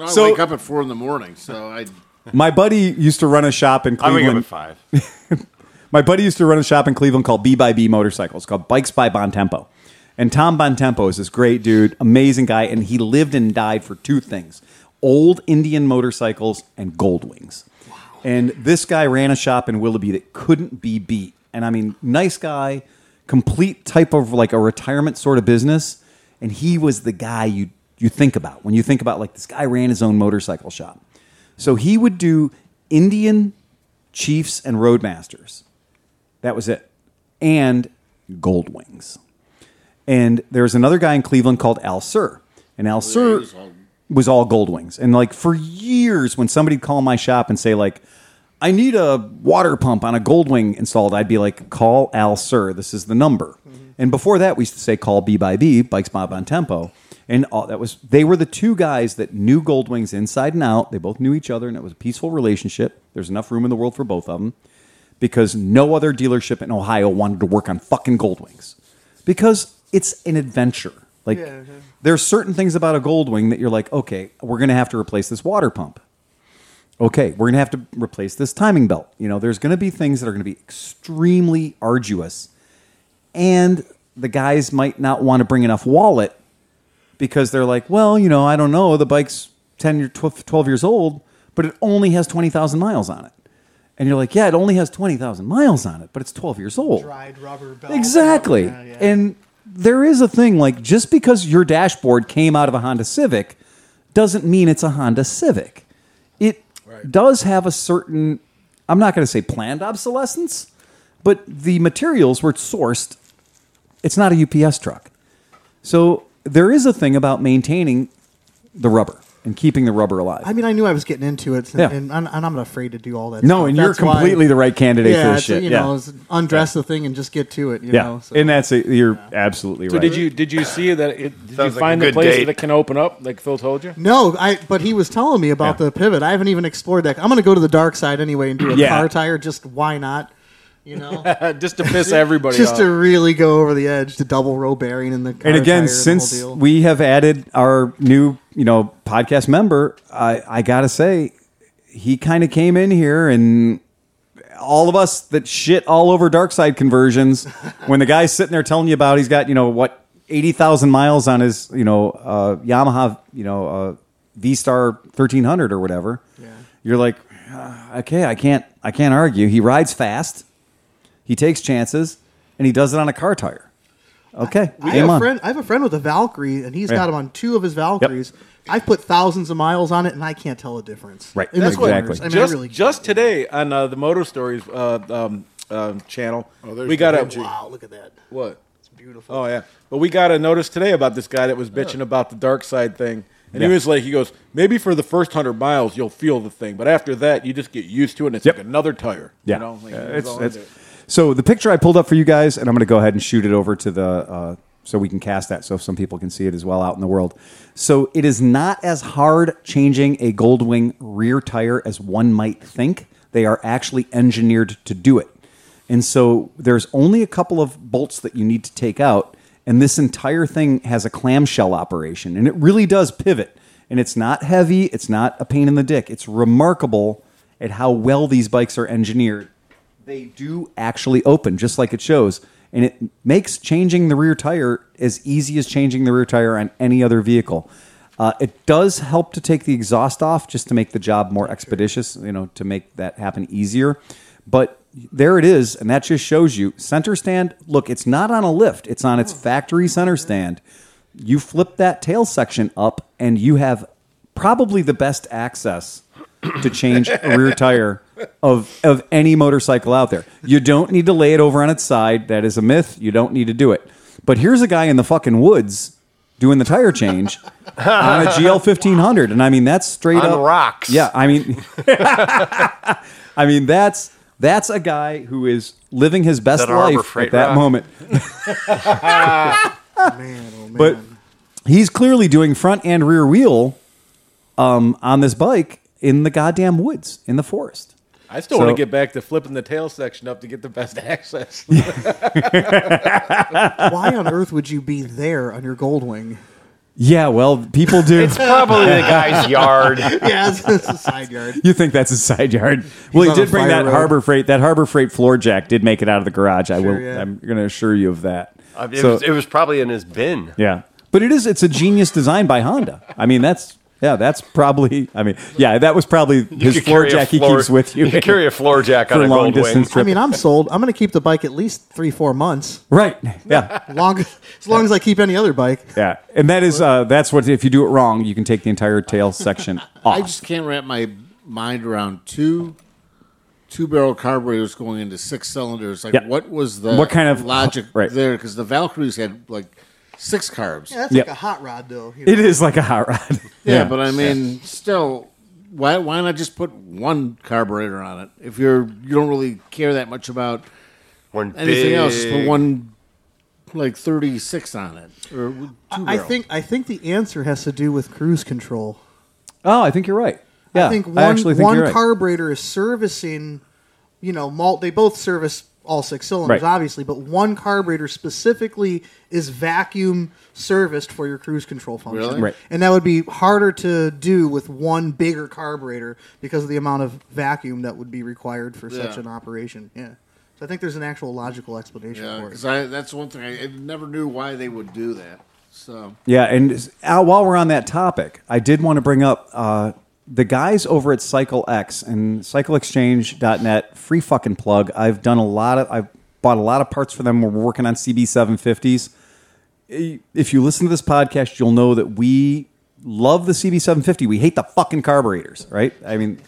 [SPEAKER 7] I
[SPEAKER 1] So-
[SPEAKER 7] wake up at four in the morning, so I
[SPEAKER 1] My buddy used to run a shop in
[SPEAKER 2] I'm waking up at
[SPEAKER 1] Cleveland.
[SPEAKER 2] five.
[SPEAKER 1] My buddy used to run a shop in Cleveland called B by B Motorcycles, called Bikes by Bontempo. And Tom Bontempo is this great dude, amazing guy, and he lived and died for two things old Indian motorcycles and Goldwings. And this guy ran a shop in Willoughby that couldn't be beat. And I mean, nice guy, complete type of like a retirement sort of business. And he was the guy you, you think about when you think about like this guy ran his own motorcycle shop. So he would do Indian chiefs and roadmasters. That was it. And Gold Wings. And there was another guy in Cleveland called Al Sir. And Al Sir
[SPEAKER 7] Oh, was all-
[SPEAKER 1] was all Gold Wings. And like for years, when somebody'd call my shop and say, like, I need a water pump on a Gold Wing installed, I'd be like, call Al Sir. This is the number.
[SPEAKER 7] Mm-hmm.
[SPEAKER 1] And before that, we used to say, call B by B, Bikes Mob on Tempo. And all, that was they were the two guys that knew Gold Wings inside and out. They both knew each other, and it was a peaceful relationship. There's enough room in the world for both of them because no other dealership in Ohio wanted to work on fucking Goldwings. because it's an adventure. Like
[SPEAKER 4] Yeah, yeah.
[SPEAKER 1] there are certain things about a Goldwing that you're like, okay, we're going to have to replace this water pump. Okay, we're going to have to replace this timing belt. You know, there's going to be things that are going to be extremely arduous, and the guys might not want to bring enough wallet because they're like, well, you know, I don't know, the bike's 10 or 12, 12 years old, but it only has 20,000 miles on it. And you're like, yeah, it only has 20,000 miles on it, but it's 12 years old.
[SPEAKER 4] dried rubber belt.
[SPEAKER 1] Exactly.
[SPEAKER 4] Yeah, yeah.
[SPEAKER 1] And there is a thing like just because your dashboard came out of a Honda Civic doesn't mean it's a Honda Civic. It does have a certain, I'm not going to say planned obsolescence, but the materials were sourced. It's not a UPS truck. So there is a thing about maintaining the rubber and keeping the rubber alive.
[SPEAKER 4] I mean, I knew I was getting into it, and,
[SPEAKER 1] Yeah.
[SPEAKER 4] and, I'm- and I'm not afraid to do all that.
[SPEAKER 1] no,
[SPEAKER 4] stuff.
[SPEAKER 1] and you're
[SPEAKER 4] That's why-
[SPEAKER 1] completely the right candidate
[SPEAKER 4] yeah,
[SPEAKER 1] for this
[SPEAKER 4] it's,
[SPEAKER 1] shit.
[SPEAKER 4] You
[SPEAKER 1] yeah.
[SPEAKER 4] know, it's undress the thing and just get to it. You
[SPEAKER 1] yeah.
[SPEAKER 4] know, so.
[SPEAKER 1] and uh, that's it. You're absolutely
[SPEAKER 6] So
[SPEAKER 1] right.
[SPEAKER 6] did you did you see that? It, did you
[SPEAKER 2] Sounds like a
[SPEAKER 6] find the
[SPEAKER 2] good
[SPEAKER 6] place
[SPEAKER 2] date.
[SPEAKER 6] that can open up, like Phil told you?
[SPEAKER 4] no, I. But he was telling me about the pivot. I haven't even explored that. I'm going to go to the dark side anyway and do a
[SPEAKER 1] Yeah.
[SPEAKER 4] car tire. Just why not?
[SPEAKER 1] <laughs>
[SPEAKER 4] You know,
[SPEAKER 6] just to piss everybody
[SPEAKER 4] just
[SPEAKER 6] off.
[SPEAKER 4] to really go over the edge, the double row bearing in the car
[SPEAKER 1] and
[SPEAKER 4] tire
[SPEAKER 1] again,
[SPEAKER 4] the
[SPEAKER 1] since
[SPEAKER 4] whole deal.
[SPEAKER 1] we have added our new, you know, podcast member, I, I gotta say, he kind of came in here and all of us that shit all over dark side conversions. <laughs> when the guy's sitting there telling you about he's got, you know, what eighty thousand miles on his, you know, uh, Yamaha, you know, uh, V Star thirteen hundred or whatever, you're like, "Ah, okay, I can't, I can't argue. He rides fast, he takes chances, and he does it on a car tire. Okay,
[SPEAKER 4] I
[SPEAKER 1] game
[SPEAKER 4] have a
[SPEAKER 1] on.
[SPEAKER 4] friend. I have a friend with a Valkyrie, and he's
[SPEAKER 1] Yeah.
[SPEAKER 4] got him on two of his Valkyries. I've put thousands of miles on it, and I can't tell the difference.
[SPEAKER 1] Right.
[SPEAKER 4] In
[SPEAKER 1] That's
[SPEAKER 4] the
[SPEAKER 1] what-
[SPEAKER 4] corners. I mean, I
[SPEAKER 6] just
[SPEAKER 4] really
[SPEAKER 6] just today on uh, the Moto Stories uh, um, um channel,
[SPEAKER 5] there's
[SPEAKER 6] we got
[SPEAKER 5] Da
[SPEAKER 6] a
[SPEAKER 5] Vinci.
[SPEAKER 4] wow. Look at that.
[SPEAKER 6] what?
[SPEAKER 4] It's beautiful.
[SPEAKER 6] Oh yeah, but we got a notice today about this guy that was bitching about the dark side thing, and he
[SPEAKER 1] Yeah.
[SPEAKER 6] was like, he goes, maybe for the first hundred miles you'll feel the thing, but after that you just get used to it. and It's
[SPEAKER 1] Yep.
[SPEAKER 6] like another tire.
[SPEAKER 1] Yeah.
[SPEAKER 6] you know? Like,
[SPEAKER 1] Uh,
[SPEAKER 6] he was
[SPEAKER 1] it's-
[SPEAKER 6] all
[SPEAKER 1] it's-
[SPEAKER 6] into it.
[SPEAKER 1] so the picture I pulled up for you guys, and I'm going to go ahead and shoot it over to the uh, so we can cast that so some people can see it as well out in the world. So it is not as hard changing a Goldwing rear tire as one might think. They are actually engineered to do it. And so there's only a couple of bolts that you need to take out. And this entire thing has a clamshell operation. And it really does pivot. And it's not heavy, it's not a pain in the dick. It's remarkable at how well these bikes are engineered. They do actually open, just like it shows. And it makes changing the rear tire as easy as changing the rear tire on any other vehicle. Uh, it does help to take the exhaust off just to make the job more expeditious, you know, to make that happen easier. But there it is, and that just shows you center stand. Look, it's not on a lift; it's on its factory center stand. You flip that tail section up, and you have probably the best access to change a rear tire of of any motorcycle out there. You don't need to lay it over on its side. That is a myth. You don't need to do it. But here's a guy in the fucking woods doing the tire
[SPEAKER 2] <laughs>
[SPEAKER 1] change on a GL fifteen hundred, and I mean that's straight
[SPEAKER 2] On
[SPEAKER 1] up
[SPEAKER 2] rocks.
[SPEAKER 1] Yeah, I mean, <laughs> I mean that's that's a guy who is living his best
[SPEAKER 2] That Arbor
[SPEAKER 1] life at
[SPEAKER 2] Freight
[SPEAKER 1] that
[SPEAKER 2] rock.
[SPEAKER 1] moment.
[SPEAKER 4] Man, oh man.
[SPEAKER 1] But he's clearly doing front and rear wheel um, on this bike in the goddamn woods in the forest.
[SPEAKER 6] I still
[SPEAKER 1] So-
[SPEAKER 6] want to get back to flipping the tail section up to get the best <laughs> access.
[SPEAKER 4] why on earth would you be there on your
[SPEAKER 1] <laughs>
[SPEAKER 4] Goldwing? <laughs>
[SPEAKER 1] Yeah, well, people do.
[SPEAKER 2] It's probably the
[SPEAKER 6] <laughs>
[SPEAKER 2] guy's yard.
[SPEAKER 4] yeah, it's, it's a side yard.
[SPEAKER 1] <laughs> You think that's a side yard? well, he
[SPEAKER 4] on a
[SPEAKER 1] did bring
[SPEAKER 4] fire
[SPEAKER 1] that
[SPEAKER 4] road.
[SPEAKER 1] harbor freight. That harbor freight floor jack did make it out of the garage. I
[SPEAKER 4] Sure,
[SPEAKER 1] will.
[SPEAKER 4] yeah.
[SPEAKER 1] I'm going to assure you of that.
[SPEAKER 2] Uh, It,
[SPEAKER 1] So-
[SPEAKER 2] was, it was probably in his bin.
[SPEAKER 1] yeah, but it is. It's a genius design by Honda. I mean, that's yeah. That's probably. I mean, yeah. That was probably
[SPEAKER 2] You
[SPEAKER 1] his
[SPEAKER 2] could
[SPEAKER 1] floor
[SPEAKER 2] carry a
[SPEAKER 1] jack. He
[SPEAKER 2] floor-
[SPEAKER 1] keeps with you.
[SPEAKER 2] could carry a floor jack
[SPEAKER 1] <laughs>
[SPEAKER 2] on
[SPEAKER 1] for
[SPEAKER 2] a
[SPEAKER 1] long
[SPEAKER 2] gold wing.
[SPEAKER 1] distance
[SPEAKER 4] I
[SPEAKER 1] trip.
[SPEAKER 4] mean, I'm sold. I'm going to keep the bike at least three, four months,
[SPEAKER 1] right? Yeah.
[SPEAKER 4] long as long as I keep any other bike.
[SPEAKER 1] Yeah, and that is uh, that's what if you do it wrong, you can take the entire tail section
[SPEAKER 7] I
[SPEAKER 1] off.
[SPEAKER 7] just can't wrap my mind around two two barrel carburetors going into six cylinders. Like,
[SPEAKER 1] Yeah.
[SPEAKER 7] what was the
[SPEAKER 1] What kind of-
[SPEAKER 7] logic
[SPEAKER 1] right.
[SPEAKER 7] there? Because the Valkyries had like six carbs.
[SPEAKER 4] Yeah, that's
[SPEAKER 1] Yep.
[SPEAKER 4] like a hot rod, though. you know.
[SPEAKER 1] It is like a hot rod.
[SPEAKER 4] <laughs>
[SPEAKER 7] Yeah, but I mean, still, why why not just put one carburetor on it if you're you don't really care that much about
[SPEAKER 2] One
[SPEAKER 7] anything
[SPEAKER 2] big,
[SPEAKER 7] else? Just put one like thirty six on it or two
[SPEAKER 4] I
[SPEAKER 7] barrel.
[SPEAKER 4] think I think the answer has to do with cruise control.
[SPEAKER 1] oh, I think you're right. Yeah,
[SPEAKER 4] I think one,
[SPEAKER 1] actually think
[SPEAKER 4] one
[SPEAKER 1] you're right.
[SPEAKER 4] carburetor is servicing, you know, malt. They both service all six cylinders,
[SPEAKER 1] Right.
[SPEAKER 4] obviously, but one carburetor specifically is vacuum serviced for your cruise control function.
[SPEAKER 7] Really?
[SPEAKER 1] Right.
[SPEAKER 4] And that would be harder to do with one bigger carburetor because of the amount of vacuum that would be required for such
[SPEAKER 7] Yeah.
[SPEAKER 4] an operation. Yeah. So I think there's an actual logical explanation
[SPEAKER 7] Yeah,
[SPEAKER 4] for it.
[SPEAKER 7] because I that's one thing I, I never knew why they would do that. So
[SPEAKER 1] Yeah, and s- uh, while we're on that topic, I did want to bring up uh, the guys over at Cycle X and CycleExchange.net. Free fucking plug. I've done a lot of. I've bought a lot of parts for them. We're working on CB750s. I- If you listen to this podcast, you'll know that we love the CB750. We hate the fucking carburetors, right? I mean,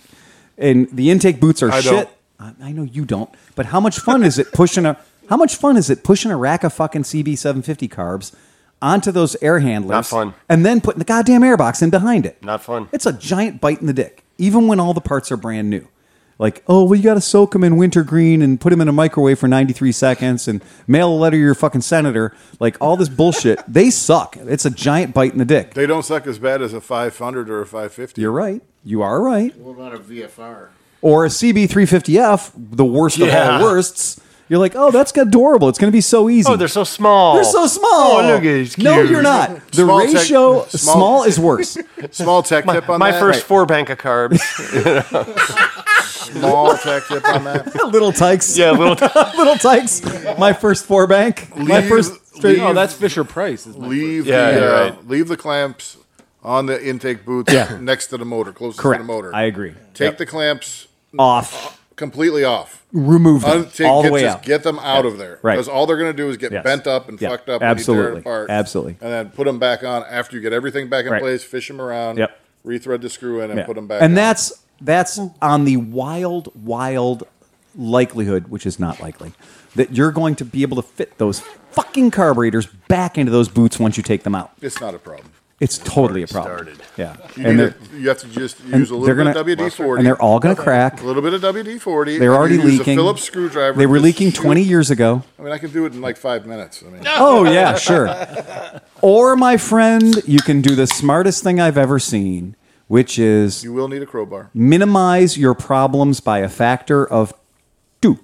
[SPEAKER 1] and the intake boots are
[SPEAKER 2] I
[SPEAKER 1] shit.
[SPEAKER 2] don't.
[SPEAKER 1] I I know you don't, but how much fun is it pushing a <laughs> how much fun is it pushing a rack of fucking CB750 carbs onto those air handlers?
[SPEAKER 2] Not fun.
[SPEAKER 1] And then putting the goddamn airbox in behind it.
[SPEAKER 2] Not fun.
[SPEAKER 1] It's a giant bite in the dick, even when all the parts are brand new. Like, oh, well, you got to soak them in wintergreen and put them in a microwave for 93 seconds and mail a letter to your fucking senator. Like, all this bullshit. <laughs> they suck. It's a giant bite in the dick.
[SPEAKER 5] They don't suck as bad as a 500 or a 550.
[SPEAKER 1] You're right. You are right.
[SPEAKER 7] what about a VFR?
[SPEAKER 1] or a CB350F, the worst
[SPEAKER 2] Yeah.
[SPEAKER 1] of all worsts. You're like, oh, that's adorable. It's going to be so easy.
[SPEAKER 2] Oh, they're so small.
[SPEAKER 1] They're so small.
[SPEAKER 2] Oh, look, it's cute.
[SPEAKER 1] No, you're
[SPEAKER 2] <laughs>
[SPEAKER 1] not. The
[SPEAKER 5] Small tech-
[SPEAKER 1] ratio small.
[SPEAKER 5] small-
[SPEAKER 1] is worse.
[SPEAKER 5] Small tech
[SPEAKER 2] My,
[SPEAKER 5] tip on
[SPEAKER 2] my
[SPEAKER 5] that.
[SPEAKER 2] first four bank
[SPEAKER 1] <laughs>
[SPEAKER 2] of carbs.
[SPEAKER 5] Small tech tip on that.
[SPEAKER 1] little tykes.
[SPEAKER 2] yeah, little.
[SPEAKER 1] little tykes. My first four bank. <laughs> my
[SPEAKER 5] Leave-
[SPEAKER 1] first straight.
[SPEAKER 5] leave-
[SPEAKER 6] Oh, that's Fisher Price. Is my
[SPEAKER 5] Leave
[SPEAKER 2] Yeah,
[SPEAKER 5] the
[SPEAKER 2] you're
[SPEAKER 5] uh,
[SPEAKER 2] right.
[SPEAKER 5] leave the clamps on the intake boots next to the motor, closest
[SPEAKER 1] correct.
[SPEAKER 5] to the motor.
[SPEAKER 1] I agree.
[SPEAKER 5] Take the clamps
[SPEAKER 1] Off.
[SPEAKER 5] completely off.
[SPEAKER 1] Remove them
[SPEAKER 5] Untake-
[SPEAKER 1] all the
[SPEAKER 5] get,
[SPEAKER 1] way
[SPEAKER 5] just
[SPEAKER 1] out.
[SPEAKER 5] get them out of there.
[SPEAKER 1] Right.
[SPEAKER 5] Because all they're going to do is get
[SPEAKER 1] Yes.
[SPEAKER 5] bent up and
[SPEAKER 1] Yeah.
[SPEAKER 5] fucked up. And
[SPEAKER 1] Absolutely.
[SPEAKER 5] you tear it apart,
[SPEAKER 1] Absolutely.
[SPEAKER 5] And then put them back on after you get everything back in
[SPEAKER 1] Right.
[SPEAKER 5] place, fish them around,
[SPEAKER 1] Yep.
[SPEAKER 5] rethread the screw in, and
[SPEAKER 1] Yeah.
[SPEAKER 5] put them back
[SPEAKER 1] And
[SPEAKER 5] on.
[SPEAKER 1] that's that's on the wild, wild likelihood, which is not likely, that you're going to be able to fit those fucking carburetors back into those boots once you take them out.
[SPEAKER 5] It's not a problem.
[SPEAKER 1] It's totally a problem.
[SPEAKER 2] started.
[SPEAKER 1] Yeah, and
[SPEAKER 5] You, need
[SPEAKER 1] they're,
[SPEAKER 5] to- you have to just
[SPEAKER 1] and
[SPEAKER 5] use a
[SPEAKER 1] they're
[SPEAKER 5] little
[SPEAKER 1] gonna
[SPEAKER 5] bit of WD
[SPEAKER 1] and
[SPEAKER 5] forty,
[SPEAKER 1] they're all going to crack.
[SPEAKER 5] a little bit of WD forty.
[SPEAKER 1] They're already
[SPEAKER 5] use
[SPEAKER 1] leaking.
[SPEAKER 5] A Phillips screwdriver.
[SPEAKER 1] They were
[SPEAKER 5] Just
[SPEAKER 1] leaking
[SPEAKER 5] shoot.
[SPEAKER 1] twenty years ago.
[SPEAKER 5] I mean, I can do it in like five minutes. I mean,
[SPEAKER 1] Oh yeah,
[SPEAKER 5] <laughs>
[SPEAKER 1] sure. Or my friend, you can do the smartest thing I've ever seen, which is
[SPEAKER 5] you will need a crowbar.
[SPEAKER 1] minimize your problems by a factor of two.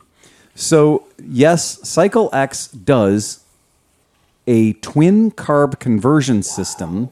[SPEAKER 1] So, yes, Cycle X does a twin carb conversion system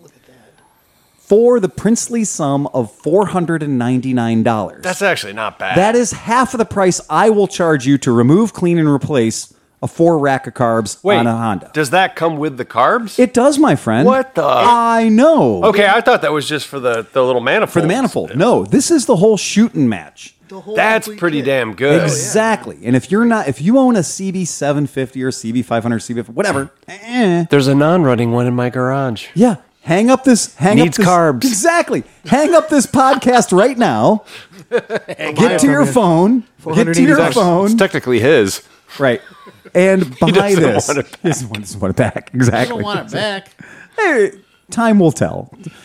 [SPEAKER 1] for the princely sum of $499.
[SPEAKER 2] <laughs> That's actually not bad.
[SPEAKER 1] That is half of the price I will charge you to remove, clean, and replace a four rack of carbs
[SPEAKER 2] Wait,
[SPEAKER 1] on a Honda.
[SPEAKER 2] Does that come with the carbs?
[SPEAKER 1] it does, my friend.
[SPEAKER 2] What the-
[SPEAKER 1] I know.
[SPEAKER 2] okay, Oh, I thought that was just for the, the little manifold.
[SPEAKER 1] For the manifold. No, this is the whole shooting match.
[SPEAKER 4] The whole
[SPEAKER 2] That's
[SPEAKER 4] complete
[SPEAKER 2] pretty
[SPEAKER 4] kit.
[SPEAKER 2] damn good. Oh,
[SPEAKER 1] Exactly. And if you're not, if you own a CB750 or CB500, CB whatever, eh,
[SPEAKER 2] Oh, There's a non-running one in my garage.
[SPEAKER 1] yeah, hang up this hang
[SPEAKER 2] Needs
[SPEAKER 1] up this,
[SPEAKER 2] carbs.
[SPEAKER 1] Exactly. Hang up this podcast right
[SPEAKER 2] <laughs>
[SPEAKER 1] now. get to your phone. Get to your
[SPEAKER 4] $480.
[SPEAKER 1] phone.
[SPEAKER 2] technically his.
[SPEAKER 1] Right.
[SPEAKER 2] <laughs>
[SPEAKER 1] And buy
[SPEAKER 2] doesn't
[SPEAKER 1] this.
[SPEAKER 2] want it
[SPEAKER 1] He doesn't want, doesn't want it back. <laughs>
[SPEAKER 7] I
[SPEAKER 1] Exactly.
[SPEAKER 7] don't want it back.
[SPEAKER 1] Eh, time will tell.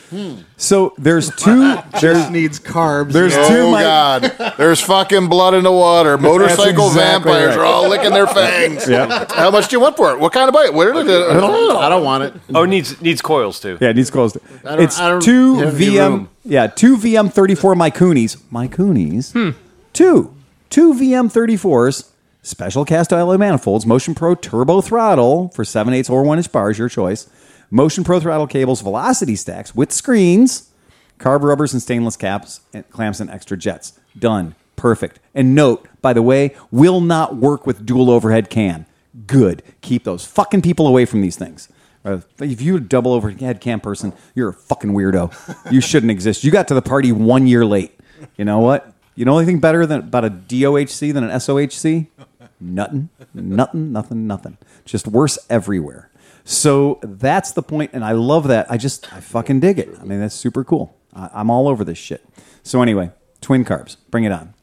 [SPEAKER 2] Hmm.
[SPEAKER 1] So there's
[SPEAKER 2] <laughs>
[SPEAKER 1] two.
[SPEAKER 4] Just needs carbs.
[SPEAKER 1] There's two.
[SPEAKER 5] Oh
[SPEAKER 1] my-
[SPEAKER 5] God! There's fucking blood in the water. Motorcycle
[SPEAKER 1] exactly
[SPEAKER 5] vampires
[SPEAKER 1] right.
[SPEAKER 5] are all licking their fangs. How much do you want for it? What kind of bite? Where did it? I don't know.
[SPEAKER 7] I don't want it.
[SPEAKER 2] Oh, needs needs coils too.
[SPEAKER 1] Yeah, it needs closed.
[SPEAKER 7] don't-
[SPEAKER 1] It's
[SPEAKER 7] I don't
[SPEAKER 1] two
[SPEAKER 7] have any
[SPEAKER 1] VM.
[SPEAKER 7] room.
[SPEAKER 1] Yeah, two VM thirty four Mycoonies. Mycoonies. Two, two VM thirty fours. Special cast alloy manifolds, Motion Pro turbo throttle for seven eighths or one inch bars, your choice. Motion Pro throttle cables, velocity stacks with screens, carb rubbers and stainless caps, and clamps and extra jets. Done. Perfect. And note, by the way, will not work with dual overhead can. Good. Keep those fucking people away from these things. Uh, if you double overhead cam person, you're a fucking weirdo. You shouldn't exist. You got to the party one year late. You know what? You know anything better than about a DOHC than an SOHC? Nothing. Nothing. Nothing. Nothing. Just worse everywhere. So that's the point, and I love that. I just I fucking dig it. I mean, that's super cool. I, I'm all over this shit. So anyway, twin carbs. Bring it on.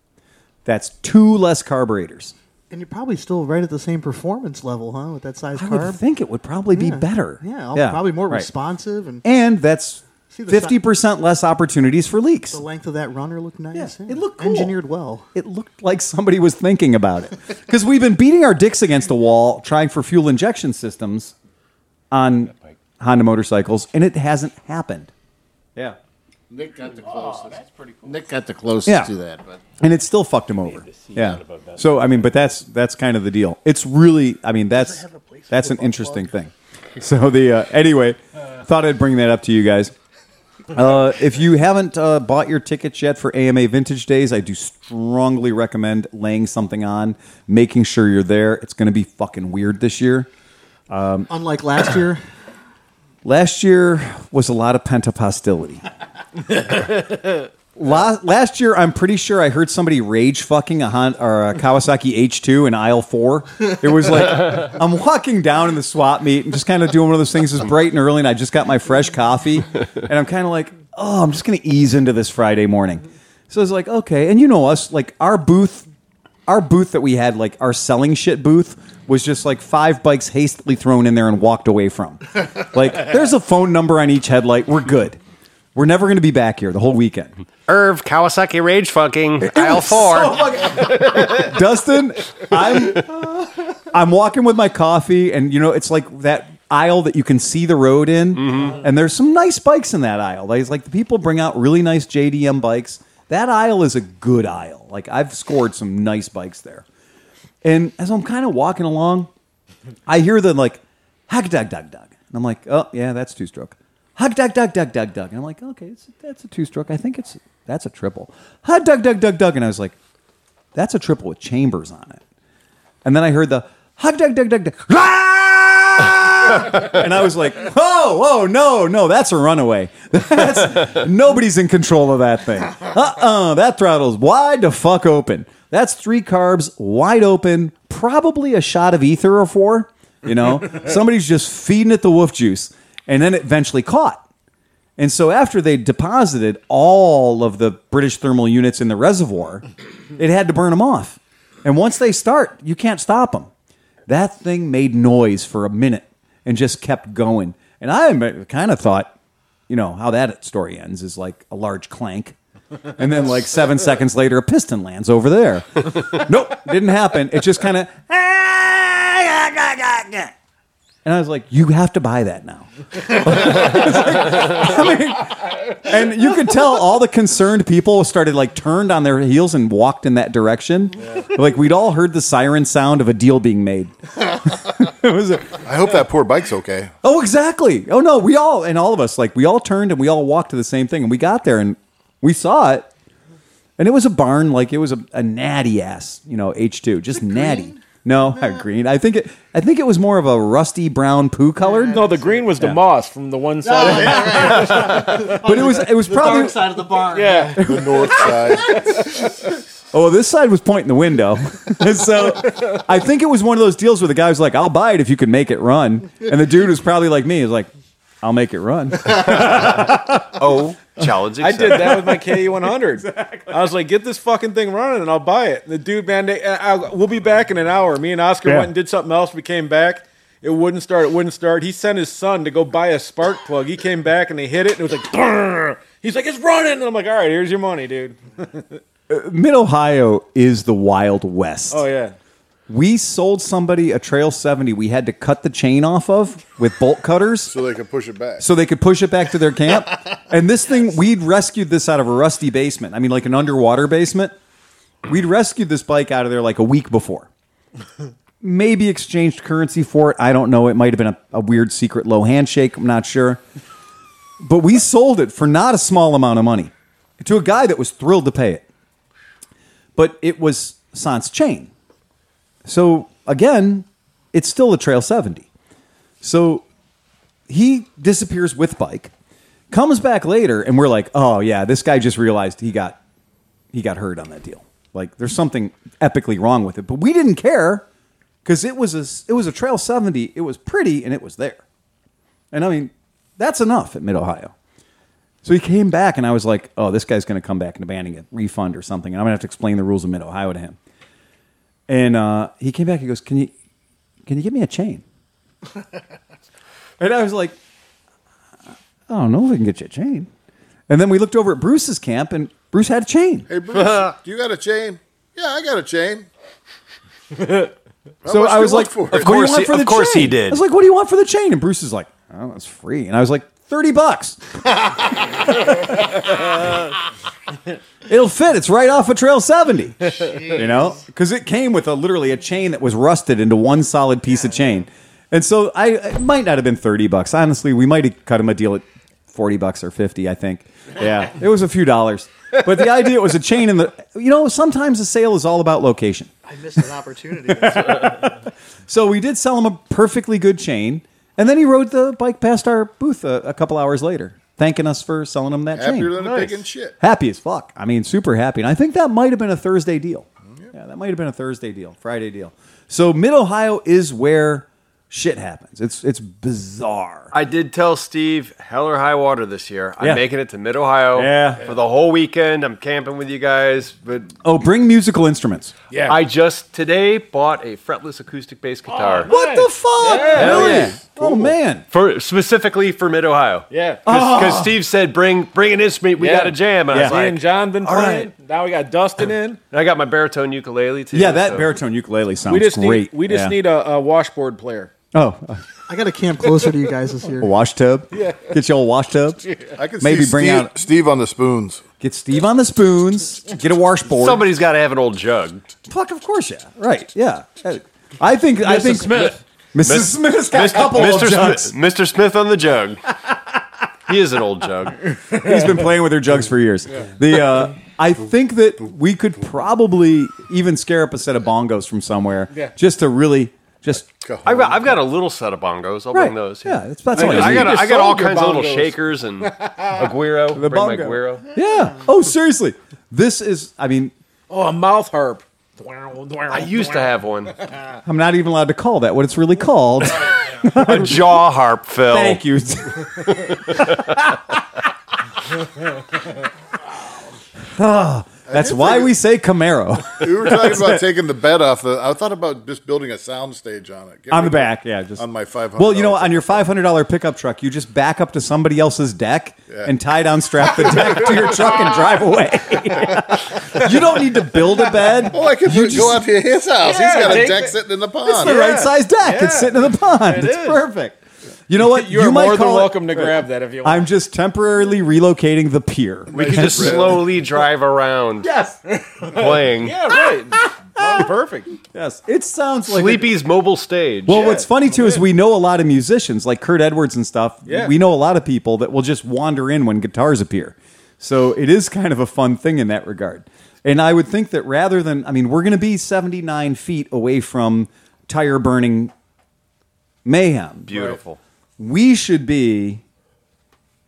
[SPEAKER 1] That's two less carburetors.
[SPEAKER 4] and you're probably still right at the same performance level, huh? With that size
[SPEAKER 1] I
[SPEAKER 4] carb.
[SPEAKER 1] would think it would probably be
[SPEAKER 4] Yeah.
[SPEAKER 1] better.
[SPEAKER 4] Yeah, I'll- probably more
[SPEAKER 1] right.
[SPEAKER 4] responsive and
[SPEAKER 1] And that's
[SPEAKER 4] See the si-
[SPEAKER 1] fifty percent less opportunities for leaks.
[SPEAKER 4] the length of that runner looked nice.
[SPEAKER 1] Yeah, it looked cool.
[SPEAKER 4] engineered well.
[SPEAKER 1] It looked like somebody was thinking about
[SPEAKER 4] <laughs>
[SPEAKER 1] it because we've been beating our dicks against the wall trying for fuel injection systems on Honda motorcycles, and it hasn't happened. Yeah.
[SPEAKER 7] Nick got the closest. Oh, that's pretty cool. Nick got the closest
[SPEAKER 1] Yeah.
[SPEAKER 7] to that, but
[SPEAKER 1] and it still fucked him over. Yeah. So I mean, but that's that's kind of the deal. It's really, I mean, that's that's an interesting thing. So the uh, anyway, thought I'd bring that up to you guys. Uh, if you haven't uh, bought your tickets yet for AMA Vintage Days, I do strongly recommend laying something on, making sure you're there. It's going to be fucking weird this year.
[SPEAKER 4] Unlike
[SPEAKER 1] <coughs>
[SPEAKER 4] last year,
[SPEAKER 1] Last year was a lot of pent up hostility. La- last year, I'm pretty sure I heard somebody rage fucking a, Hon- or a Kawasaki H2 in aisle four. It was like I'm walking down in the swap meet and just kind of doing one of those things. It's bright and early, and I just got my fresh coffee, and I'm kind of like, oh, I'm just gonna ease into this Friday morning. So it's like, okay, and you know us, like our booth, our booth that we had, like our selling shit booth, was just like five bikes hastily thrown in there and walked away from. Like, there's a phone number on each headlight. We're good. We're never going to be back here the whole weekend.
[SPEAKER 2] Irv Kawasaki rage fucking aisle four.
[SPEAKER 1] <laughs> Dustin, I'm I'm walking with my coffee, and you know it's like that aisle that you can see the road in,
[SPEAKER 2] Mm-hmm.
[SPEAKER 1] and there's some nice bikes in that aisle. Like, it's like the people bring out really nice JDM bikes. That aisle is a good aisle. Like I've scored some nice bikes there. And as I'm kind of walking along, I hear the like hack dug dug dug, and I'm like, oh yeah, that's two stroke. Hug dug dug dug dug dug, and I'm like, okay, it's, that's a two stroke. I think it's that's a triple. Hug dug dug dug dug, and I was like, that's a triple with chambers on it. And then I heard the hug dug dug dug dug. <laughs> "Ah!" and I was like, oh, oh, no, no, that's a runaway. <laughs> That's, nobody's in control of that thing. Uh-uh, that throttle's wide to fuck open. That's three carbs wide open, probably a shot of ether or four. You know, <laughs> somebody's just feeding it the wolf juice. And then it eventually caught. And so after they deposited all of the British thermal units in the reservoir, it had to burn them off. And once they start, you can't stop them. That thing made noise for a minute and just kept going. And I kind of thought, you know, how that story ends is like a large clank. And then, like seven seconds later, a piston lands over there. <laughs> nope, didn't happen. It just <laughs> kind of. And I was like, you have to buy that now. I mean, and you could tell all the concerned people started like turned on their heels and walked in that direction. Like we'd all heard the siren sound of a deal being made. <laughs> it was a,
[SPEAKER 5] I hope that poor bike's okay.
[SPEAKER 1] oh, exactly. Oh no, we all and all of us like we all turned and we all walked to the same thing and we got there and we saw it. And it was a barn, like it was a, a natty ass, you know, H two, just natty. No, not green. I think it. I think it was more of a rusty brown poo colored.
[SPEAKER 6] No, the green was the moss from the one side.
[SPEAKER 4] Oh, yeah, right.
[SPEAKER 1] but it was. It was
[SPEAKER 4] the
[SPEAKER 1] probably
[SPEAKER 4] dark <coughs> side of the barn.
[SPEAKER 6] <laughs> Yeah.
[SPEAKER 5] The north side.
[SPEAKER 1] Oh, this side was pointing the window. <laughs> so I think it was one of those deals where the guy was like, I'll buy it if you can make it run. And the dude was probably like me. He was like, I'll make it run.
[SPEAKER 6] <laughs>
[SPEAKER 2] Oh, challenge
[SPEAKER 6] I
[SPEAKER 2] accepted.
[SPEAKER 6] did that with my KU100. I was like, get this fucking thing running and I'll buy it. The dude, man, they, I, I- we'll be back in an hour. Me and Oscar
[SPEAKER 1] Yeah.
[SPEAKER 6] went and did something else. We came back. It wouldn't start. It wouldn't start. He sent his son to go buy a spark plug. He came back and they hit it and it was like, "Brrr." he's like, it's running. And I'm like, all right, here's your money, dude.
[SPEAKER 1] Mid Ohio is the Wild West.
[SPEAKER 6] Oh, yeah.
[SPEAKER 1] We sold somebody a Trail 70 we had to cut the chain off of with bolt cutters.
[SPEAKER 5] So they can push it back.
[SPEAKER 1] So they could push it back to their camp. and this thing, we'd rescued this out of a rusty basement. I mean, like an underwater basement. We'd rescued this bike out of there like a week before. Maybe exchanged currency for it. I don't know. It might have been a, a weird secret low handshake. I'm not sure. But we sold it for not a small amount of money to a guy that was thrilled to pay it. But it was sans chain. So again, it's still a Trail 70. So he disappears with bike comes back later and we're like oh yeah this guy just realized he got he got hurt on that deal like there's something epically wrong with it but we didn't care because it was a s- it was a trail 70 it was pretty and it was there and i mean that's enough at mid ohio so he came back and i was like oh this guy's going to come back and abandon it refund or something and i'm going to have to explain the rules of mid ohio to him and uh, he came back he goes can you can you give me a chain and i was like I don't know if we can get you a chain. And then we looked over at Bruce's camp, and Bruce had a chain.
[SPEAKER 5] hey, Bruce, do <laughs> you got a chain? Yeah, I got a chain. How
[SPEAKER 1] so
[SPEAKER 5] much
[SPEAKER 1] I
[SPEAKER 5] do
[SPEAKER 1] was like,
[SPEAKER 5] you want for
[SPEAKER 1] "What
[SPEAKER 5] it?"
[SPEAKER 1] do you
[SPEAKER 2] course
[SPEAKER 1] want
[SPEAKER 2] he-
[SPEAKER 1] for the
[SPEAKER 2] of course
[SPEAKER 1] chain?"
[SPEAKER 2] he did.
[SPEAKER 1] I was like, "What do you want for the chain?" And Bruce is like, "Oh, it's free." And I was like, Thirty bucks. <laughs> It'll fit. It's right off of Trail 70. You know, because it came with a literally a chain that was rusted into one solid piece of chain, and so I it might not have been thirty bucks. Honestly, we might have cut him a deal at forty bucks or fifty. I think. Yeah, it was a few dollars, but the idea was a chain in the. You know, sometimes a sale is all about location.
[SPEAKER 4] I missed an opportunity. That's-
[SPEAKER 1] So we did sell him a perfectly good chain, and then he rode the bike past our booth a, a couple hours later, thanking us for selling him that chain.
[SPEAKER 5] Happier than a
[SPEAKER 2] Nice.
[SPEAKER 5] pig in shit.
[SPEAKER 1] happy as fuck. I mean, super happy. And I think that might have been a Thursday deal.
[SPEAKER 5] Mm-hmm.
[SPEAKER 1] Yeah, that might have been a Thursday deal, Friday deal. So Mid Ohio is where shit happens. It's it's bizarre.
[SPEAKER 2] I did tell Steve, hell or high water this year. I'm
[SPEAKER 1] Yeah.
[SPEAKER 2] making it to Mid Ohio
[SPEAKER 1] Yeah.
[SPEAKER 2] for the whole weekend. I'm camping with you guys, but
[SPEAKER 1] Oh, bring musical instruments.
[SPEAKER 6] Yeah.
[SPEAKER 2] I just today bought a fretless acoustic bass guitar
[SPEAKER 1] Oh, What the fuck? Really? Oh man.
[SPEAKER 2] for specifically for Mid Ohio.
[SPEAKER 6] Yeah.
[SPEAKER 2] because Steve said bring bring an instrument. We
[SPEAKER 6] Yeah.
[SPEAKER 2] got a jam, and I
[SPEAKER 1] Oh. Yeah.
[SPEAKER 2] was
[SPEAKER 6] Me and
[SPEAKER 2] like,
[SPEAKER 6] John been
[SPEAKER 2] All
[SPEAKER 6] playing.
[SPEAKER 2] right.
[SPEAKER 6] Now we got Dustin in.
[SPEAKER 2] and I got my baritone ukulele too.
[SPEAKER 1] Yeah, that
[SPEAKER 2] so-
[SPEAKER 1] baritone ukulele sounds
[SPEAKER 6] We just
[SPEAKER 1] great.
[SPEAKER 6] need we just
[SPEAKER 1] Yeah.
[SPEAKER 6] need a, a washboard player.
[SPEAKER 1] oh a
[SPEAKER 4] <laughs> I got to camp closer to you guys this year.
[SPEAKER 1] wash tub. Yeah, get your old wash tub.
[SPEAKER 5] I could
[SPEAKER 1] Maybe
[SPEAKER 5] see
[SPEAKER 1] bring
[SPEAKER 5] Steve,
[SPEAKER 1] out-
[SPEAKER 5] Steve on the spoons.
[SPEAKER 1] Get Steve on the spoons. Get a washboard.
[SPEAKER 2] Somebody's got to have an old jug.
[SPEAKER 1] Fuck, of course, yeah, right, yeah. Uh, I think I think
[SPEAKER 3] Smith.
[SPEAKER 1] Mrs. Smith's got a couple of
[SPEAKER 2] Mr.
[SPEAKER 1] jugs.
[SPEAKER 2] Smith, Mr. Smith on the jug. he is an
[SPEAKER 1] <laughs>
[SPEAKER 2] old jug.
[SPEAKER 1] <laughs> He's been playing with her jugs for years. The uh, I think that we could probably even scare up a set of bongos from somewhere,
[SPEAKER 6] Yeah.
[SPEAKER 1] just to really just
[SPEAKER 2] I've got, I've got a little set of bongos. I'll
[SPEAKER 1] right.
[SPEAKER 2] bring those.
[SPEAKER 1] Yeah, that's, that's
[SPEAKER 2] I,
[SPEAKER 1] all
[SPEAKER 2] got- I
[SPEAKER 1] I
[SPEAKER 2] got,
[SPEAKER 1] need.
[SPEAKER 2] I
[SPEAKER 6] just
[SPEAKER 2] got all
[SPEAKER 6] sold your
[SPEAKER 2] kinds of little
[SPEAKER 6] bongos.
[SPEAKER 1] <laughs>
[SPEAKER 2] shakers and aguero.
[SPEAKER 1] The
[SPEAKER 2] bring my
[SPEAKER 1] bongo.
[SPEAKER 2] aguero.
[SPEAKER 1] Yeah. Oh, seriously, this is. I mean,
[SPEAKER 6] Oh, a mouth harp.
[SPEAKER 1] <laughs>
[SPEAKER 2] I used to have one.
[SPEAKER 1] I'm not even allowed to call that what it's really called.
[SPEAKER 2] A jaw harp, Phil.
[SPEAKER 1] Thank you. Ah, that's why we say Camaro. <laughs>
[SPEAKER 5] We were talking about taking the bed off the. I thought about just building a sound stage on it. Get
[SPEAKER 1] on the
[SPEAKER 5] rid of
[SPEAKER 1] back, yeah. Just
[SPEAKER 5] On my $500
[SPEAKER 1] Well, you know, on your five hundred dollar pickup truck, you just back up to somebody else's deck and tie down strap the deck to your truck and drive away. <laughs> you don't need to build a bed.
[SPEAKER 5] it. Oh, I could
[SPEAKER 1] You
[SPEAKER 5] go
[SPEAKER 1] just-
[SPEAKER 5] out to his house.
[SPEAKER 6] Yeah,
[SPEAKER 5] He's got a
[SPEAKER 6] take
[SPEAKER 5] deck
[SPEAKER 6] the-
[SPEAKER 5] sitting in the pond.
[SPEAKER 1] It's the right size deck. It's
[SPEAKER 6] Yeah.
[SPEAKER 1] sitting in the pond.
[SPEAKER 6] It
[SPEAKER 1] it's
[SPEAKER 6] is.
[SPEAKER 1] perfect. You know what?
[SPEAKER 6] You're
[SPEAKER 1] might
[SPEAKER 6] more than
[SPEAKER 1] call it-
[SPEAKER 6] welcome to grab that if you want.
[SPEAKER 1] I'm just temporarily relocating the pier.
[SPEAKER 2] We could just slowly drive
[SPEAKER 1] <laughs>
[SPEAKER 2] around
[SPEAKER 1] Yes.
[SPEAKER 2] playing.
[SPEAKER 6] yeah, right.
[SPEAKER 1] <laughs>
[SPEAKER 6] Oh, perfect.
[SPEAKER 1] Yes. It sounds like a-
[SPEAKER 2] Sleepy's mobile stage.
[SPEAKER 1] Well, what's funny too is we know a lot of musicians like Kurt Edwards and stuff.
[SPEAKER 6] Yeah.
[SPEAKER 1] We know a lot of people that will just wander in when guitars appear. So it is kind of a fun thing in that regard. And I would think that rather than, I mean, we're going to be 79 feet away from tire burning mayhem.
[SPEAKER 2] beautiful.
[SPEAKER 1] We should be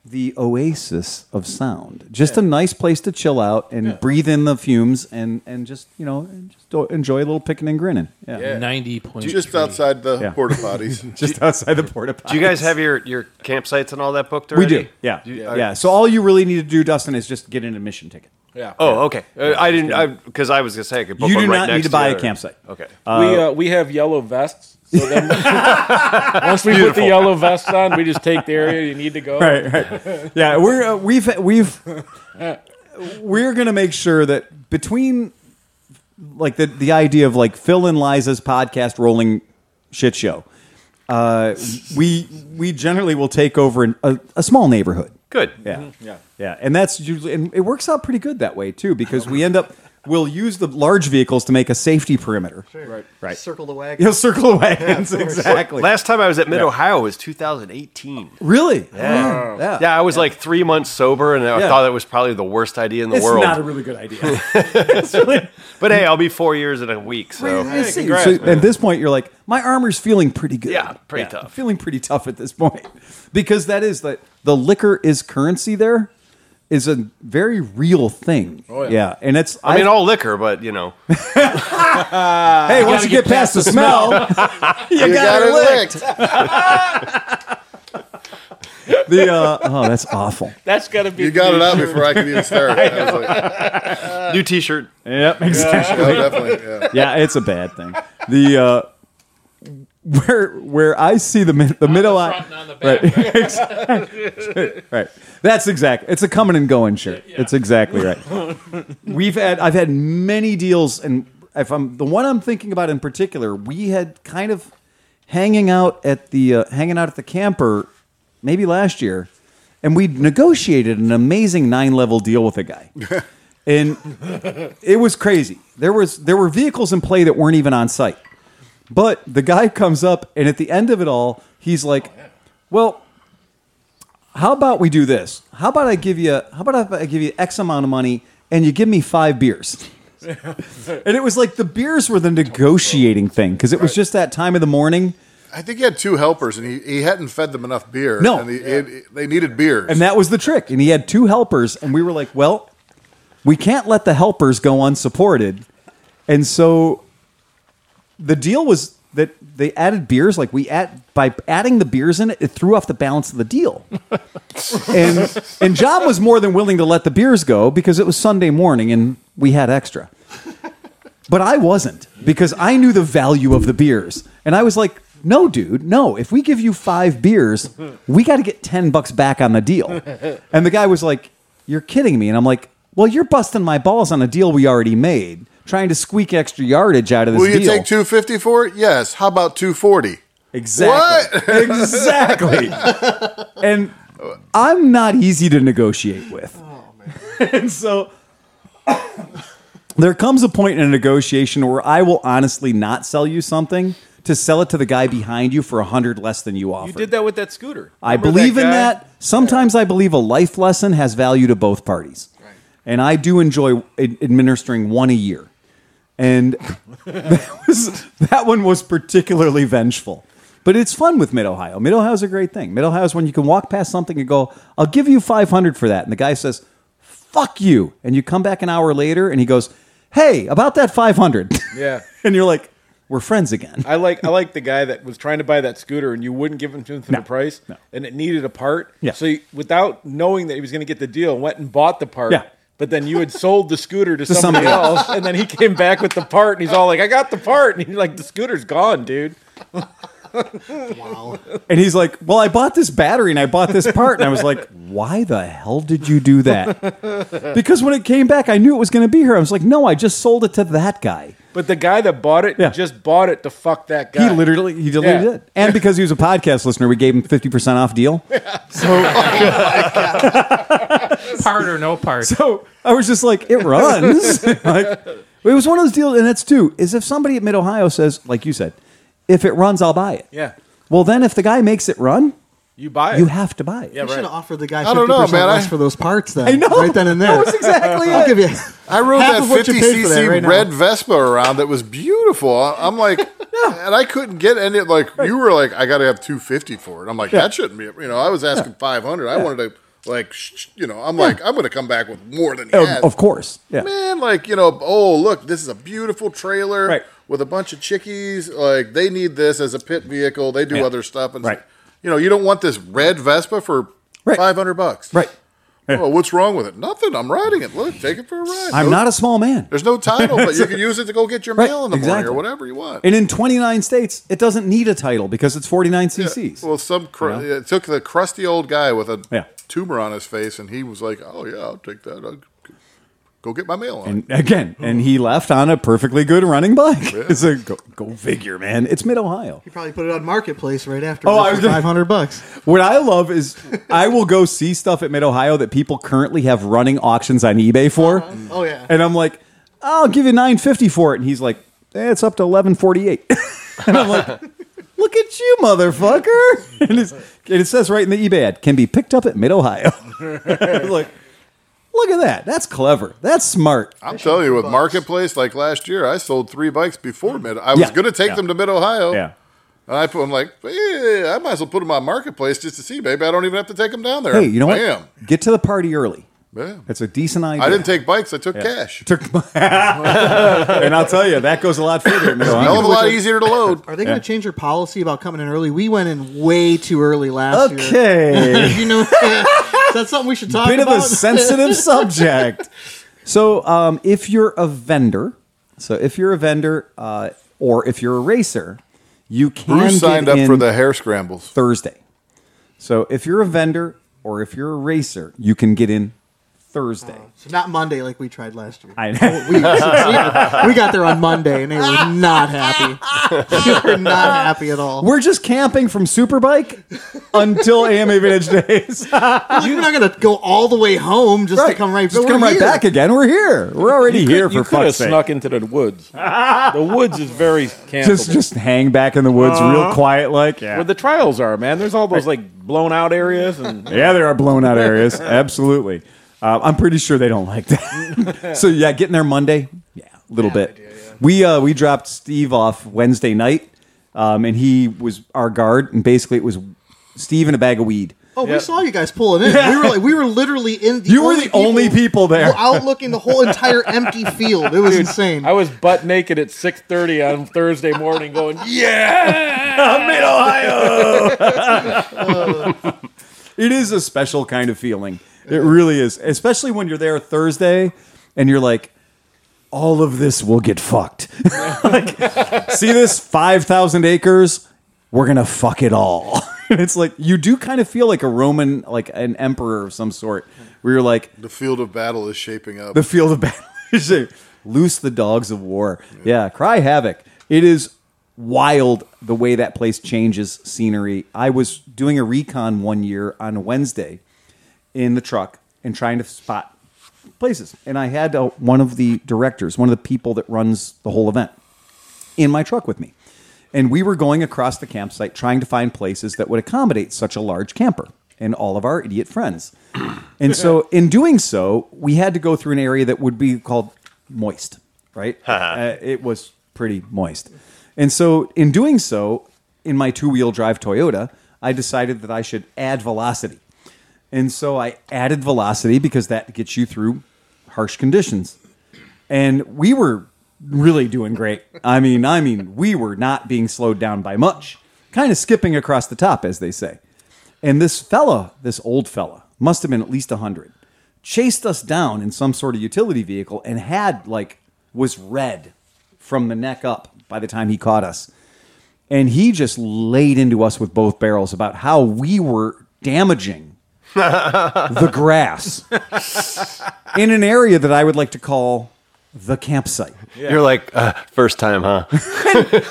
[SPEAKER 1] the oasis of sound. Just a nice place to chill out and breathe in the fumes and, and just, you know, and just enjoy a little picking and grinning. <laughs> Yeah.
[SPEAKER 3] Ninety point.
[SPEAKER 5] Just outside the
[SPEAKER 1] Yeah.
[SPEAKER 5] porta
[SPEAKER 1] <laughs>
[SPEAKER 5] potties.
[SPEAKER 1] Just outside the porta potty.
[SPEAKER 2] Do you guys have your, your campsites and all that booked
[SPEAKER 1] We
[SPEAKER 2] already?
[SPEAKER 1] do. Yeah. yeah. So all you really need to do, Dustin, is just get an admission ticket.
[SPEAKER 6] Yeah.
[SPEAKER 2] Oh, okay. Uh, I didn't because I, was gonna say I could book
[SPEAKER 1] You
[SPEAKER 2] one
[SPEAKER 1] do
[SPEAKER 2] right
[SPEAKER 1] not need
[SPEAKER 2] next
[SPEAKER 1] to buy
[SPEAKER 2] the
[SPEAKER 1] a
[SPEAKER 2] other.
[SPEAKER 1] campsite.
[SPEAKER 2] Okay.
[SPEAKER 6] we uh, we have yellow vests. So then once we put
[SPEAKER 2] Beautiful.
[SPEAKER 6] the yellow vests on, we just take the area you need to go.
[SPEAKER 1] <laughs> Right. Right. <laughs> yeah. We're uh, we've we've we're gonna make sure that between like the the idea of like Phil and Liza's podcast rolling shit show, uh, we we generally will take over an, a, a small neighborhood.
[SPEAKER 2] Good.
[SPEAKER 1] Yeah. Mm-hmm.
[SPEAKER 6] Yeah.
[SPEAKER 1] Yeah, and that's usually and it works out pretty good that way too because we end up we'll use the large vehicles to make a safety perimeter.
[SPEAKER 4] Right.
[SPEAKER 1] <laughs> Right.
[SPEAKER 4] Circle the
[SPEAKER 1] <laughs>
[SPEAKER 4] wagon.
[SPEAKER 1] You'll circle the wagons
[SPEAKER 4] of course.
[SPEAKER 1] exactly.
[SPEAKER 2] Last time I was at Mid Ohio was 2018.
[SPEAKER 1] Really? Oh.
[SPEAKER 2] Yeah.
[SPEAKER 1] Yeah.
[SPEAKER 2] I was like three months sober, and I
[SPEAKER 1] Yeah.
[SPEAKER 2] thought that was probably the worst idea in the
[SPEAKER 1] It's
[SPEAKER 2] world.
[SPEAKER 1] not a really good idea. <laughs> It's really-
[SPEAKER 2] but hey, I'll be four years in a
[SPEAKER 1] <laughs>
[SPEAKER 2] week, so
[SPEAKER 1] it's- so at this point, you're like, my armor's feeling pretty good.
[SPEAKER 2] Yeah, pretty tough.
[SPEAKER 1] I'm feeling pretty tough at this point <laughs> because that is the the liquor is currency. There is a very real thing. Oh
[SPEAKER 6] yeah.
[SPEAKER 1] and it's
[SPEAKER 2] I mean all liquor, but you know,
[SPEAKER 1] hey, once oh, you get, past the smell, <laughs> you,
[SPEAKER 5] you
[SPEAKER 1] got, it licked.
[SPEAKER 5] licked.
[SPEAKER 1] The uh, oh, that's awful.
[SPEAKER 6] That's gotta be.
[SPEAKER 5] You got it out before I could even
[SPEAKER 1] <laughs>
[SPEAKER 5] start. I was like,
[SPEAKER 1] Uh,
[SPEAKER 2] new T-shirt.
[SPEAKER 1] Yep, exactly.
[SPEAKER 5] no, definitely. Yeah.
[SPEAKER 1] yeah, it's a bad thing. The uh, where where I see the mid, the middle eye, right, <laughs> Exactly. right. That's exactly. It's a coming and going shirt. It's exactly right. We've had I've had many deals, and if I'm the one I'm thinking about in particular, we had kind of hanging out at the uh, hanging out at the camper, maybe last year. and we negotiated an amazing nine level deal with a guy. and it was crazy. There was there were vehicles in play that weren't even on site. But the guy <laughs> comes up and at the end of it all, he's like, "Well, how about we do this? How about I give you how about I give you X amount of money and you give me 5 beers?" and it was like the beers were the negotiating thing because it was just that time of the morning.
[SPEAKER 5] I think he had two helpers, and he, he hadn't fed them enough beer.
[SPEAKER 1] No.
[SPEAKER 5] and he, he- they needed beers.
[SPEAKER 1] And that was the trick. And he had two helpers, and we were like, well, we can't let the helpers go unsupported. And so the deal was that they added beers. Like we add by adding the beers in it, it threw off the balance of the deal. and and John was more than willing to let the beers go because it was Sunday morning and we had extra. But I wasn't because I knew the value of the beers. And I was like, no, dude, no. If we give you five beers, we got to get 10 bucks back on the deal. And the guy was like, you're kidding me. And I'm like, well, you're busting my balls on a deal we already made, trying to squeak extra yardage out of this
[SPEAKER 5] Will you
[SPEAKER 1] deal.
[SPEAKER 5] take two fifty for it? Yes. How about two forty?
[SPEAKER 1] Exactly. exactly. And I'm not easy to negotiate with.
[SPEAKER 6] Oh,
[SPEAKER 1] <laughs> and so there comes a point in a negotiation where I will honestly not sell you something to sell it to the guy behind you for a hundred less than you offered.
[SPEAKER 6] You did that with that scooter.
[SPEAKER 1] I
[SPEAKER 6] Remember
[SPEAKER 1] believe in
[SPEAKER 6] guy?
[SPEAKER 1] that. Sometimes I believe a life lesson has value to both parties. And I do enjoy ad- administering one a year. And <laughs> that, was, that one was particularly vengeful. But it's fun with Mid Ohio. Mid Ohio's a great thing. Mid Ohio's when you can walk past something and go, I'll give you 500 for that. And the guy says, fuck you. And you come back an hour later and he goes, hey, about that 500.
[SPEAKER 6] Yeah.
[SPEAKER 1] <laughs> and you're like, we're friends again.
[SPEAKER 6] I like I like the guy that was trying to buy that scooter and you wouldn't give him to him for
[SPEAKER 1] No,
[SPEAKER 6] the price
[SPEAKER 1] no.
[SPEAKER 6] and it needed a part.
[SPEAKER 1] Yeah.
[SPEAKER 6] So he, without knowing that he was going to get the deal, went and bought the part.
[SPEAKER 1] Yeah.
[SPEAKER 6] But then you had sold the scooter to,
[SPEAKER 1] somebody
[SPEAKER 6] somebody, else, and then he came back with the part, and he's all like, "I got the part," and he's like, "The scooter's gone, dude."
[SPEAKER 1] And he's like, "Well, I bought this battery and I bought this part." And I was <laughs> like, "Why the hell did you do that?" Because when it came back, I knew it was going to be here. I was like, "No, I just sold it to that guy."
[SPEAKER 6] But the guy that bought it
[SPEAKER 1] Yeah.
[SPEAKER 6] just bought it to fuck that guy.
[SPEAKER 1] He literally, he deleted
[SPEAKER 6] Yeah.
[SPEAKER 1] it. And because he was a podcast listener, we gave him fifty percent off <laughs> deal.
[SPEAKER 3] part or
[SPEAKER 1] <laughs>
[SPEAKER 3] no part.
[SPEAKER 1] So I was just like, "It runs." <laughs> like, it was one of those deals, and that's two is if somebody at Mid Ohio says, like you said, "If it runs, I'll buy it."
[SPEAKER 6] Yeah.
[SPEAKER 1] Well, then if the guy makes it run,
[SPEAKER 6] You buy it.
[SPEAKER 1] you have to buy it.
[SPEAKER 6] Yeah,
[SPEAKER 4] You should
[SPEAKER 6] right.
[SPEAKER 4] have offered the guy
[SPEAKER 5] I
[SPEAKER 4] fifty
[SPEAKER 5] don't know,
[SPEAKER 4] percent
[SPEAKER 5] man.
[SPEAKER 4] less
[SPEAKER 5] I-
[SPEAKER 4] for those parts. Then
[SPEAKER 1] I know.
[SPEAKER 4] right then and there.
[SPEAKER 1] That was exactly
[SPEAKER 4] I'll
[SPEAKER 1] it. <laughs>
[SPEAKER 4] give you.
[SPEAKER 5] I rode
[SPEAKER 4] half
[SPEAKER 5] that
[SPEAKER 4] of what you
[SPEAKER 5] fifty
[SPEAKER 4] paid for that
[SPEAKER 5] cc
[SPEAKER 4] right now.
[SPEAKER 5] red Vespa around that was beautiful. I- I'm
[SPEAKER 4] <laughs>
[SPEAKER 5] like, and I couldn't get any. Like you were like, I got to have two fifty for it. I'm like, that shouldn't be. You know, I was asking five hundred. I wanted to like, sh- sh- you know, I'm like, I'm going to come back with more
[SPEAKER 4] Oh,
[SPEAKER 5] than he
[SPEAKER 1] Of-
[SPEAKER 5] had.
[SPEAKER 1] Of course. Yeah.
[SPEAKER 5] man. Like you know, oh look, this is a beautiful trailer
[SPEAKER 1] Right.
[SPEAKER 5] with a bunch of chickies. Like they need this as a pit vehicle. They do
[SPEAKER 1] Yeah.
[SPEAKER 5] other stuff, and
[SPEAKER 1] Right.
[SPEAKER 5] you know, you don't want this red Vespa for
[SPEAKER 1] Right.
[SPEAKER 5] five hundred bucks,
[SPEAKER 1] Right.
[SPEAKER 5] Oh, what's wrong with it? Nothing. I'm riding it. Look, take it for a ride.
[SPEAKER 1] I'm
[SPEAKER 5] No-
[SPEAKER 1] not a small man.
[SPEAKER 5] There's no title, but you can use it to go get your
[SPEAKER 1] Right,
[SPEAKER 5] mail in the morning
[SPEAKER 1] exactly.
[SPEAKER 5] or whatever you want.
[SPEAKER 1] And in 29 states, it doesn't need a title because it's 49 cc's.
[SPEAKER 5] Well, some cr- it took the crusty old guy with a
[SPEAKER 1] Yeah.
[SPEAKER 5] tumor on his face, and he was like, "Oh yeah, I'll take that. I'll g- go get my mail on." it."
[SPEAKER 1] and again, and he left on a perfectly good running bike. <laughs> It's a go, go figure, man. It's mid Ohio.
[SPEAKER 4] You probably put it on marketplace right after.
[SPEAKER 1] Oh, I was
[SPEAKER 4] for
[SPEAKER 1] gonna-
[SPEAKER 4] five hundred bucks.
[SPEAKER 1] What I love is I will go see stuff at mid Ohio that people currently have running auctions on eBay for.
[SPEAKER 5] Uh-huh.
[SPEAKER 4] Oh yeah.
[SPEAKER 1] And I'm like, I'll give you 950 for it. And he's like, eh, it's up to 1148. <laughs> and I'm like, look at you, motherfucker. <laughs> And, it's, and it says right in the eBay ad, can be picked up at Mid Ohio. <laughs> like, look at that. That's clever. That's smart.
[SPEAKER 5] I'm telling you, with marketplace like last year, I sold three bikes before mid. I was
[SPEAKER 1] Mm. Yeah.
[SPEAKER 5] going to take
[SPEAKER 1] Yeah.
[SPEAKER 5] them to mid Ohio.
[SPEAKER 1] Yeah.
[SPEAKER 5] And I put, I'm like, yeah, I might as well put them on marketplace just to see, baby. I don't even have to take them down there.
[SPEAKER 1] Hey, you know what?
[SPEAKER 5] Bam.
[SPEAKER 1] Get to the party early.
[SPEAKER 5] Bam.
[SPEAKER 1] That's a decent idea. <laughs>
[SPEAKER 5] I didn't take bikes. I took cash.
[SPEAKER 1] Took- and I'll tell you, that goes a lot further. at Mid
[SPEAKER 5] Hell of a
[SPEAKER 1] Ohio.
[SPEAKER 5] lot easier
[SPEAKER 1] <laughs>
[SPEAKER 5] to load.
[SPEAKER 4] Are they going to change their policy about coming in early? We went in way too early last year.
[SPEAKER 1] Okay.
[SPEAKER 4] <laughs> You
[SPEAKER 1] <laughs>
[SPEAKER 4] know, is that something we should talk
[SPEAKER 1] bit of
[SPEAKER 4] about? <laughs>
[SPEAKER 1] a sensitive subject. So, um, if you're a vendor, so if you're a vendor, uh, or if you're a racer, you can
[SPEAKER 5] Bruce
[SPEAKER 1] get
[SPEAKER 5] signed up
[SPEAKER 1] in
[SPEAKER 5] for the hair scrambles.
[SPEAKER 1] Thursday. So, if you're a vendor or if you're a racer, you can get in Thursday.
[SPEAKER 4] So not Monday like we tried last year.
[SPEAKER 1] I know.
[SPEAKER 4] we, we got there on Monday and they were not happy. they were not happy at all.
[SPEAKER 1] We're just camping from Superbike until AMA
[SPEAKER 4] <laughs>
[SPEAKER 1] Vintage Days.
[SPEAKER 4] Like, We're not going to go all the way home just to come
[SPEAKER 1] <laughs>
[SPEAKER 4] right,
[SPEAKER 1] just
[SPEAKER 4] but
[SPEAKER 1] come
[SPEAKER 4] we're
[SPEAKER 1] right
[SPEAKER 4] here.
[SPEAKER 1] back again. We're here. We're already here
[SPEAKER 6] you
[SPEAKER 1] for
[SPEAKER 6] could have
[SPEAKER 1] fuck's sake.
[SPEAKER 6] snuck into the woods. the woods is very canceled.
[SPEAKER 1] just just hang back in the woods,
[SPEAKER 4] Uh-huh.
[SPEAKER 1] real quiet, like yeah.
[SPEAKER 6] where the trials are, man. There's all those like blown out areas and
[SPEAKER 1] Yeah, there are blown out <laughs> areas. Absolutely. Uh, I'm pretty sure they don't like that. <laughs> so yeah, getting there Monday. Yeah, a little bit. We uh, we dropped Steve off Wednesday night, um, and he was our guard, and basically it was Steve and a bag of weed.
[SPEAKER 4] Oh, we saw you guys pulling in. We were like, we were literally in. The
[SPEAKER 1] You were the only people there.
[SPEAKER 4] out looking the whole entire empty field. It was insane.
[SPEAKER 6] I was butt naked at 6:30 on Thursday morning, going,
[SPEAKER 1] Mid Ohio. it is a special kind of feeling. It really is, especially when you're there Thursday and you're like, all of this will get fucked. <laughs> like, see this five thousand acres? We're gonna fuck it all. <laughs> it's like you do kind of feel like a Roman, like an emperor of some sort, where you're like,
[SPEAKER 5] The field of battle is shaping
[SPEAKER 1] <laughs>
[SPEAKER 5] up.
[SPEAKER 1] the field of battle. is a- Loose the dogs of war. Yeah, cry havoc. It is wild the way that place changes scenery. I was doing a recon one year on a Wednesday in the truck and trying to spot places. And I had uh, one of the directors, one of the people that runs the whole event, in my truck with me. And we were going across the campsite trying to find places that would accommodate such a large camper and all of our idiot friends. And so, in doing so, we had to go through an area that would be called moist, right? uh, it was pretty moist. And so, in doing so, in my two wheel drive Toyota, I decided that I should add velocity. And so I added velocity because that gets you through harsh conditions. And we were really doing great. I mean, I mean, we were not being slowed down by much, kind of skipping across the top, as they say. And this fella, this old fella, must have been at least 100, chased us down in some sort of utility vehicle and had, like, was red from the neck up by the time he caught us and he just laid into us with both barrels about how we were damaging the grass in an area that I would like to call the campsite.
[SPEAKER 2] You're like uh, first time, huh?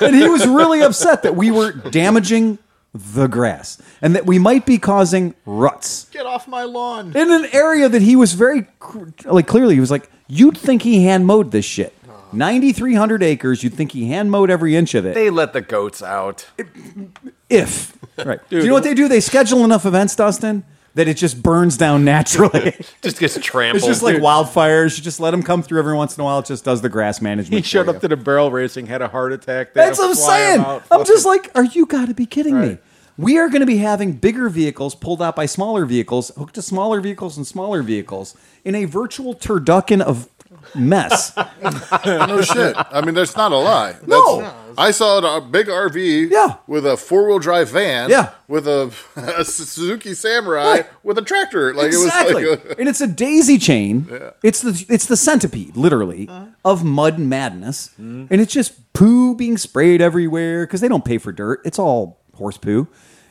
[SPEAKER 2] <laughs>
[SPEAKER 1] And he was really upset that we were damaging the grass and that we might be causing ruts
[SPEAKER 4] Get off my
[SPEAKER 7] <laughs>
[SPEAKER 4] lawn.
[SPEAKER 1] in an area that he was very cr- like clearly he was like you'd think he hand mowed this shit. 9300 acres, you'd think he hand mowed every inch of it.
[SPEAKER 2] they let the goats out.
[SPEAKER 1] if right do you know what they do they schedule enough events dustin that it just burns down
[SPEAKER 6] <laughs>
[SPEAKER 1] naturally
[SPEAKER 2] just gets trampled.
[SPEAKER 1] it's just like wildfires you just let them come through every once in a while it just does the grass
[SPEAKER 6] he
[SPEAKER 1] management for
[SPEAKER 6] showed
[SPEAKER 1] you.
[SPEAKER 6] up to the barrel racing, had a heart attack. they had
[SPEAKER 1] that's
[SPEAKER 6] to
[SPEAKER 1] what i'm
[SPEAKER 6] fly him
[SPEAKER 1] saying
[SPEAKER 6] out.
[SPEAKER 1] i'm just like are you gotta be kidding me we are going to be having bigger vehicles pulled out by smaller vehicles hooked to smaller vehicles and smaller vehicles in a virtual turducken of
[SPEAKER 5] <laughs>
[SPEAKER 1] mess
[SPEAKER 5] no shit. I mean, that's not a lie. That's,
[SPEAKER 1] No.
[SPEAKER 5] I saw a big RV
[SPEAKER 1] Yeah.
[SPEAKER 5] with a four wheel drive van
[SPEAKER 1] Yeah.
[SPEAKER 5] with a, <laughs> a Suzuki Samurai
[SPEAKER 1] Right.
[SPEAKER 5] with a tractor. Like
[SPEAKER 1] exactly.
[SPEAKER 5] it was like a,
[SPEAKER 1] and it's a daisy chain. It's the it's the centipede, literally,
[SPEAKER 5] Uh-huh.
[SPEAKER 1] of mud madness.
[SPEAKER 5] Mm-hmm.
[SPEAKER 1] And it's just poo being sprayed everywhere because they don't pay for dirt. It's all horse poo.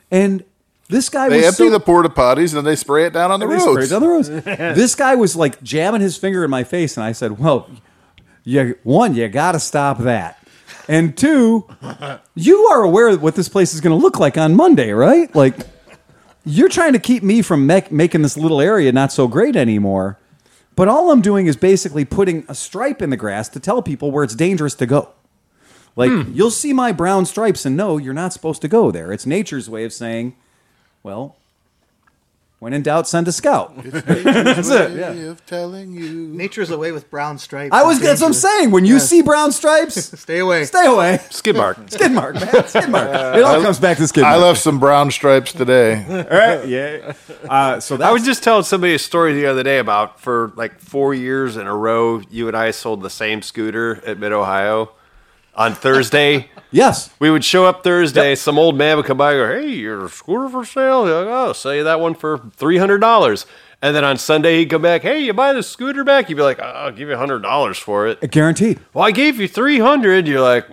[SPEAKER 1] And this guy
[SPEAKER 5] they
[SPEAKER 1] was
[SPEAKER 5] empty
[SPEAKER 1] so-
[SPEAKER 5] the porta potties and then they spray it down on the
[SPEAKER 1] they
[SPEAKER 5] roads.
[SPEAKER 1] sprayed down the roads.
[SPEAKER 5] <laughs>
[SPEAKER 1] this guy was like jamming his finger in my face, and I said, "Well, you one, you got to stop that." And two, you are aware of what this place is going to look like on Monday, right? Like, you're trying to keep me from mak making this little area not so great anymore. But all I'm doing is basically putting a stripe in the grass to tell people where it's dangerous to go. Like,
[SPEAKER 5] Hmm.
[SPEAKER 1] you'll see my brown stripes and no, you're not supposed to go there. It's nature's way of saying, well, when in doubt, send a scout.
[SPEAKER 5] That's
[SPEAKER 1] it,
[SPEAKER 5] Of telling you.
[SPEAKER 4] Nature's away with brown stripes.
[SPEAKER 1] I was.
[SPEAKER 4] It's
[SPEAKER 1] That's what I'm
[SPEAKER 4] dangerous.
[SPEAKER 1] saying. When you see brown
[SPEAKER 2] <laughs>
[SPEAKER 1] stripes,
[SPEAKER 4] Stay away.
[SPEAKER 1] stay away.
[SPEAKER 2] skid mark.
[SPEAKER 1] Skid mark,
[SPEAKER 2] <laughs>
[SPEAKER 1] man. Skid
[SPEAKER 2] Uh,
[SPEAKER 1] mark. It all comes back to skid
[SPEAKER 5] I
[SPEAKER 1] mark.
[SPEAKER 5] <laughs> left some brown stripes today.
[SPEAKER 1] yeah. Uh, so that
[SPEAKER 2] I was just telling somebody a story the other day about for like four years in a row, you and I sold the same scooter at Mid Ohio on Thursday.
[SPEAKER 1] yes.
[SPEAKER 2] We would show up Thursday. Some old man would come by and go, Hey, your scooter for sale? You're like, oh, I'll sell you that one for $300. And then on Sunday, he'd come back, Hey, you buy the scooter back? You'd be like, "Oh, I'll give you $100 for it.
[SPEAKER 1] Guaranteed.
[SPEAKER 2] Well, I gave you 300 You're like,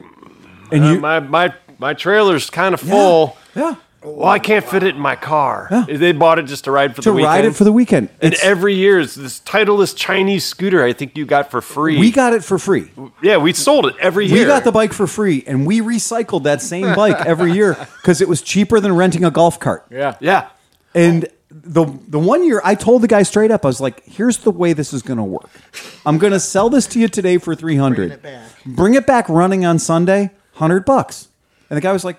[SPEAKER 1] And
[SPEAKER 2] "Uh,
[SPEAKER 1] you.
[SPEAKER 2] my, my, my trailer's kind of full.
[SPEAKER 1] Yeah.
[SPEAKER 2] Well, I can't fit it in my car. They bought it just to ride for
[SPEAKER 1] to
[SPEAKER 2] the weekend.
[SPEAKER 1] ride it for the weekend.
[SPEAKER 2] And
[SPEAKER 1] It's-
[SPEAKER 2] every year, it's this titleless Chinese scooter I think you got for free.
[SPEAKER 1] we got it for free.
[SPEAKER 2] yeah, we sold it every year.
[SPEAKER 1] We got the bike for free, and we recycled that same bike every year
[SPEAKER 2] <laughs>
[SPEAKER 1] because it was cheaper than renting a golf cart.
[SPEAKER 6] Yeah.
[SPEAKER 2] yeah.
[SPEAKER 1] And the the one year I told the guy straight up, I was like, "Here's the way this is going to work. I'm going to sell this to you today for 300.
[SPEAKER 4] Bring it back.
[SPEAKER 1] Bring it back running on Sunday, 100 bucks." And the guy was like,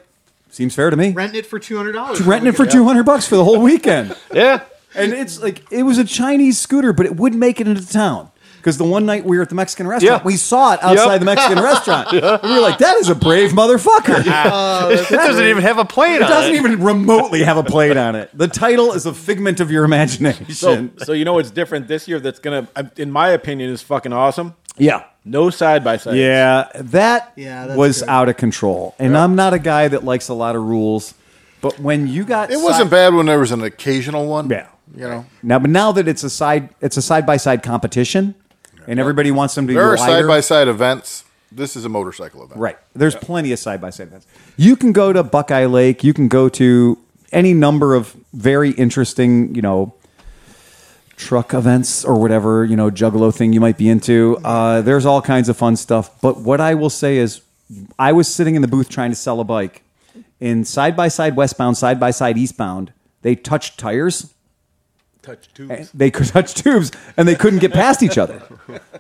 [SPEAKER 1] "Seems fair to me."
[SPEAKER 4] Renting it for two hundred dollars.
[SPEAKER 1] Renting it for 200 bucks for the whole weekend.
[SPEAKER 2] Yeah.
[SPEAKER 1] And it's like it was a Chinese scooter, but it would make it into town. Because the one night we were at the Mexican restaurant,
[SPEAKER 2] Yeah.
[SPEAKER 1] we saw it outside
[SPEAKER 2] Yep.
[SPEAKER 1] the Mexican
[SPEAKER 2] <laughs>
[SPEAKER 1] restaurant. And we were like, that is a brave motherfucker.
[SPEAKER 2] it doesn't even have a plane
[SPEAKER 1] It
[SPEAKER 2] on
[SPEAKER 1] doesn't
[SPEAKER 2] it.
[SPEAKER 1] even remotely have a plate on it. The title is a figment of your imagination.
[SPEAKER 6] So, so you know what's different this year? That's gonna, I- in my opinion, is fucking awesome.
[SPEAKER 1] yeah.
[SPEAKER 6] No side by side.
[SPEAKER 1] Yeah, that
[SPEAKER 4] Yeah, that's
[SPEAKER 1] was
[SPEAKER 4] good.
[SPEAKER 1] out of control. And I'm not a guy that likes a lot of rules, but when you got
[SPEAKER 5] It wasn't
[SPEAKER 1] side-
[SPEAKER 5] bad when there was an occasional one.
[SPEAKER 1] Yeah.
[SPEAKER 5] You know,
[SPEAKER 1] now, but now that it's a side, it's a side by side competition, and everybody wants them to
[SPEAKER 5] there
[SPEAKER 1] go
[SPEAKER 5] are
[SPEAKER 1] wider.
[SPEAKER 5] side by side events. This is a motorcycle event.
[SPEAKER 1] Right. There's plenty of side by side events. You can go to Buckeye Lake. You can go to any number of very interesting, you know, truck events or whatever, you know, juggalo thing you might be into. Uh, there's all kinds of fun stuff. But what I will say is, I was sitting in the booth trying to sell a bike in side by side westbound, side by side eastbound. They touched tires
[SPEAKER 6] Touch
[SPEAKER 1] and
[SPEAKER 6] tubes.
[SPEAKER 1] they <laughs> could touch tubes and they couldn't get past each other.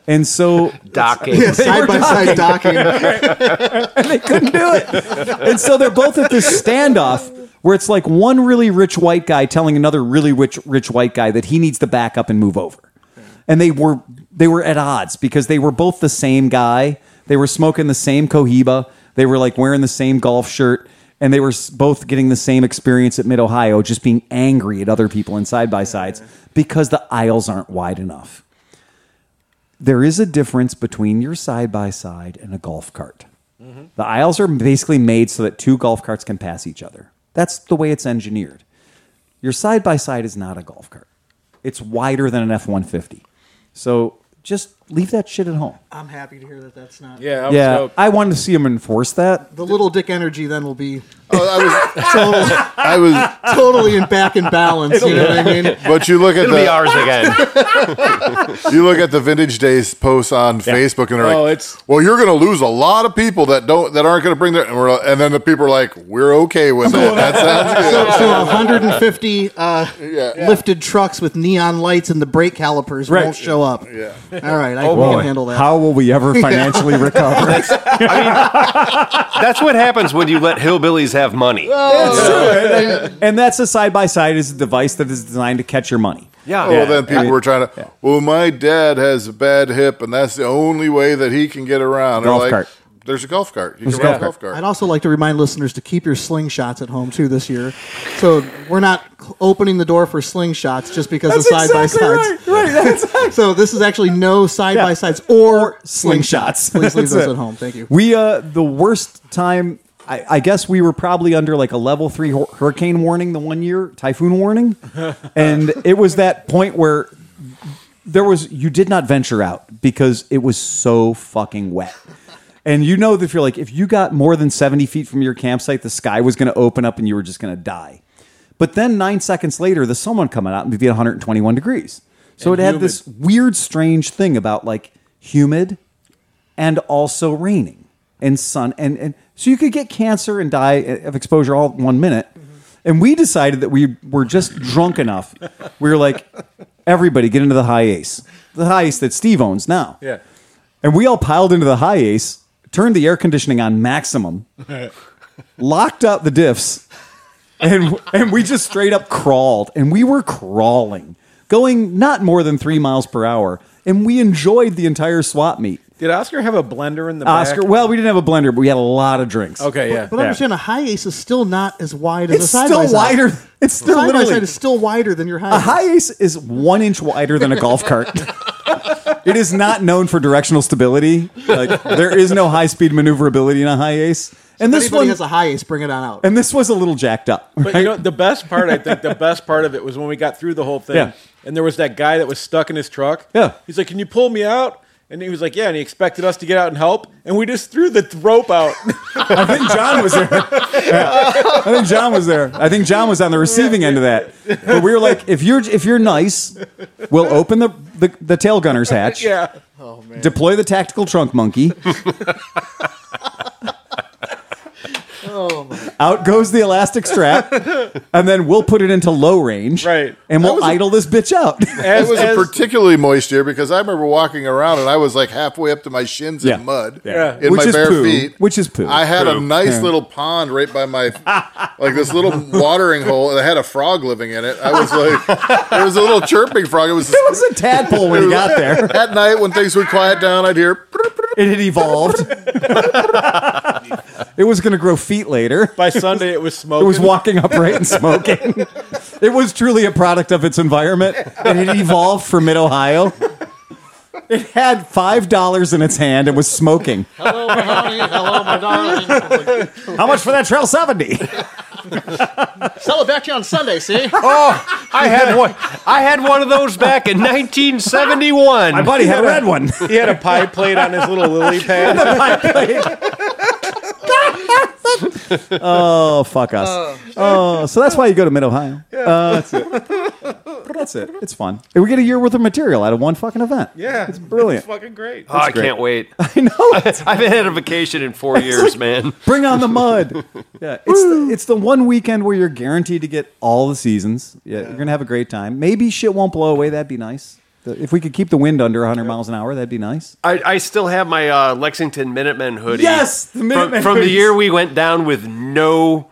[SPEAKER 1] And so
[SPEAKER 2] Docking.
[SPEAKER 1] <laughs>
[SPEAKER 4] side by side docking.
[SPEAKER 1] they couldn't do it. And so they're both at this standoff where it's like one really rich white guy telling another really rich rich white guy that he needs to back up and move over. And they were they were at odds because they were both the same guy. They were smoking the same cohiba. They were like wearing the same golf shirt and they were s- both getting the same experience at Mid Ohio just being angry at other people in side by sides because the aisles aren't wide enough. There is a difference between your side by side and a golf cart. The aisles are basically made so that two golf carts can pass each other. That's the way it's engineered. Your side by side is not a golf cart. It's wider than an F one fifty. So just leave that shit at home.
[SPEAKER 4] I'm happy to hear that. That's not.
[SPEAKER 6] Yeah. I was
[SPEAKER 1] yeah,
[SPEAKER 6] stoked.
[SPEAKER 1] I wanted to see him enforce that.
[SPEAKER 4] The little dick energy then will be
[SPEAKER 5] Oh,
[SPEAKER 1] <laughs>
[SPEAKER 5] I was, I was,
[SPEAKER 4] totally in back in balance. you know what I mean?
[SPEAKER 5] but you look at
[SPEAKER 2] It'll be
[SPEAKER 5] the,
[SPEAKER 2] ours again.
[SPEAKER 5] you look at the vintage days posts on Facebook, and they're like,
[SPEAKER 6] Oh, it's-
[SPEAKER 5] well, you're going to lose a lot of people that don't that aren't going to bring their, and, we're, and then the people are like, we're okay with it. That sounds good.
[SPEAKER 4] So, so 150 uh, lifted trucks with neon lights and the brake calipers
[SPEAKER 1] Right.
[SPEAKER 4] won't show up.
[SPEAKER 5] Yeah.
[SPEAKER 4] All right, I
[SPEAKER 2] boy.
[SPEAKER 4] can handle that.
[SPEAKER 1] Oh, How will we ever financially recover?
[SPEAKER 2] <laughs> That's what happens when you let hillbillies have money.
[SPEAKER 1] and that's a side by side is a device that is designed to catch your money.
[SPEAKER 2] yeah.
[SPEAKER 5] Oh, well, then people were trying to. Well, my dad has a bad hip, and that's the only way that he can get around. They're
[SPEAKER 1] Golf
[SPEAKER 5] like,
[SPEAKER 1] cart.
[SPEAKER 5] There's a golf cart. You
[SPEAKER 1] There's
[SPEAKER 5] can
[SPEAKER 1] a
[SPEAKER 5] ride a
[SPEAKER 1] golf
[SPEAKER 5] golf
[SPEAKER 4] I'd
[SPEAKER 5] cart.
[SPEAKER 4] also like to remind listeners to keep your slingshots at home too this year. So we're not cl- opening the door for slingshots just because of side by sides.
[SPEAKER 1] Right,
[SPEAKER 4] So this is actually no side by sides or
[SPEAKER 1] slingshots.
[SPEAKER 4] slingshots. Please leave
[SPEAKER 1] That's
[SPEAKER 4] those
[SPEAKER 1] it.
[SPEAKER 4] at home. Thank you.
[SPEAKER 1] We uh the worst time. I, I guess we were probably under like a level three hur- hurricane warning the one year typhoon
[SPEAKER 6] <laughs>
[SPEAKER 1] warning, and it was that point where there was you did not venture out because it was so fucking wet. And you know that if you're like if you got more than seventy feet from your campsite, the sky was going to open up and you were just going to die. But then nine seconds later, the sun would come out and it'd be 121 degrees. So
[SPEAKER 6] And
[SPEAKER 1] it had
[SPEAKER 6] humid.
[SPEAKER 1] this weird, strange thing about like humid and also raining and sun and, and so you could get cancer and die of exposure all in one minute and we decided that we were just drunk enough we were like everybody get into the high ace the high ace that steve owns now
[SPEAKER 6] Yeah.
[SPEAKER 1] and we all piled into the high ace turned the air conditioning on maximum locked up the diffs and and we just straight up crawled and we were crawling going not more than three miles per hour and we enjoyed the entire swap meet
[SPEAKER 6] Did Oscar have a blender in the
[SPEAKER 1] Oscar.
[SPEAKER 6] Back?
[SPEAKER 1] Well, we didn't have a blender, but we had a lot of drinks.
[SPEAKER 6] Okay. Yeah.
[SPEAKER 4] But understand a high ace is still not as wide as
[SPEAKER 1] It's
[SPEAKER 4] a side
[SPEAKER 1] still
[SPEAKER 4] by side.
[SPEAKER 1] wider. It's still
[SPEAKER 4] Side by
[SPEAKER 1] literally
[SPEAKER 4] side is still wider than your high.
[SPEAKER 1] a high ace is one inch wider than a golf cart. it is not known for directional stability. Like there is no high speed maneuverability in a high ace. And
[SPEAKER 4] If
[SPEAKER 1] this one
[SPEAKER 4] anybody has a high ace, bring it on out.
[SPEAKER 1] and this was a little jacked up.
[SPEAKER 6] But you know, the best part, I think, the best part of it was when we got through the whole thing,
[SPEAKER 1] Yeah.
[SPEAKER 6] and there was that guy that was stuck in his truck.
[SPEAKER 1] Yeah.
[SPEAKER 6] he's like, "Can you pull me out?" And he was like, "Yeah," and he expected us to get out and help, and we just threw the rope out. <laughs>
[SPEAKER 1] I think John was there. I think John was there. I think John was on the receiving end of that. But we were like, if you're if you're nice, we'll open the the, the tail gunner's hatch,
[SPEAKER 6] yeah,
[SPEAKER 1] deploy the tactical trunk monkey. <laughs> Out goes the elastic strap, and then we'll put it into low range,
[SPEAKER 6] Right.
[SPEAKER 1] And
[SPEAKER 5] That
[SPEAKER 1] we'll
[SPEAKER 5] was a-
[SPEAKER 1] idle this bitch
[SPEAKER 5] <laughs>
[SPEAKER 1] out.
[SPEAKER 5] It
[SPEAKER 6] as,
[SPEAKER 5] was a
[SPEAKER 6] as-
[SPEAKER 5] particularly moist year because I remember walking around and I was like halfway up to my shins
[SPEAKER 1] Yeah.
[SPEAKER 5] in mud
[SPEAKER 1] Yeah.
[SPEAKER 5] in
[SPEAKER 1] Which
[SPEAKER 5] my
[SPEAKER 1] is
[SPEAKER 5] bare
[SPEAKER 1] poo.
[SPEAKER 5] feet.
[SPEAKER 1] Which is poo. <laughs>
[SPEAKER 5] I had a
[SPEAKER 2] Poo.
[SPEAKER 5] nice little pond right by my, like this little watering hole that had a frog living in it. I was like, there was a little chirping frog. It was,
[SPEAKER 1] It was a tadpole when he got there.
[SPEAKER 5] <laughs> at night when things would quiet down, I'd hear,
[SPEAKER 1] It had evolved. <laughs> it was going to grow feet later.
[SPEAKER 6] by Sunday it was
[SPEAKER 1] It
[SPEAKER 6] smoking.
[SPEAKER 1] was walking upright and <laughs> smoking. it was truly a product of its environment. It had evolved from mid Ohio. It had five dollars in its hand and was smoking.
[SPEAKER 7] Hello, my honey. Hello, my darling.
[SPEAKER 1] How much for that trail seventy?
[SPEAKER 4] Sell it back to you on Sunday, see?
[SPEAKER 2] Oh, I had
[SPEAKER 1] <laughs>
[SPEAKER 2] one. I had one of those back in 1971.
[SPEAKER 1] My buddy
[SPEAKER 2] <laughs>
[SPEAKER 1] had a red <laughs> one.
[SPEAKER 6] He had a pie plate on his little lily pad.
[SPEAKER 1] oh fuck us. Oh, so that's why you go to mid Ohio. Uh, that's it. That's it. It's fun. And we get a year worth of material out of one fucking event.
[SPEAKER 6] Yeah,
[SPEAKER 1] it's brilliant.
[SPEAKER 6] It's fucking great.
[SPEAKER 2] oh, I can't wait. <laughs>
[SPEAKER 1] <laughs> I know. it.
[SPEAKER 2] I haven't had a vacation in
[SPEAKER 1] <laughs>
[SPEAKER 2] four years, man.
[SPEAKER 1] Bring on the
[SPEAKER 2] <laughs>
[SPEAKER 1] mud. Yeah, it's the, it's the one weekend where you're guaranteed to get all the seasons. Yeah, you're gonna have a great time. Maybe shit won't blow away. That'd be nice. The- If we could keep the wind under 100 miles an hour, that'd be
[SPEAKER 2] <laughs>
[SPEAKER 1] nice.
[SPEAKER 2] I, I still have my uh, Lexington Minutemen hoodie.
[SPEAKER 1] Yes, the Minutemen
[SPEAKER 2] from, from the
[SPEAKER 1] hoodies.
[SPEAKER 2] year we went down with no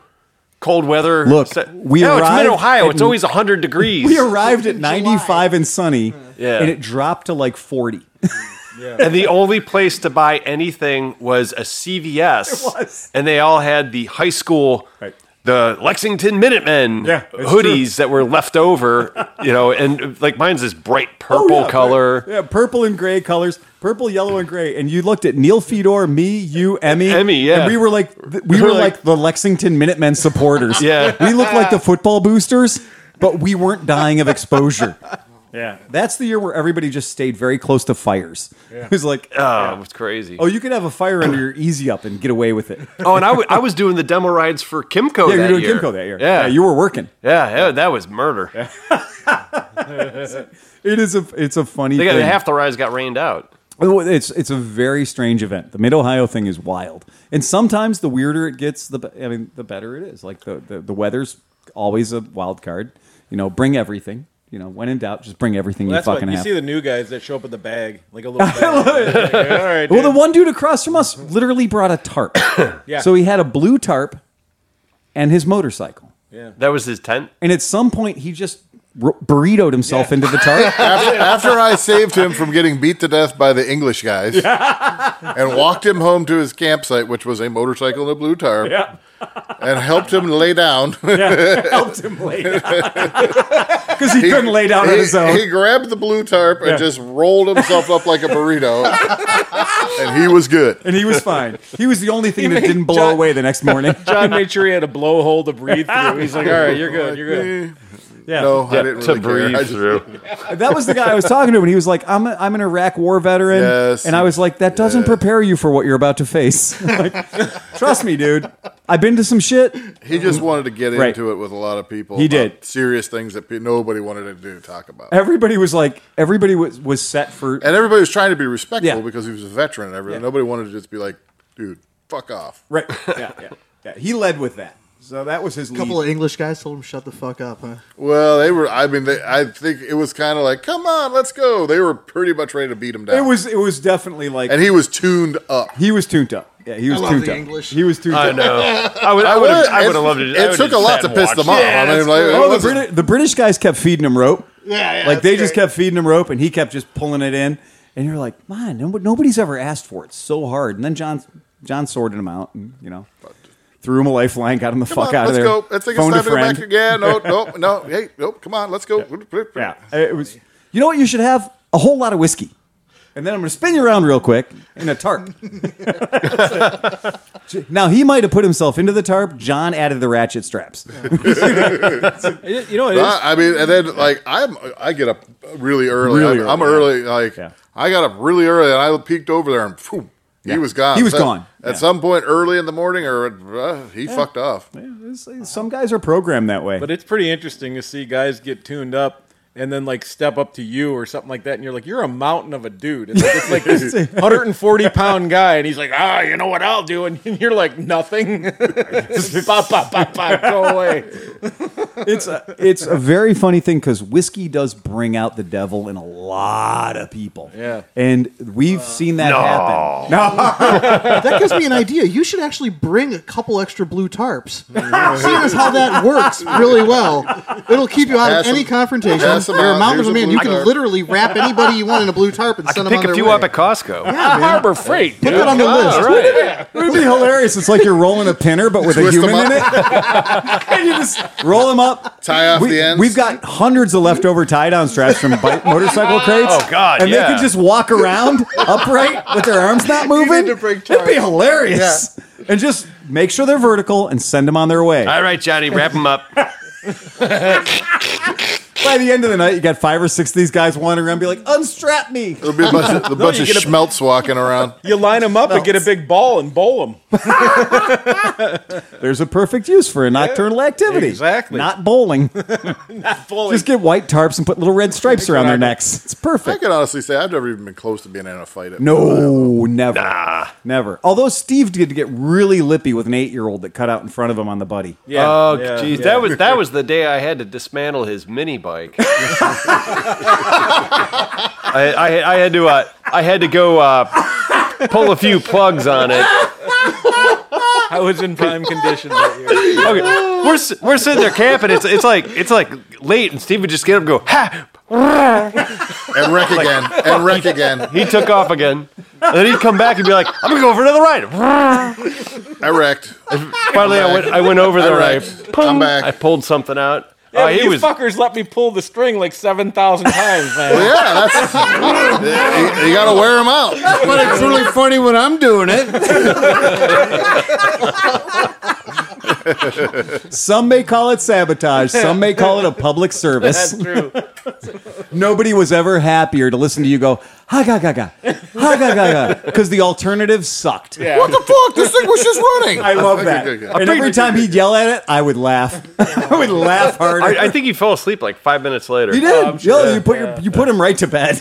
[SPEAKER 2] cold weather.
[SPEAKER 1] Look,
[SPEAKER 2] Se-
[SPEAKER 1] we
[SPEAKER 2] no, it's
[SPEAKER 1] arrived
[SPEAKER 2] mid Ohio.
[SPEAKER 1] at-
[SPEAKER 2] It's always 100 degrees.
[SPEAKER 1] We arrived at 95 and sunny,
[SPEAKER 2] Yeah.
[SPEAKER 1] and it dropped to like 40.
[SPEAKER 2] and the only place to buy anything was a CVS.
[SPEAKER 1] It was.
[SPEAKER 2] And they all had the high school,
[SPEAKER 1] Right.
[SPEAKER 2] the Lexington Minutemen
[SPEAKER 1] Yeah, it's
[SPEAKER 2] hoodies that were left over, you know, and like mine's this bright <laughs> purple
[SPEAKER 1] Oh, yeah,
[SPEAKER 2] color.
[SPEAKER 1] Yeah, purple and gray colors, purple, yellow, and gray. And you looked at Neil Fedor, me, you, Emmy,
[SPEAKER 2] Emmy, yeah.
[SPEAKER 1] And we were
[SPEAKER 2] <laughs>
[SPEAKER 1] like, th- we
[SPEAKER 2] We're
[SPEAKER 1] were
[SPEAKER 2] like-
[SPEAKER 1] like the Lexington Minutemen supporters.
[SPEAKER 2] <laughs> Yeah.
[SPEAKER 1] we looked like the football boosters, but we weren't dying of exposure.
[SPEAKER 6] Yeah,
[SPEAKER 1] That's the year where everybody just stayed very close to fires. <laughs> It was like, uh,
[SPEAKER 2] Oh, it's crazy.
[SPEAKER 1] oh, you could have a fire under your easy up and get away with it.
[SPEAKER 2] <laughs> Oh, and I wa- I was doing the demo rides for Kimco
[SPEAKER 1] Yeah, you
[SPEAKER 2] Oh, that
[SPEAKER 1] were doing
[SPEAKER 2] year.
[SPEAKER 1] Kimco that year.
[SPEAKER 2] Yeah.
[SPEAKER 1] you were working.
[SPEAKER 2] yeah, yeah, that was murder.
[SPEAKER 1] It is a, it's a funny.
[SPEAKER 2] They got,
[SPEAKER 1] thing.
[SPEAKER 2] half the rides got rained out.
[SPEAKER 1] Oh, It's it's a very strange event. The Mid Ohio thing is wild, and sometimes the weirder it gets, the be- I mean, the better it is. Like the, the the weather's always a wild card. You know, bring everything. You know, when in doubt, just bring everything
[SPEAKER 6] that's
[SPEAKER 1] you
[SPEAKER 6] why
[SPEAKER 1] fucking
[SPEAKER 6] you
[SPEAKER 1] have.
[SPEAKER 6] see the new guys that show up with the bag,
[SPEAKER 1] <laughs>
[SPEAKER 6] like a little. Bag. Like, all right,
[SPEAKER 1] well, the
[SPEAKER 6] dude.
[SPEAKER 1] one dude across from us literally brought a tarp.
[SPEAKER 6] <coughs> Yeah.
[SPEAKER 1] So he had a blue tarp and his motorcycle,
[SPEAKER 2] That was his tent.
[SPEAKER 1] and at some point he just r- burritoed himself into the
[SPEAKER 5] <laughs>
[SPEAKER 1] tarp.
[SPEAKER 5] after, after I saved him from getting beat to death by the English guys and walked him home to his campsite, which was a motorcycle and a blue tarp, and helped him lay down.
[SPEAKER 1] Helped him lay down because <laughs> he, couldn't lay down
[SPEAKER 5] he,
[SPEAKER 1] on his own.
[SPEAKER 5] He grabbed the blue tarp and just rolled himself up like a
[SPEAKER 1] <laughs>
[SPEAKER 5] burrito, and he was good.
[SPEAKER 1] and he was fine. He was the only
[SPEAKER 5] <laughs>
[SPEAKER 1] thing that
[SPEAKER 6] made
[SPEAKER 1] didn't blow
[SPEAKER 6] John-
[SPEAKER 1] away the next morning.
[SPEAKER 6] John made sure he had a blowhole to breathe through. He's like, all right, you're good, you're good.
[SPEAKER 1] Yeah.
[SPEAKER 5] No, I didn't
[SPEAKER 2] to
[SPEAKER 5] really
[SPEAKER 2] breathe
[SPEAKER 5] care. I just-
[SPEAKER 2] through.
[SPEAKER 1] That was the guy I was talking to, and he was like, "I'm a, I'm an Iraq War veteran,"
[SPEAKER 5] Yes.
[SPEAKER 1] and I was like, "That doesn't
[SPEAKER 5] Yes.
[SPEAKER 1] prepare you for what you're about to face." <laughs> like, trust me, dude. I've been to some shit.
[SPEAKER 5] he just wanted to get
[SPEAKER 1] Right.
[SPEAKER 5] into it with a lot of people. Uh,
[SPEAKER 1] He
[SPEAKER 5] about
[SPEAKER 1] did.
[SPEAKER 5] serious things that pe- nobody wanted to do talk about,
[SPEAKER 1] Everybody was like, everybody was was set for.
[SPEAKER 5] and everybody was trying to be respectful
[SPEAKER 1] Yeah.
[SPEAKER 5] because he was a veteran and everything.
[SPEAKER 1] Yeah.
[SPEAKER 5] Nobody wanted to just be like, "Dude, fuck off."
[SPEAKER 6] <laughs>
[SPEAKER 1] Right. Yeah, yeah, yeah. He led with that, so that was his
[SPEAKER 4] A
[SPEAKER 1] lead.
[SPEAKER 4] couple of English guys told him, shut the fuck up, huh?
[SPEAKER 5] Well, they were. I mean, they, I think it was kind of like, "Come on, let's go." They were pretty much ready to beat him down.
[SPEAKER 1] it was it was definitely like
[SPEAKER 5] and he was tuned up.
[SPEAKER 1] he was tuned up. Yeah, he was
[SPEAKER 4] love
[SPEAKER 1] tuned
[SPEAKER 4] the
[SPEAKER 1] up.
[SPEAKER 4] English.
[SPEAKER 1] He was tuned
[SPEAKER 2] I
[SPEAKER 1] up.
[SPEAKER 2] know. I would. I would. have I would have loved it.
[SPEAKER 5] It
[SPEAKER 2] I would've
[SPEAKER 5] took a
[SPEAKER 2] just
[SPEAKER 5] lot
[SPEAKER 2] sat
[SPEAKER 5] to
[SPEAKER 2] and
[SPEAKER 5] piss them
[SPEAKER 2] watched
[SPEAKER 5] off.
[SPEAKER 2] it.
[SPEAKER 5] I mean, like, it
[SPEAKER 1] Oh, the,
[SPEAKER 5] wasn't-
[SPEAKER 1] Briti- the British guys kept feeding him rope.
[SPEAKER 4] Yeah, yeah,
[SPEAKER 1] like
[SPEAKER 4] that's
[SPEAKER 1] they just
[SPEAKER 4] great.
[SPEAKER 1] kept feeding him rope, and he kept just pulling it in. And you're like, man, no- nobody's ever asked for it It's so hard. And then John John sorted him out, and you know, threw him a lifeline, got him the
[SPEAKER 5] Come
[SPEAKER 1] fuck
[SPEAKER 5] on,
[SPEAKER 1] out
[SPEAKER 5] let's
[SPEAKER 1] of there.
[SPEAKER 5] go. Let's take a
[SPEAKER 1] Phoned
[SPEAKER 5] snap in the back
[SPEAKER 1] friend.
[SPEAKER 5] again. No, no, no. Hey, nope. <laughs> Come on, let's go.
[SPEAKER 1] Yeah, it was. You know what? You should have a whole lot of whiskey, and then I'm going to spin you around real quick in a tarp. <laughs> now he might have put himself into the tarp. John added the ratchet straps. <laughs>
[SPEAKER 6] It- You know, it is.
[SPEAKER 5] I I mean, and then like I'm, I get up really early.
[SPEAKER 1] Really
[SPEAKER 5] I'm, I'm
[SPEAKER 1] early,
[SPEAKER 5] early. Like
[SPEAKER 1] Yeah.
[SPEAKER 5] I got up really early and I peeked over there and phew, he
[SPEAKER 1] Yeah.
[SPEAKER 5] was gone.
[SPEAKER 1] He was
[SPEAKER 5] So,
[SPEAKER 1] gone.
[SPEAKER 5] At
[SPEAKER 1] Yeah.
[SPEAKER 5] some point early in the morning or uh, he fucked off.
[SPEAKER 1] It's- Some guys are programmed that way.
[SPEAKER 6] But it's pretty interesting to see guys get tuned up and then like step up to you or something like that, and you're like, you're a mountain of a dude. It's like, it's like
[SPEAKER 1] <laughs>
[SPEAKER 6] this 140 pound guy, and he's like, ah, you know what I'll do, and <laughs> you're like, nothing. <laughs> Just pop, pop, pop, pop, go away.
[SPEAKER 1] it's a, it's a very funny thing because whiskey does bring out the devil in a lot of people.
[SPEAKER 6] Yeah.
[SPEAKER 1] and we've seen that happen.
[SPEAKER 4] That gives me an idea. You should actually bring a couple extra blue tarps. <laughs> Seeing as how that works really well, it'll keep you out
[SPEAKER 5] Pass
[SPEAKER 4] of any
[SPEAKER 5] them-
[SPEAKER 4] confrontation.
[SPEAKER 5] pass them
[SPEAKER 4] You're
[SPEAKER 5] out.
[SPEAKER 4] a mountain
[SPEAKER 5] Here's
[SPEAKER 4] of a
[SPEAKER 5] a
[SPEAKER 4] man.
[SPEAKER 5] blue
[SPEAKER 4] You can
[SPEAKER 5] tarp.
[SPEAKER 4] literally wrap anybody you want in a blue tarp and
[SPEAKER 2] I
[SPEAKER 4] send
[SPEAKER 2] can
[SPEAKER 4] them on
[SPEAKER 2] pick
[SPEAKER 4] their
[SPEAKER 2] a few
[SPEAKER 4] way.
[SPEAKER 2] up at Costco. Harbor Freight, dude.
[SPEAKER 4] Put that on the list.
[SPEAKER 1] It would be hilarious. It's like you're rolling a pinner, but with a
[SPEAKER 5] Twist 'em
[SPEAKER 1] human in it. and you just roll them up.
[SPEAKER 5] Tie off the ends.
[SPEAKER 1] We've got hundreds of leftover tie down straps from
[SPEAKER 5] <laughs>
[SPEAKER 1] bike, motorcycle crates.
[SPEAKER 2] Oh, God,
[SPEAKER 1] And
[SPEAKER 2] yeah.
[SPEAKER 1] they can just walk around upright with their arms not moving.
[SPEAKER 5] to break
[SPEAKER 1] It'd be
[SPEAKER 5] ties.
[SPEAKER 1] hilarious. And just make sure they're vertical and send them on their way.
[SPEAKER 2] All right, Johnny, wrap him up.
[SPEAKER 1] By the end of the night, you got five or six of these guys wandering around, be like, "Unstrap me!"
[SPEAKER 5] There'll be a bunch
[SPEAKER 1] <laughs>
[SPEAKER 5] of, a bunch
[SPEAKER 6] you
[SPEAKER 5] of
[SPEAKER 6] get a-
[SPEAKER 5] schmelts walking around.
[SPEAKER 6] You line them up and get a big ball and bowl them.
[SPEAKER 1] There's a perfect use for a nocturnal activity.
[SPEAKER 6] Exactly.
[SPEAKER 1] Not bowling.
[SPEAKER 6] <laughs>
[SPEAKER 1] Just get white tarps and put little red stripes around their
[SPEAKER 6] Exactly.
[SPEAKER 1] necks. It's
[SPEAKER 5] I
[SPEAKER 1] perfect.
[SPEAKER 5] can honestly say I've never even been close to being in a fight. At
[SPEAKER 1] No, never,
[SPEAKER 2] Ah.
[SPEAKER 1] never. Although Steve did get really lippy with an eight-year-old that cut out in front of him on the buddy.
[SPEAKER 6] Yeah,
[SPEAKER 2] oh,
[SPEAKER 6] yeah,
[SPEAKER 2] jeez,
[SPEAKER 6] yeah.
[SPEAKER 2] that was that was the day I had to dismantle his mini bike. <laughs> I, I, I had to uh, I had to go uh, pull a few plugs on it.
[SPEAKER 6] I was in prime condition that year.
[SPEAKER 2] Okay, we're s- we're sitting there camping. It's it's like it's like late, and Steve would just get up and go. Ha!
[SPEAKER 5] And wreck again.
[SPEAKER 1] <laughs>
[SPEAKER 5] and wreck again.
[SPEAKER 2] He took off again. And then he'd come back and be like, "I'm gonna go for another ride."
[SPEAKER 5] I
[SPEAKER 1] <laughs>
[SPEAKER 5] wrecked.
[SPEAKER 2] Finally, I went I went over
[SPEAKER 5] I
[SPEAKER 2] there. I,
[SPEAKER 5] wrecked. Come back.
[SPEAKER 2] I pulled something out.
[SPEAKER 6] Yeah,
[SPEAKER 2] Uh,
[SPEAKER 6] but
[SPEAKER 2] he
[SPEAKER 6] you
[SPEAKER 2] was
[SPEAKER 6] fuckers let me pull the string like 7,000 times, man.
[SPEAKER 5] Yeah, that's. you, you gotta wear them out.
[SPEAKER 7] But it's really funny when I'm doing
[SPEAKER 5] <laughs>
[SPEAKER 7] it.
[SPEAKER 1] Some may call it sabotage. Some may call it a
[SPEAKER 6] <laughs>
[SPEAKER 1] public service.
[SPEAKER 6] That's true.
[SPEAKER 1] Nobody was ever happier to listen to you go ha ga ga ga ha ga ga <laughs> ga because the alternative sucked.
[SPEAKER 5] What the fuck? This thing was just running.
[SPEAKER 1] I love that.
[SPEAKER 5] Okay, okay, okay.
[SPEAKER 1] And every time he'd yell at it, I would laugh. <laughs> I would laugh harder.
[SPEAKER 2] I, I think he fell asleep like five minutes later.
[SPEAKER 1] you did. Yo, you put your, you put him right to bed. <laughs>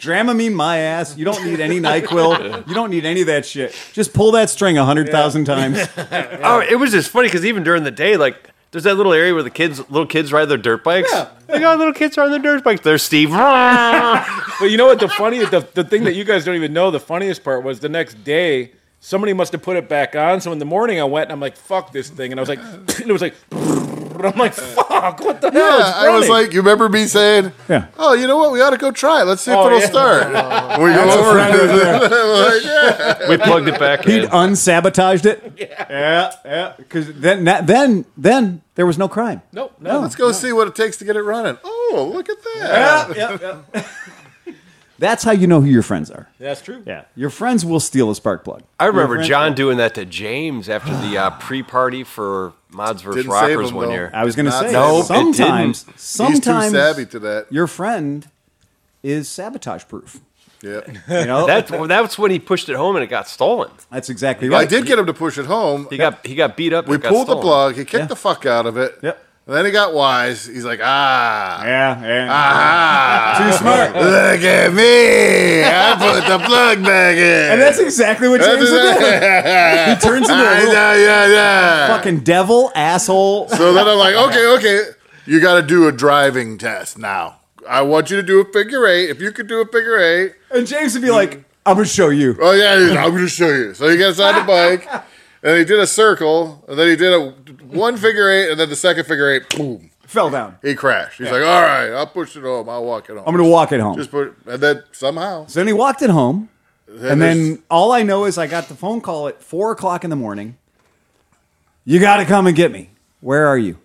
[SPEAKER 1] Dramamine my ass. You don't need any Nyquil. You don't need any of that shit. Just pull that string a hundred thousand <laughs> times.
[SPEAKER 2] Oh, it was just funny because even during the day, like there's that little area where the kids, little kids ride their dirt bikes. Yeah. Like, oh, little kids are on their dirt bikes. There's Steve. <laughs>
[SPEAKER 6] But you know what? The funny, the, the thing that you guys don't even know, the funniest part was the next day, somebody must have put it back on. So in the morning, I went and I'm like, fuck this thing. And I was like, <laughs> and it was like, and I'm like, fuck, what the hell?
[SPEAKER 5] Yeah, I was like, you remember me saying,
[SPEAKER 1] Yeah.
[SPEAKER 5] "Oh, you know what? We ought to go try. it. Let's see if
[SPEAKER 6] Oh,
[SPEAKER 5] it'll
[SPEAKER 1] <laughs>
[SPEAKER 6] yeah.
[SPEAKER 5] start." we go over and do <laughs> it. Like, yeah.
[SPEAKER 2] we plugged it back
[SPEAKER 1] He'd
[SPEAKER 2] in.
[SPEAKER 1] unsabotaged it. Yeah, yeah. Because then, that- then, then there was no crime.
[SPEAKER 6] nope, no.
[SPEAKER 5] Let's go see what it takes to get it running. Oh, look at that!
[SPEAKER 1] That's how you know who your friends are.
[SPEAKER 6] That's true.
[SPEAKER 1] Yeah, your friends will steal a spark plug.
[SPEAKER 2] I remember
[SPEAKER 1] Your friends-
[SPEAKER 2] John doing that to James after
[SPEAKER 5] <sighs>
[SPEAKER 2] the uh, pre-party for Mods vs.
[SPEAKER 5] Didn't save
[SPEAKER 2] Rockers
[SPEAKER 5] him,
[SPEAKER 2] one
[SPEAKER 5] though.
[SPEAKER 2] year.
[SPEAKER 1] I was going to
[SPEAKER 5] Not
[SPEAKER 1] say.
[SPEAKER 5] saved. No, it
[SPEAKER 2] didn't.
[SPEAKER 1] sometimes,
[SPEAKER 5] He's too
[SPEAKER 1] sometimes
[SPEAKER 5] savvy to that.
[SPEAKER 1] your friend is sabotage proof.
[SPEAKER 5] Yeah,
[SPEAKER 1] You know,
[SPEAKER 2] That's that's when he pushed it home and it got stolen.
[SPEAKER 1] that's exactly
[SPEAKER 5] I
[SPEAKER 1] right.
[SPEAKER 5] did get him to push it home.
[SPEAKER 2] He got he got beat up.
[SPEAKER 5] We
[SPEAKER 2] and got
[SPEAKER 5] pulled the
[SPEAKER 2] stolen.
[SPEAKER 5] plug. He kicked
[SPEAKER 1] Yeah.
[SPEAKER 5] the fuck out of it.
[SPEAKER 1] Yep.
[SPEAKER 5] And then he got wise. He's like, ah,
[SPEAKER 1] Yeah, yeah.
[SPEAKER 5] ah,
[SPEAKER 1] Too smart.
[SPEAKER 5] look at
[SPEAKER 1] <laughs>
[SPEAKER 5] me! I put the plug back in.
[SPEAKER 1] And
[SPEAKER 5] <laughs>
[SPEAKER 1] that's exactly what James would do. He turns into a
[SPEAKER 5] I
[SPEAKER 1] little
[SPEAKER 5] know, yeah, yeah.
[SPEAKER 1] fucking devil asshole.
[SPEAKER 5] So then I'm like, okay, okay, you got to do a driving test now. I want you to do a figure eight. If you could do a figure eight,
[SPEAKER 1] And James would be like, "I'm gonna show you."
[SPEAKER 5] oh yeah, he's, I'm going to show you. So he gets on the bike, and he did a circle, and then he did a one figure eight, and then the second figure eight, boom,
[SPEAKER 1] Fell down.
[SPEAKER 5] he crashed. He's like, all right, I'll push it home. I'll walk it home.
[SPEAKER 1] I'm gonna walk it home.
[SPEAKER 5] just put, and then somehow,
[SPEAKER 1] So then he walked it home, and
[SPEAKER 5] there's-
[SPEAKER 1] then all I know is I got the phone call at four o'clock in the morning. You got to come and get me. Where are you?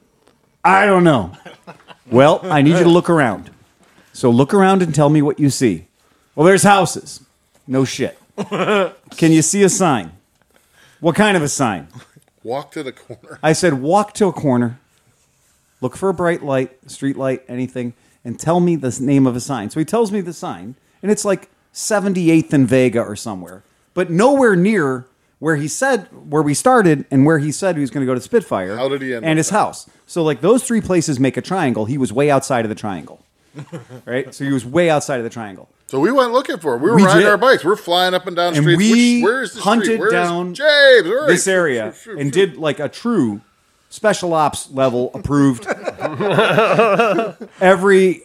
[SPEAKER 1] I don't know. well, I need you to look around. So look around and tell me what you see. Well, there's houses. No shit. Can you see a sign? What kind of a sign?
[SPEAKER 5] walk to the corner.
[SPEAKER 1] I said, walk to a corner, look for a bright light, street light, anything, and tell me the s- name of a sign. So he tells me the sign, and it's like 78th and Vega or somewhere, but nowhere near where he said where we started and where he said he was going to go to Spitfire.
[SPEAKER 5] How did he end
[SPEAKER 1] And
[SPEAKER 5] up
[SPEAKER 1] his house. So like those three places make a triangle. He was way outside of the triangle, <laughs> right? So he was way outside of the triangle.
[SPEAKER 5] So we went looking for him. We were
[SPEAKER 1] We
[SPEAKER 5] riding
[SPEAKER 1] did.
[SPEAKER 5] our bikes. We're flying up and down
[SPEAKER 1] And
[SPEAKER 5] streets.
[SPEAKER 1] we
[SPEAKER 5] Which, where's the
[SPEAKER 1] hunted
[SPEAKER 5] street? Where's
[SPEAKER 1] down
[SPEAKER 5] James? Where are
[SPEAKER 1] this
[SPEAKER 5] you?
[SPEAKER 1] area and did like a true special ops level approved every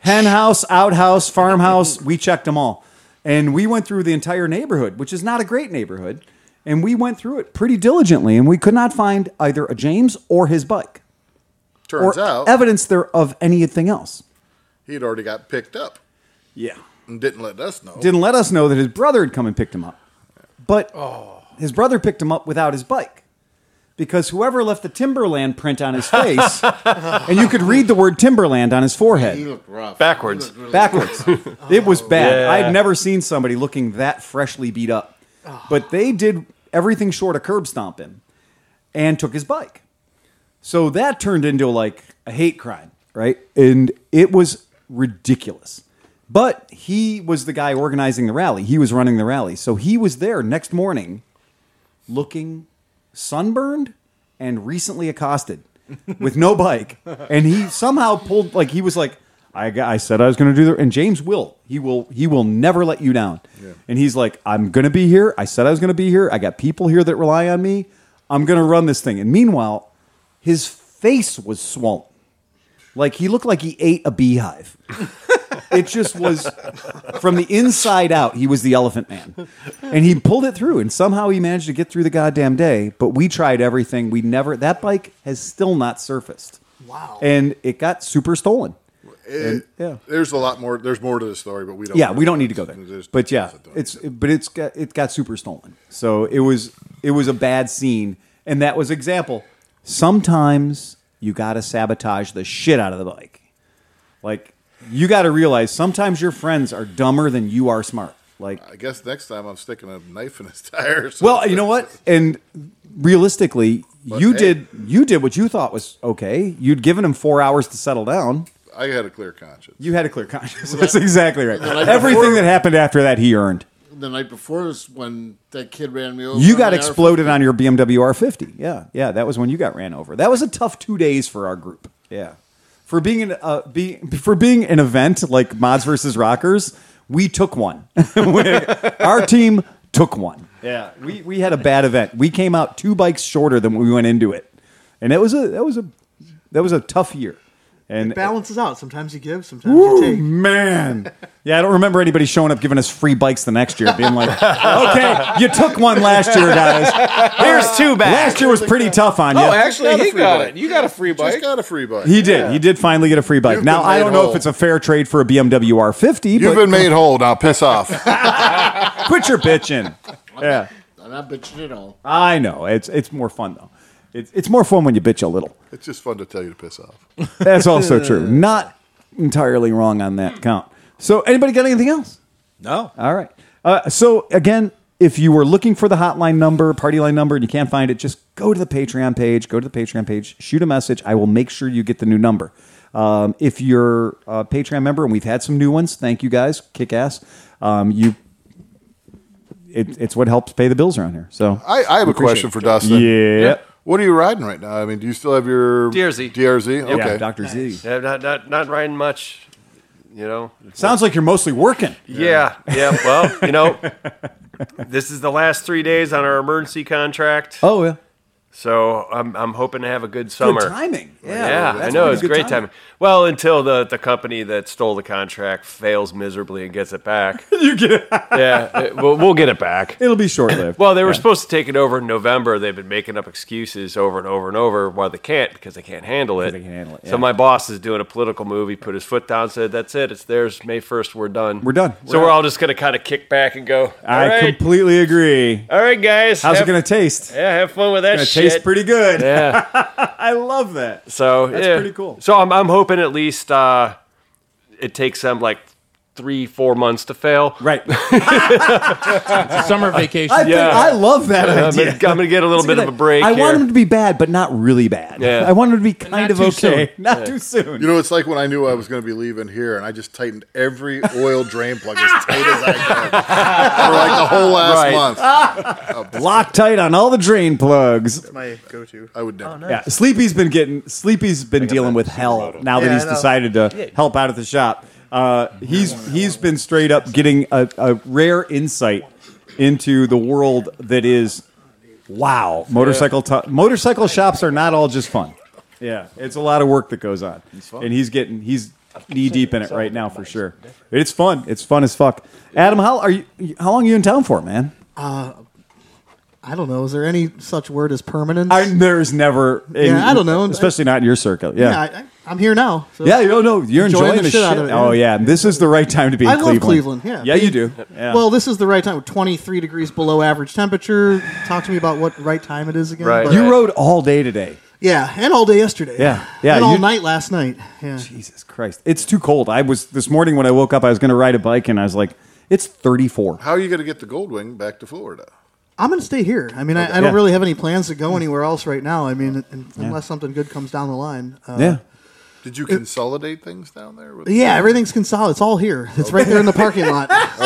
[SPEAKER 1] hen house, outhouse, farmhouse, we checked them all. And we went through the entire neighborhood, which is not a great neighborhood. And we went through it pretty diligently, and we could not find either a James or his bike
[SPEAKER 5] Turns
[SPEAKER 1] or
[SPEAKER 5] out
[SPEAKER 1] evidence there of anything else.
[SPEAKER 5] he'd already got picked up
[SPEAKER 1] Yeah.
[SPEAKER 5] and didn't let us know.
[SPEAKER 1] Didn't let us know that his brother had come and picked him up. But his brother picked him up without his bike. Because whoever left the Timberland print on his face, and you could read the word Timberland on his
[SPEAKER 7] He
[SPEAKER 1] forehead
[SPEAKER 7] looked rough.
[SPEAKER 2] Backwards.
[SPEAKER 7] He looked really-
[SPEAKER 1] backwards. it was bad.
[SPEAKER 2] Yeah.
[SPEAKER 1] I had never seen somebody looking that freshly beat up. But they did everything short of curb stomp him and took his bike. So that turned into like a hate crime, right? And it was ridiculous. But he was the guy organizing the rally. He was running the rally. So he was there next morning looking sunburned and recently accosted with no bike. And he somehow pulled like he was like, I, got- I said I was going to do that. And James will. He will. He will never let you down. And he's like, I'm going to be here. I said I was going to be here. I got people here that rely on me. I'm going to run this thing. And meanwhile, his face was swollen. Like he looked like he ate a beehive. it just was from the inside out. He was the elephant man, and he pulled it through. And somehow he managed to get through the goddamn day. But we tried everything. We never that bike has still not surfaced.
[SPEAKER 4] Wow.
[SPEAKER 1] And it got super stolen.
[SPEAKER 5] It-
[SPEAKER 1] yeah.
[SPEAKER 5] There's a lot more. There's more to the story, but we don't.
[SPEAKER 1] Yeah, we don't need to go there.
[SPEAKER 5] There's-
[SPEAKER 1] But yeah,
[SPEAKER 5] there's a-
[SPEAKER 1] it's but it's got it got super stolen. So it was it was a bad scene, and that was example. Sometimes you gotta sabotage the shit out of the bike. Like you gotta realize sometimes your friends are dumber than you are smart. Like
[SPEAKER 5] I guess next time I'm sticking a knife in his <laughs> tires.
[SPEAKER 1] well, you know what? And realistically,
[SPEAKER 5] But
[SPEAKER 1] you
[SPEAKER 5] hey.
[SPEAKER 1] did you did what you thought was okay. You'd given him four hours to settle down.
[SPEAKER 5] I had a clear conscience.
[SPEAKER 1] You had a clear conscience. <laughs> That's exactly right.
[SPEAKER 7] night
[SPEAKER 1] Everything
[SPEAKER 7] before-
[SPEAKER 1] that happened after that, he earned.
[SPEAKER 7] The night before was when that kid ran me over.
[SPEAKER 1] You
[SPEAKER 7] on
[SPEAKER 1] got
[SPEAKER 7] the R-
[SPEAKER 1] exploded on your BMW R50. Yeah, yeah, that was when you got ran over. That was a tough two days for our group. Yeah, for being an uh, be, for being an event like Mods versus Rockers, we took one. <laughs> our team took one. Yeah, we we had a bad event. We came out two bikes shorter than we went into it, and that was a that was a that was a tough year. And
[SPEAKER 4] Balances out. Sometimes you give, sometimes
[SPEAKER 1] Woo,
[SPEAKER 4] you take.
[SPEAKER 1] man. <laughs> Yeah, I don't remember anybody showing up giving us free bikes the next year, being <laughs> like, okay, you took one last year, guys. Here's two back. Last year was pretty tough on you.
[SPEAKER 6] Oh, actually,
[SPEAKER 5] Got a
[SPEAKER 6] he
[SPEAKER 5] free
[SPEAKER 6] got
[SPEAKER 5] bike.
[SPEAKER 6] it. You got a free
[SPEAKER 5] Just
[SPEAKER 6] bike.
[SPEAKER 5] got a free bike.
[SPEAKER 1] he did. He did finally get a free bike.
[SPEAKER 5] You've
[SPEAKER 1] now,
[SPEAKER 5] been
[SPEAKER 1] I don't
[SPEAKER 5] made
[SPEAKER 1] know if
[SPEAKER 5] whole.
[SPEAKER 1] it's a fair trade for a BMW R50,
[SPEAKER 5] You've
[SPEAKER 1] but
[SPEAKER 5] been made whole. Now piss <laughs> off.
[SPEAKER 1] <laughs> quit your
[SPEAKER 5] <laughs>
[SPEAKER 1] bitching. Yeah.
[SPEAKER 7] I'm not bitching at all.
[SPEAKER 1] I know. It's it's more fun, though. It's, it's more fun when you bitch a little.
[SPEAKER 5] it's just fun to tell you to piss off.
[SPEAKER 1] <laughs> That's also true. Not entirely wrong on that count. So, anybody got anything else?
[SPEAKER 6] No.
[SPEAKER 1] All right. Uh, so again, if you were looking for the hotline number, party line number, and you can't find it, just go to the Patreon page. Go to the Patreon page. Shoot a message. I will make sure you get the new number. Um, if you're a Patreon member, and we've had some new ones, thank you guys, kick ass. Um, you, it, it's what helps pay the bills around here. So
[SPEAKER 5] I, I have a
[SPEAKER 1] Appreciate
[SPEAKER 5] question
[SPEAKER 1] it,
[SPEAKER 5] for
[SPEAKER 1] Joe.
[SPEAKER 5] Dustin.
[SPEAKER 1] Yeah.
[SPEAKER 5] What are you riding right now? I mean, do you still have your
[SPEAKER 2] DRZ.
[SPEAKER 5] DRZ.
[SPEAKER 2] Yeah,
[SPEAKER 5] Okay.
[SPEAKER 1] Doctor Z.
[SPEAKER 2] Yeah, not, not, not riding much, you know.
[SPEAKER 1] Sounds like you're mostly working.
[SPEAKER 2] Yeah, yeah. Well,
[SPEAKER 5] <laughs>
[SPEAKER 2] you know, this is the last three days on our emergency contract,
[SPEAKER 1] Oh yeah.
[SPEAKER 2] so I'm, I'm hoping to have a good summer.
[SPEAKER 1] Good timing. Yeah.
[SPEAKER 2] Yeah, I
[SPEAKER 1] that's
[SPEAKER 2] know
[SPEAKER 1] pretty
[SPEAKER 2] it's
[SPEAKER 1] good
[SPEAKER 2] great timing. Well, until the, the company that stole the contract fails miserably and gets it back.
[SPEAKER 1] <laughs> You get it.
[SPEAKER 2] yeah, it- we'll, we'll get it back.
[SPEAKER 1] It'll be short lived.
[SPEAKER 2] Well, they were supposed to take it over in November. They've been making up excuses over and over and over why they can't because they can't handle it.
[SPEAKER 1] They can't handle it, yeah.
[SPEAKER 2] So my boss is doing a political move. He put his foot down, said, "That's it. It's theirs. May first, we're done.
[SPEAKER 1] We're done.
[SPEAKER 2] So
[SPEAKER 1] We're
[SPEAKER 2] we're,
[SPEAKER 1] out.
[SPEAKER 2] all just gonna kind of kick back and go. All
[SPEAKER 1] I
[SPEAKER 2] right,
[SPEAKER 1] completely agree.
[SPEAKER 2] all right, guys.
[SPEAKER 1] How's
[SPEAKER 2] have,
[SPEAKER 1] it going to taste?
[SPEAKER 2] Yeah, have fun with that
[SPEAKER 1] It
[SPEAKER 2] shit.
[SPEAKER 1] tastes pretty good.
[SPEAKER 2] Yeah.
[SPEAKER 1] <laughs> I love that.
[SPEAKER 2] So
[SPEAKER 1] That's
[SPEAKER 2] yeah.
[SPEAKER 1] pretty cool.
[SPEAKER 2] So I'm I'm hoping at least uh, it takes them like three, four months to fail.
[SPEAKER 1] <laughs> Right.
[SPEAKER 3] Summer vacation.
[SPEAKER 1] I, think,
[SPEAKER 2] Yeah.
[SPEAKER 1] I love that
[SPEAKER 2] I'm
[SPEAKER 1] idea.
[SPEAKER 2] gonna, I'm gonna get a little bit of a break.
[SPEAKER 1] I
[SPEAKER 2] here.
[SPEAKER 1] want him to be bad, but not really bad.
[SPEAKER 2] Yeah.
[SPEAKER 1] I want him to be kind
[SPEAKER 3] Not
[SPEAKER 1] of
[SPEAKER 3] too
[SPEAKER 1] okay. Not too soon.
[SPEAKER 5] You know, it's like when I knew I was going to be leaving here, and I just tightened every oil drain plug as tight as I could for like the whole last
[SPEAKER 2] Right.
[SPEAKER 5] month.
[SPEAKER 1] Oh, Lock tight on all the drain plugs.
[SPEAKER 8] my go-to.
[SPEAKER 5] I would never.
[SPEAKER 1] Yeah, Sleepy's been getting Sleepy's been dealing with hell now that
[SPEAKER 8] Yeah,
[SPEAKER 1] he's
[SPEAKER 8] I know.
[SPEAKER 1] decided to help out at the shop. Uh, he's he's been straight up getting a, a rare insight into the world that is wow. Motorcycle to- motorcycle shops are not all just fun. Yeah, it's a lot of work that goes on, and he's getting he's knee deep in it right now for sure. It's fun. It's fun as fuck. Adam, how are you? How long are you in town for, man?
[SPEAKER 4] I don't know. Is there any such word as permanence?
[SPEAKER 1] I, there's never.
[SPEAKER 4] Yeah, I don't know.
[SPEAKER 1] especially not in your circuit.
[SPEAKER 4] yeah, I, I, am here now. so-
[SPEAKER 1] Yeah, you know, you're enjoying,
[SPEAKER 4] Enjoying
[SPEAKER 1] the, shit.
[SPEAKER 4] out of it,
[SPEAKER 1] Oh yeah, this is the right time to be.
[SPEAKER 4] I
[SPEAKER 1] in
[SPEAKER 4] love
[SPEAKER 1] Cleveland.
[SPEAKER 4] Cleveland, yeah.
[SPEAKER 1] yeah, you do. Yeah.
[SPEAKER 4] Well, this is the right time. 23 degrees below average temperature. Talk to me about what right time it is again.
[SPEAKER 2] Right.
[SPEAKER 4] but-
[SPEAKER 1] you rode all day today.
[SPEAKER 4] yeah, and all day yesterday.
[SPEAKER 1] Yeah, yeah,
[SPEAKER 4] And all
[SPEAKER 1] you-
[SPEAKER 4] night last night. Yeah.
[SPEAKER 1] Jesus Christ, it's too cold. I was this morning when I woke up. I was going to ride a bike, and I was like, it's 34.
[SPEAKER 5] How are you going to get the Goldwing back to Florida?
[SPEAKER 4] I'm going to stay here. I mean, I, I don't
[SPEAKER 1] Yeah.
[SPEAKER 4] really have any plans to go anywhere else right now. I mean, un unless something good comes down the line. Uh,
[SPEAKER 1] yeah,
[SPEAKER 5] Did you consolidate things down there? With
[SPEAKER 4] Yeah, everything's consolidated. It's all here. It's right there in the parking
[SPEAKER 1] <laughs>
[SPEAKER 4] lot. <laughs>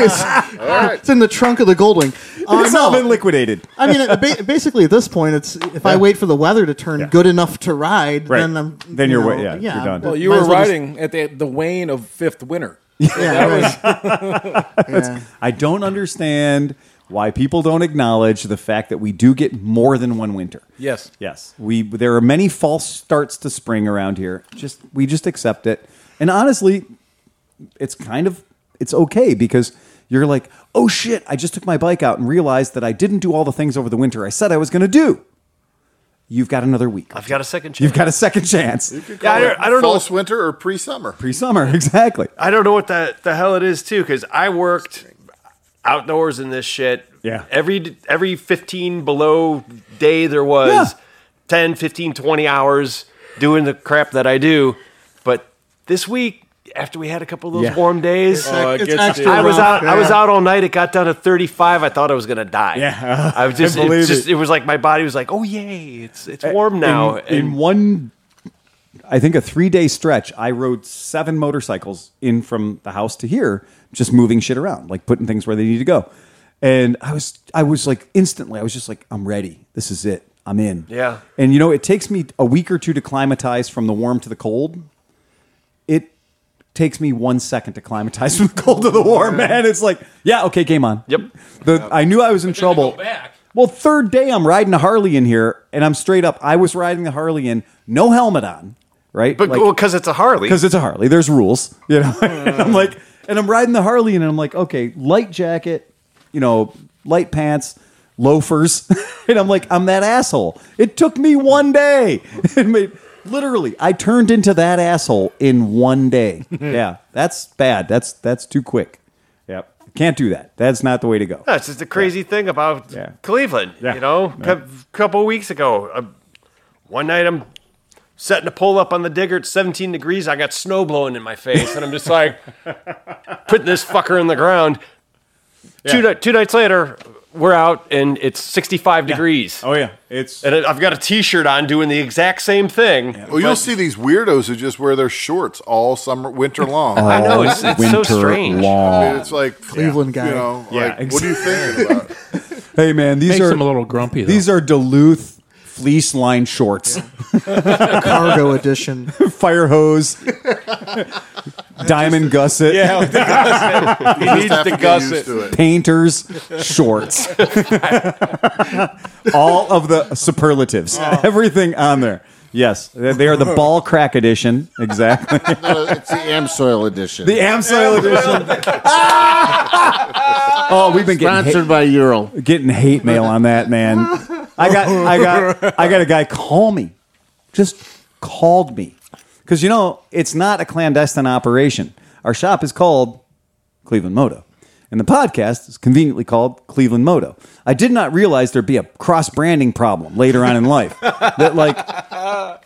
[SPEAKER 4] it's, it's in the trunk of the Goldwing. Uh,
[SPEAKER 1] it's all
[SPEAKER 4] no.
[SPEAKER 1] been liquidated.
[SPEAKER 4] I mean, it- ba- basically at this point, it's if I wait for the weather to turn
[SPEAKER 1] Yeah.
[SPEAKER 4] good enough to ride,
[SPEAKER 1] Right.
[SPEAKER 4] then I'm
[SPEAKER 1] Then
[SPEAKER 4] you
[SPEAKER 1] you're wa-
[SPEAKER 4] know,
[SPEAKER 1] yeah, you're done.
[SPEAKER 6] Well, you
[SPEAKER 4] might
[SPEAKER 6] were
[SPEAKER 4] as well just-
[SPEAKER 6] riding at the, the wane of fifth winter.
[SPEAKER 4] <laughs> yeah, right.
[SPEAKER 1] <laughs>
[SPEAKER 4] yeah.
[SPEAKER 1] I don't understand why people don't acknowledge the fact that we do get more than one winter.
[SPEAKER 6] Yes.
[SPEAKER 1] Yes, we there are many false starts to spring around here. Just we just accept it, and honestly, it's kind of it's okay because you're like, oh shit, I just took my bike out and realized that I didn't do all the things over the winter I said I was going to do. You've got another week.
[SPEAKER 2] I've got a second chance.
[SPEAKER 1] You've got a second chance.
[SPEAKER 2] Yeah, I don't, I don't know.
[SPEAKER 5] false winter or pre-summer.
[SPEAKER 1] Pre-summer, <laughs> exactly.
[SPEAKER 2] I don't know what the, the hell it is too, because I worked outdoors in this shit.
[SPEAKER 1] Yeah.
[SPEAKER 2] Every every 15 below day there was
[SPEAKER 1] Yeah.
[SPEAKER 2] 10, 15, 20 hours doing the crap that I do. But this week, after we had a couple of those
[SPEAKER 1] Yeah.
[SPEAKER 2] warm days,
[SPEAKER 6] Oh, it
[SPEAKER 4] It's
[SPEAKER 6] gets
[SPEAKER 4] extra
[SPEAKER 6] to-
[SPEAKER 2] I was
[SPEAKER 4] rough,
[SPEAKER 2] out. I was
[SPEAKER 4] yeah.
[SPEAKER 2] out all night. It got down to 35. I thought I was gonna die.
[SPEAKER 1] Yeah. <laughs>
[SPEAKER 2] I was
[SPEAKER 1] I
[SPEAKER 2] just. it,
[SPEAKER 1] believe
[SPEAKER 2] just
[SPEAKER 1] it. Eh,
[SPEAKER 2] it was like my body was like, oh yay, it's it's warm now.
[SPEAKER 1] In, in one, I think a three day stretch, I rode seven motorcycles in from the house to here, just moving shit around, like putting things where they need to go. And I was, I was like instantly, I was just like, I'm ready. This is it. I'm in.
[SPEAKER 2] Yeah.
[SPEAKER 1] And you know, it takes me a week or two to climatize from the warm to the cold. It takes me one second to climatize from the cold to the warm, man. It's like, yeah, okay, game on.
[SPEAKER 2] Yep.
[SPEAKER 1] The, I knew I was in trouble. Well, third day I'm riding a Harley in here, and I'm straight up. I was riding the Harley in, no helmet on, right?
[SPEAKER 2] but well, because it's a Harley.
[SPEAKER 1] because it's a Harley. There's rules, <laughs> you know. and I'm like, and I'm riding the Harley, and I'm like, okay, light jacket, you know, light pants, loafers, <laughs> and I'm like, I'm that asshole. It took me one day. <laughs> It made- literally, I turned into that asshole in one
[SPEAKER 2] <laughs>
[SPEAKER 1] day. yeah, that's bad. That's that's too quick. Yep, can't do that. That's not the way to go.
[SPEAKER 2] That's just the crazy thing about
[SPEAKER 1] Yeah.
[SPEAKER 2] Cleveland.
[SPEAKER 1] Yeah.
[SPEAKER 2] You know, a couple weeks ago, um, one night I'm setting a pull up on the digger. It's 17 degrees. I got snow blowing in my face, and I'm just like
[SPEAKER 1] <laughs>
[SPEAKER 2] putting this fucker in the ground. Two, ni- two nights later, we're out and it's 65 degrees.
[SPEAKER 1] Oh, yeah, it's
[SPEAKER 2] And I- I've got a T-shirt on doing the exact same thing.
[SPEAKER 5] Well, you'll see these weirdos who just wear their shorts all summer, winter long.
[SPEAKER 1] Uh,
[SPEAKER 2] I know it's, it's so strange.
[SPEAKER 5] I mean, it's like
[SPEAKER 4] Cleveland
[SPEAKER 5] You
[SPEAKER 4] guy.
[SPEAKER 5] know,
[SPEAKER 1] Yeah,
[SPEAKER 5] like, what are you thinking <laughs> about?
[SPEAKER 1] Hey man, these
[SPEAKER 3] Makes
[SPEAKER 1] are
[SPEAKER 3] him a little grumpy. Though.
[SPEAKER 1] these are Duluth fleece line shorts,
[SPEAKER 4] cargo
[SPEAKER 6] <laughs>
[SPEAKER 4] edition.
[SPEAKER 1] fire
[SPEAKER 2] <laughs>
[SPEAKER 1] hose, diamond gusset,
[SPEAKER 5] You just have
[SPEAKER 6] the
[SPEAKER 5] to get
[SPEAKER 6] gusset.
[SPEAKER 5] used to it.
[SPEAKER 1] <laughs> painters shorts, <laughs> all of the superlatives, everything on there. Yes, they they are <laughs> the ball crack edition. Exactly,
[SPEAKER 8] it's the Amsoil edition.
[SPEAKER 1] <laughs> the <laughs> Amsoil edition. oh, we've been getting Um, hate-
[SPEAKER 8] Sponsored by Ural.
[SPEAKER 1] getting hate mail on that, man. I got I got I got a guy call me. Just called me. Cuz you know, it's not a clandestine operation. Our shop is called Cleveland Moto. and the podcast is conveniently called Cleveland Moto. I did not realize there'd be a cross branding problem later on in life. that like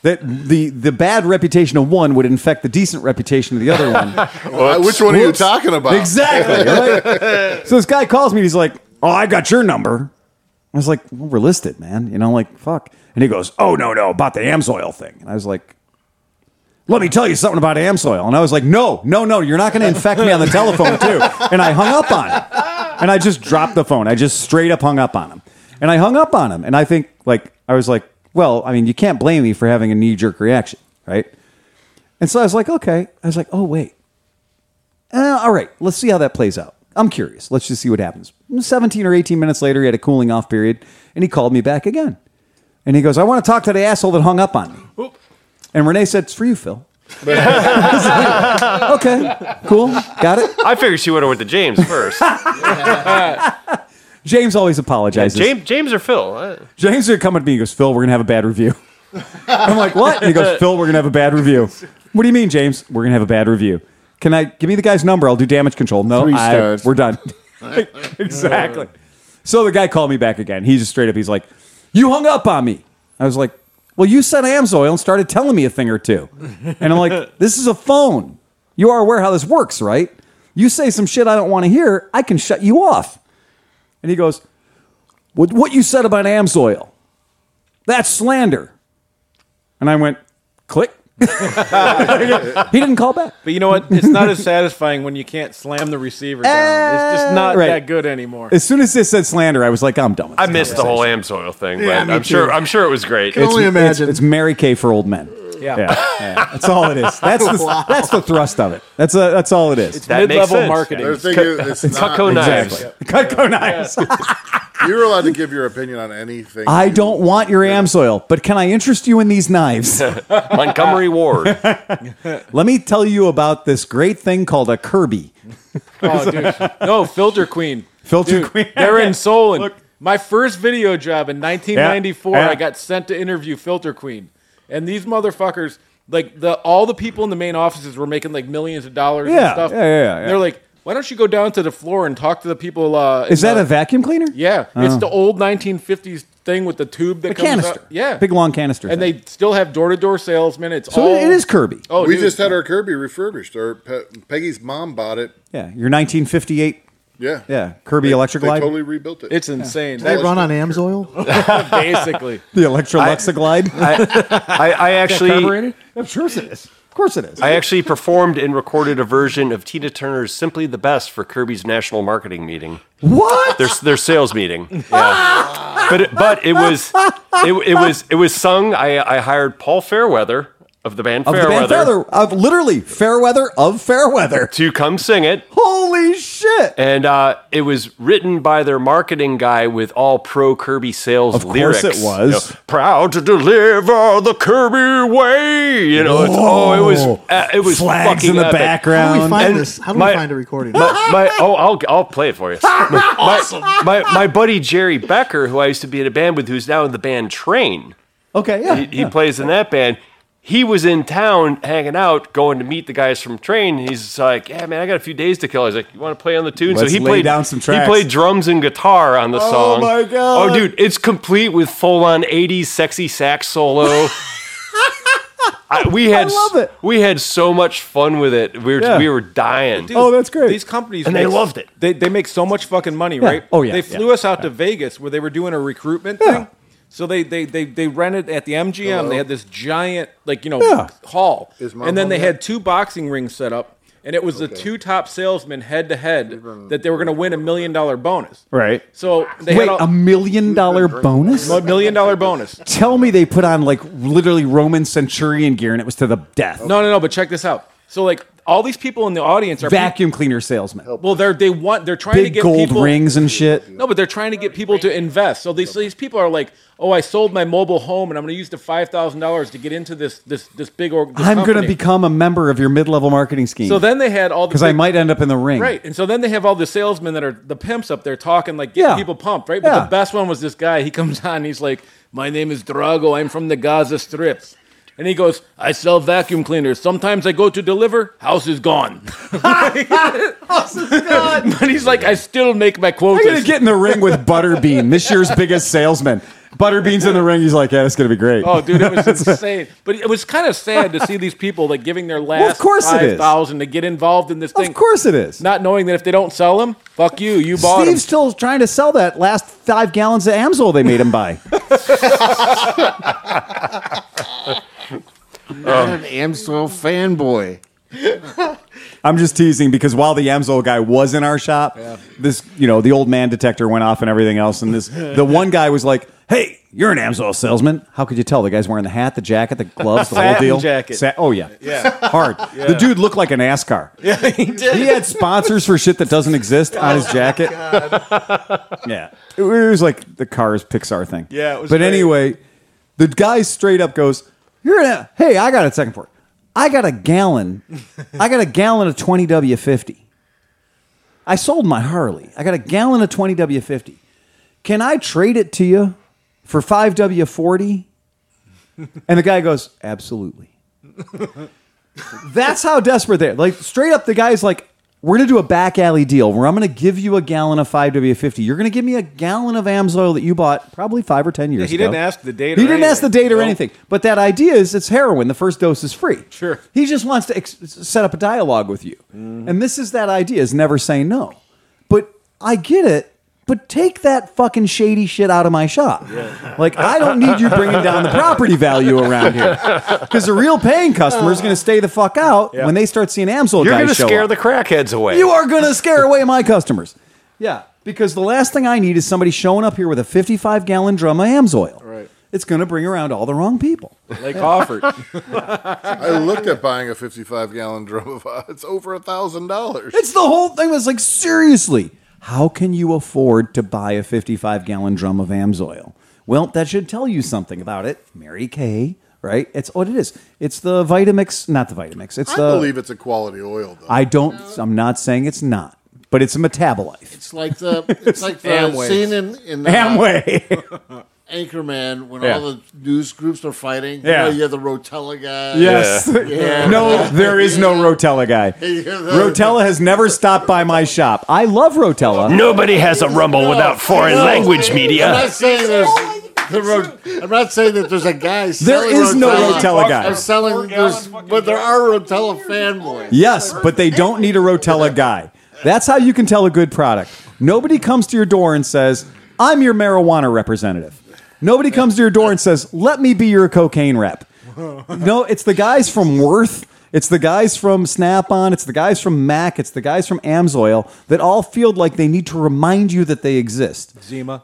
[SPEAKER 1] that the the bad reputation of one would infect the decent reputation of the other one.
[SPEAKER 5] Well, Uh, which one are you
[SPEAKER 1] Whoops.
[SPEAKER 5] talking about? <laughs>
[SPEAKER 1] Exactly. right? So this guy calls me. and He's like, "Oh, I got your number." I was like, well, "We're listed, man." You know, like fuck. And he goes, "Oh no, no, about the Amsoil thing." And I was like, "Let me tell you something about Amsoil." And I was like, "No, no, no, you're not going to infect me on the telephone too." And I hung up on him. And I just dropped the phone. I just straight up hung up on him. And I hung up on him. And I think like I was like, "Well, I mean, you can't blame me for having a knee jerk reaction, right?" And so I was like, "Okay." I was like, "Oh wait." Uh, all right, let's see how that plays out. I'm curious. Let's just see what happens. 17 or 18 minutes later, he had a cooling off period, and he called me back again. And he goes, I want to talk to the asshole that hung up on me. And Renee said, It's for you, Phil. <laughs> okay, cool. Got it.
[SPEAKER 2] I figured she would have went to <laughs> James first.
[SPEAKER 1] James always apologizes.
[SPEAKER 2] James, James or Phil? Uh,
[SPEAKER 1] James would come at me and goes, Phil, we're going to have a bad review. <laughs> I'm like, what? And he goes, Phil, we're going to have a bad review. What do you mean, James? We're going to have a bad review. Can I give me the guy's number? I'll do damage control. No,
[SPEAKER 8] Three
[SPEAKER 1] I,
[SPEAKER 8] stars.
[SPEAKER 1] we're done. <laughs> exactly. So the guy called me back again. He's just straight up, he's like, You hung up on me. I was like, Well, you said Amsoil and started telling me a thing or two. And I'm like, <laughs> This is a phone. You are aware how this works, right? You say some shit I don't want to hear, I can shut you off. And he goes, what, what you said about Amsoil, that's slander. And I went, click. <laughs> he didn't call back.
[SPEAKER 6] But you know what? It's not as satisfying when you can't slam the receiver down. It's just not
[SPEAKER 1] Eh. Right.
[SPEAKER 6] that good anymore.
[SPEAKER 1] As soon as this said slander, I was like, I'm done with
[SPEAKER 2] I
[SPEAKER 1] this
[SPEAKER 2] missed the
[SPEAKER 1] conversation.
[SPEAKER 2] whole Amsoil thing, but
[SPEAKER 4] Yeah, me
[SPEAKER 2] I'm sure
[SPEAKER 4] too.
[SPEAKER 2] I'm sure it was great.
[SPEAKER 4] Can only
[SPEAKER 1] It's-
[SPEAKER 4] imagine.
[SPEAKER 1] It's, Mary Kay for old men.
[SPEAKER 6] Yeah.
[SPEAKER 1] yeah. That's all it is. That's the,
[SPEAKER 4] Wow.
[SPEAKER 1] that's the thrust of it. That's, a, that's all it is.
[SPEAKER 2] that makes
[SPEAKER 6] Mid-level
[SPEAKER 2] sense.
[SPEAKER 6] marketing.
[SPEAKER 5] The thing is, it's not-
[SPEAKER 2] Tucko knives.
[SPEAKER 1] exactly. Cutco knives.
[SPEAKER 5] You're allowed to give your opinion on anything.
[SPEAKER 1] I
[SPEAKER 5] you-
[SPEAKER 1] don't want your Amsoil, but can I interest you in these knives?
[SPEAKER 2] <laughs> Montgomery Ward.
[SPEAKER 1] Let me tell you about this great thing called a Kirby.
[SPEAKER 6] Oh, dude. No, Filter Queen.
[SPEAKER 1] Filter
[SPEAKER 6] Dude,
[SPEAKER 1] Queen.
[SPEAKER 6] They're in Solon. My first video job in 1994,
[SPEAKER 1] Yeah. Yeah.
[SPEAKER 6] I got sent to interview Filter Queen, and these motherfuckers, like the all the people in the main offices, were making like millions of dollars
[SPEAKER 1] Yeah,
[SPEAKER 6] and stuff.
[SPEAKER 1] yeah, yeah, yeah.
[SPEAKER 6] They're like, why don't you go down to the floor and talk to the people? Uh, in
[SPEAKER 1] Is that
[SPEAKER 6] the-
[SPEAKER 1] a vacuum cleaner?
[SPEAKER 6] Yeah, it's the old 1950s thing with the tube that
[SPEAKER 1] A
[SPEAKER 6] comes
[SPEAKER 1] canister.
[SPEAKER 6] Out. Yeah,
[SPEAKER 1] Big long canister.
[SPEAKER 6] and
[SPEAKER 1] thing.
[SPEAKER 6] they still have door-to-door salesmen. It's
[SPEAKER 1] So
[SPEAKER 6] all
[SPEAKER 1] it is Kirby.
[SPEAKER 6] Oh,
[SPEAKER 5] we
[SPEAKER 6] dude.
[SPEAKER 5] just had our Kirby refurbished. Our Pe- Peggy's mom bought it.
[SPEAKER 1] Yeah, your 1958.
[SPEAKER 5] Yeah.
[SPEAKER 1] Yeah, Kirby
[SPEAKER 5] They-
[SPEAKER 1] Electric
[SPEAKER 5] They
[SPEAKER 1] Glide.
[SPEAKER 5] totally rebuilt it.
[SPEAKER 6] It's insane.
[SPEAKER 4] They
[SPEAKER 6] That
[SPEAKER 4] run on Amsoil.
[SPEAKER 6] basically.
[SPEAKER 1] The Electroluxa Glide.
[SPEAKER 2] I, I, I actually
[SPEAKER 1] of course it is. Of course it is.
[SPEAKER 2] I actually performed and recorded a version of Tina Turner's "Simply the Best" for Kirby's national marketing meeting.
[SPEAKER 1] what?
[SPEAKER 2] Their their sales meeting. <laughs> Yeah. but it, but it was it, it was it was sung. I I hired Paul Fairweather of the band
[SPEAKER 1] of the band
[SPEAKER 2] Fairweather
[SPEAKER 1] Fairweather. Of literally Fairweather of Fairweather.
[SPEAKER 6] <laughs>
[SPEAKER 2] to come sing it.
[SPEAKER 1] Holy shit!
[SPEAKER 2] And uh, it was written by their marketing guy with all pro Kirby sales
[SPEAKER 1] Of course
[SPEAKER 2] lyrics.
[SPEAKER 1] it was.
[SPEAKER 2] You know, Proud to deliver the Kirby way. You know, it's, oh, it was uh, it was
[SPEAKER 1] flags
[SPEAKER 2] fucking
[SPEAKER 1] in the
[SPEAKER 2] epic.
[SPEAKER 4] How do we
[SPEAKER 1] background.
[SPEAKER 4] find
[SPEAKER 2] And
[SPEAKER 4] this? How do
[SPEAKER 2] my-
[SPEAKER 4] we find a recording?
[SPEAKER 2] My,
[SPEAKER 4] <laughs>
[SPEAKER 2] my- oh, I'll I'll play it for you. My, my, my buddy Jerry Becker, who I used to be in a band with, who's now in the band Train.
[SPEAKER 1] okay, yeah.
[SPEAKER 2] He, he plays in that band. He was in town hanging out, going to meet the guys from Train. and He's like, "Yeah, man, I got a few days to kill." He's like, "You want to play on the tune?"
[SPEAKER 1] Let's
[SPEAKER 2] so he
[SPEAKER 1] lay
[SPEAKER 2] played
[SPEAKER 1] down some
[SPEAKER 2] He
[SPEAKER 1] tracks.
[SPEAKER 2] played drums and guitar on the song.
[SPEAKER 1] my God.
[SPEAKER 2] Oh, dude, it's complete with full-on '80s sexy
[SPEAKER 1] <laughs>
[SPEAKER 2] sax solo. I, we had
[SPEAKER 1] love it.
[SPEAKER 2] we had so much fun with it. We were
[SPEAKER 1] Yeah.
[SPEAKER 2] we were dying.
[SPEAKER 6] <laughs> Dude,
[SPEAKER 1] Oh, that's great.
[SPEAKER 6] These companies
[SPEAKER 2] And they loved it.
[SPEAKER 6] They, they make so much fucking money, right?
[SPEAKER 1] Oh, yeah,
[SPEAKER 6] They
[SPEAKER 1] yeah,
[SPEAKER 6] flew us out to Vegas where they were doing a recruitment thing. So they, they they they rented at the MGM. They had this giant like you know
[SPEAKER 1] Yeah.
[SPEAKER 6] hall,
[SPEAKER 5] Is mom
[SPEAKER 6] and then
[SPEAKER 5] home
[SPEAKER 6] they
[SPEAKER 5] yet?
[SPEAKER 6] had two boxing rings set up, and it was the two top salesmen head to head that they were going to win a million dollar bonus.
[SPEAKER 1] Right.
[SPEAKER 6] So they
[SPEAKER 1] Wait,
[SPEAKER 6] had
[SPEAKER 1] a
[SPEAKER 6] all-
[SPEAKER 1] million dollar bonus?
[SPEAKER 6] a million dollar bonus.
[SPEAKER 1] Tell me they put on like literally Roman centurion gear and it was to the death.
[SPEAKER 6] No, no, no. But check this out. So like all these people in the audience are
[SPEAKER 1] Vacuum cleaner salesman.
[SPEAKER 6] Well, they're they want they're trying to
[SPEAKER 1] Big
[SPEAKER 6] get
[SPEAKER 1] gold
[SPEAKER 6] people,
[SPEAKER 1] rings and shit.
[SPEAKER 6] No, but they're trying to get people to invest. So these, so these people are like, "Oh, I sold my mobile home, and I'm going to use the five thousand dollars to get into this this this big org." this
[SPEAKER 1] I'm going to
[SPEAKER 6] company."
[SPEAKER 1] become a member of your mid level marketing scheme.
[SPEAKER 6] So then they had all the
[SPEAKER 1] because I
[SPEAKER 6] big-
[SPEAKER 1] might end up in the ring.
[SPEAKER 6] right, and so then they have all the salesmen that are the pimps up there talking like getting
[SPEAKER 1] Yeah.
[SPEAKER 6] people pumped, right? But
[SPEAKER 1] Yeah.
[SPEAKER 6] <laughs> the best one was this guy. He comes on, he's like, "My name is Drago. I'm from the Gaza Strip." And he goes, I sell vacuum cleaners. Sometimes I go to deliver, house is gone. <laughs> but he's like, I still make my
[SPEAKER 1] I'm gonna
[SPEAKER 6] quotas.
[SPEAKER 1] get in the ring with Butterbean, this year's biggest salesman. Butterbean's in the ring. He's like, yeah, it's gonna be great.
[SPEAKER 6] oh,
[SPEAKER 1] <laughs>
[SPEAKER 6] dude, it was insane. But it was kind of sad to see these people like giving their last
[SPEAKER 1] of course it is.
[SPEAKER 6] 5000 to get involved in this thing.
[SPEAKER 1] of course it is.
[SPEAKER 6] Not knowing that if they don't sell them, fuck you, you bought
[SPEAKER 1] Steve's
[SPEAKER 6] them.
[SPEAKER 1] still trying to sell that last five gallons of Amsoil they made him buy.
[SPEAKER 8] Not an Amsoil fanboy.
[SPEAKER 1] I'm just teasing because while the Amsoil guy was in our shop, this you know the old man detector went off and everything else, and this the one guy was like, "Hey, you're an Amsoil salesman. How could you tell? The guy's wearing the hat, the jacket, the gloves, the whole
[SPEAKER 6] Satin
[SPEAKER 1] deal.
[SPEAKER 6] jacket.
[SPEAKER 1] Sa- oh yeah, yeah,
[SPEAKER 6] <laughs>
[SPEAKER 1] hard. The dude looked like a NASCAR. Yeah, he did. He had sponsors for shit that doesn't exist on
[SPEAKER 6] <laughs> Oh,
[SPEAKER 1] his jacket. yeah, it was like the Cars Pixar thing.
[SPEAKER 6] Yeah, it was
[SPEAKER 1] but
[SPEAKER 6] great.
[SPEAKER 1] anyway, the guy straight up goes, "You're an hey, I got a second for it. I got a gallon. I got a gallon of twenty W fifty. I sold my Harley. I got a gallon of twenty W fifty. Can I trade it to you for five W forty? And the guy goes, absolutely. <laughs> That's how desperate they're. Like straight up, the guy's like, "We're gonna do a back alley deal where I'm gonna give you a gallon of 5W50. You're gonna give me a gallon of Amsoil that you bought probably five or ten years
[SPEAKER 6] he
[SPEAKER 1] ago."
[SPEAKER 6] didn't ask the date
[SPEAKER 1] He
[SPEAKER 6] or
[SPEAKER 1] didn't ask the
[SPEAKER 6] anything.
[SPEAKER 1] date or
[SPEAKER 6] Nope.
[SPEAKER 1] anything. But that idea is it's heroin. The first dose is free.
[SPEAKER 6] Sure. Mm-hmm.
[SPEAKER 1] He just wants to ex- set up a dialogue with you, and this is that idea is never say no. But I get it. But take that fucking shady shit out of my shop. Like I don't need you bringing down the property value around here because the real paying customer is going to stay the fuck out when they start seeing Amsoil
[SPEAKER 2] You're
[SPEAKER 1] guys
[SPEAKER 2] going to
[SPEAKER 1] show
[SPEAKER 2] scare
[SPEAKER 1] up.
[SPEAKER 2] the crackheads away.
[SPEAKER 1] You are going to scare away my customers. Yeah, because the last thing I need is somebody showing up here with a 55 gallon drum of Amsoil. Right. It's going to bring around all the wrong people.
[SPEAKER 6] Like offered.
[SPEAKER 5] I looked at buying a 55 gallon drum of <laughs> uh, it's over a thousand dollars.
[SPEAKER 1] It's the whole thing. It's like seriously, how can you afford to buy a 55 gallon drum of Amsoil? Well, that should tell you something about it, Mary Kay. Right? It's what it is. It's the Vitamix, not the Vitamix. It's uh,
[SPEAKER 5] I
[SPEAKER 1] the.
[SPEAKER 5] believe it's a quality oil though.
[SPEAKER 1] I don't. I'm not saying it's not, but it's a metabolite.
[SPEAKER 8] It's like the it's like the
[SPEAKER 6] Amway.
[SPEAKER 8] scene in, in uh,
[SPEAKER 1] Amway. <laughs>
[SPEAKER 8] Anchorman when
[SPEAKER 1] Yeah.
[SPEAKER 8] all the news groups are fighting.
[SPEAKER 1] Yeah.
[SPEAKER 8] You, know, you have the Rotella guy.
[SPEAKER 1] Yes.
[SPEAKER 8] <laughs> Yeah.
[SPEAKER 1] No, there is
[SPEAKER 8] <laughs>
[SPEAKER 1] no Rotella guy. Rotella has never stopped by my shop. I love Rotella.
[SPEAKER 2] Nobody has a rumble
[SPEAKER 8] No,
[SPEAKER 2] without foreign
[SPEAKER 8] no.
[SPEAKER 2] language
[SPEAKER 8] I'm
[SPEAKER 2] media.
[SPEAKER 8] not saying there's the ro- I'm not saying that there's a guy.
[SPEAKER 1] There
[SPEAKER 8] selling
[SPEAKER 1] is no Rotella guy.
[SPEAKER 8] I'm selling there's, but there are Rotella fanboys.
[SPEAKER 1] Yes, but they don't need a Rotella guy. That's how you can tell a good product. Nobody comes to your door and says, "I'm your marijuana representative." Nobody comes to your door and says, "Let me be your cocaine rep." No, it's the guys from Worth. It's the guys from Snap On. It's the guys from Mac. It's the guys from Amsoil that all feel like they need to remind you that they exist.
[SPEAKER 6] Zima.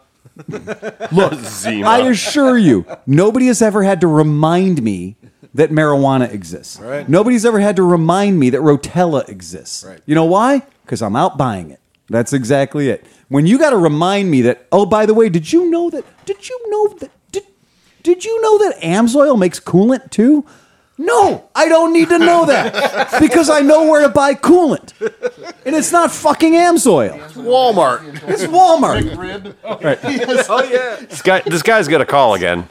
[SPEAKER 2] Zima.
[SPEAKER 1] I assure you, nobody has ever had to remind me that marijuana exists. Nobody's ever had to remind me that Rotella exists. You know why? Because I'm out buying it. That's exactly it. When you got to remind me that, oh, by the way, did you know that? Did you know that? Did, did you know that Amsoil makes coolant too? No, I don't need to know that because I know where to buy coolant, and it's not fucking Amsoil.
[SPEAKER 5] Walmart.
[SPEAKER 1] It's Walmart.
[SPEAKER 2] This, guy, this guy's going to call again.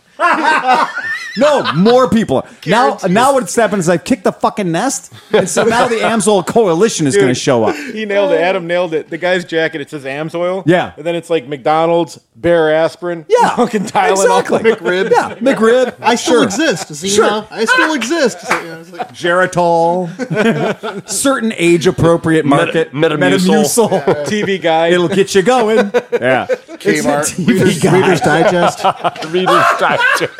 [SPEAKER 1] No, more people. Now, now what's happened is I've kicked the fucking nest, and so now the Amsoil coalition is going to show up.
[SPEAKER 6] He nailed it. Adam nailed it. The guy's jacket, it says Amsoil.
[SPEAKER 1] Yeah.
[SPEAKER 6] And then it's like McDonald's, Bear Aspirin.
[SPEAKER 1] Yeah,
[SPEAKER 6] <laughs> Fucking Tylenol.
[SPEAKER 1] exactly. McRib. Yeah, McRib.
[SPEAKER 4] <laughs> I still
[SPEAKER 1] sure.
[SPEAKER 4] exist, Zena.
[SPEAKER 1] Sure.
[SPEAKER 4] I still <laughs> exist. So, yeah, it's like,
[SPEAKER 1] Geritol. Certain age-appropriate market.
[SPEAKER 2] Meta- Metamucil.
[SPEAKER 1] Metamucil.
[SPEAKER 6] TV guy.
[SPEAKER 1] It'll get you
[SPEAKER 2] <laughs>
[SPEAKER 1] going. Yeah.
[SPEAKER 5] Kmart.
[SPEAKER 1] TV guy.
[SPEAKER 4] Reader's Digest.
[SPEAKER 2] Reader's
[SPEAKER 6] <laughs>
[SPEAKER 2] Digest.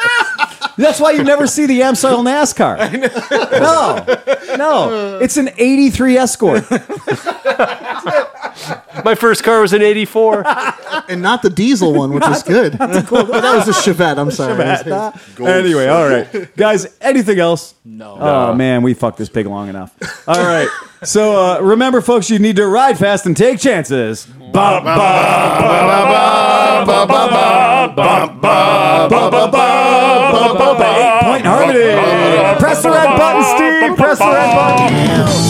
[SPEAKER 1] That's why you never see the Amsoil NASCAR. No, no. It's an 83 Escort.
[SPEAKER 2] My first car was an 84.
[SPEAKER 4] And not the diesel one, <laughs> which is good. Oh, that was a Chevette. I'm sorry.
[SPEAKER 1] anyway, all right, guys. Anything else? No. Oh man, we fucked this pig long enough. All right. So uh, remember, folks, you need to ride fast and take chances. Ba, ba, <laughs> ba, ba, ba, ba, ba, ba, ba, ba, ba, ba, ba, ba, ba, ba, Eight point harmony. Press the red button, Steve. Press the red button.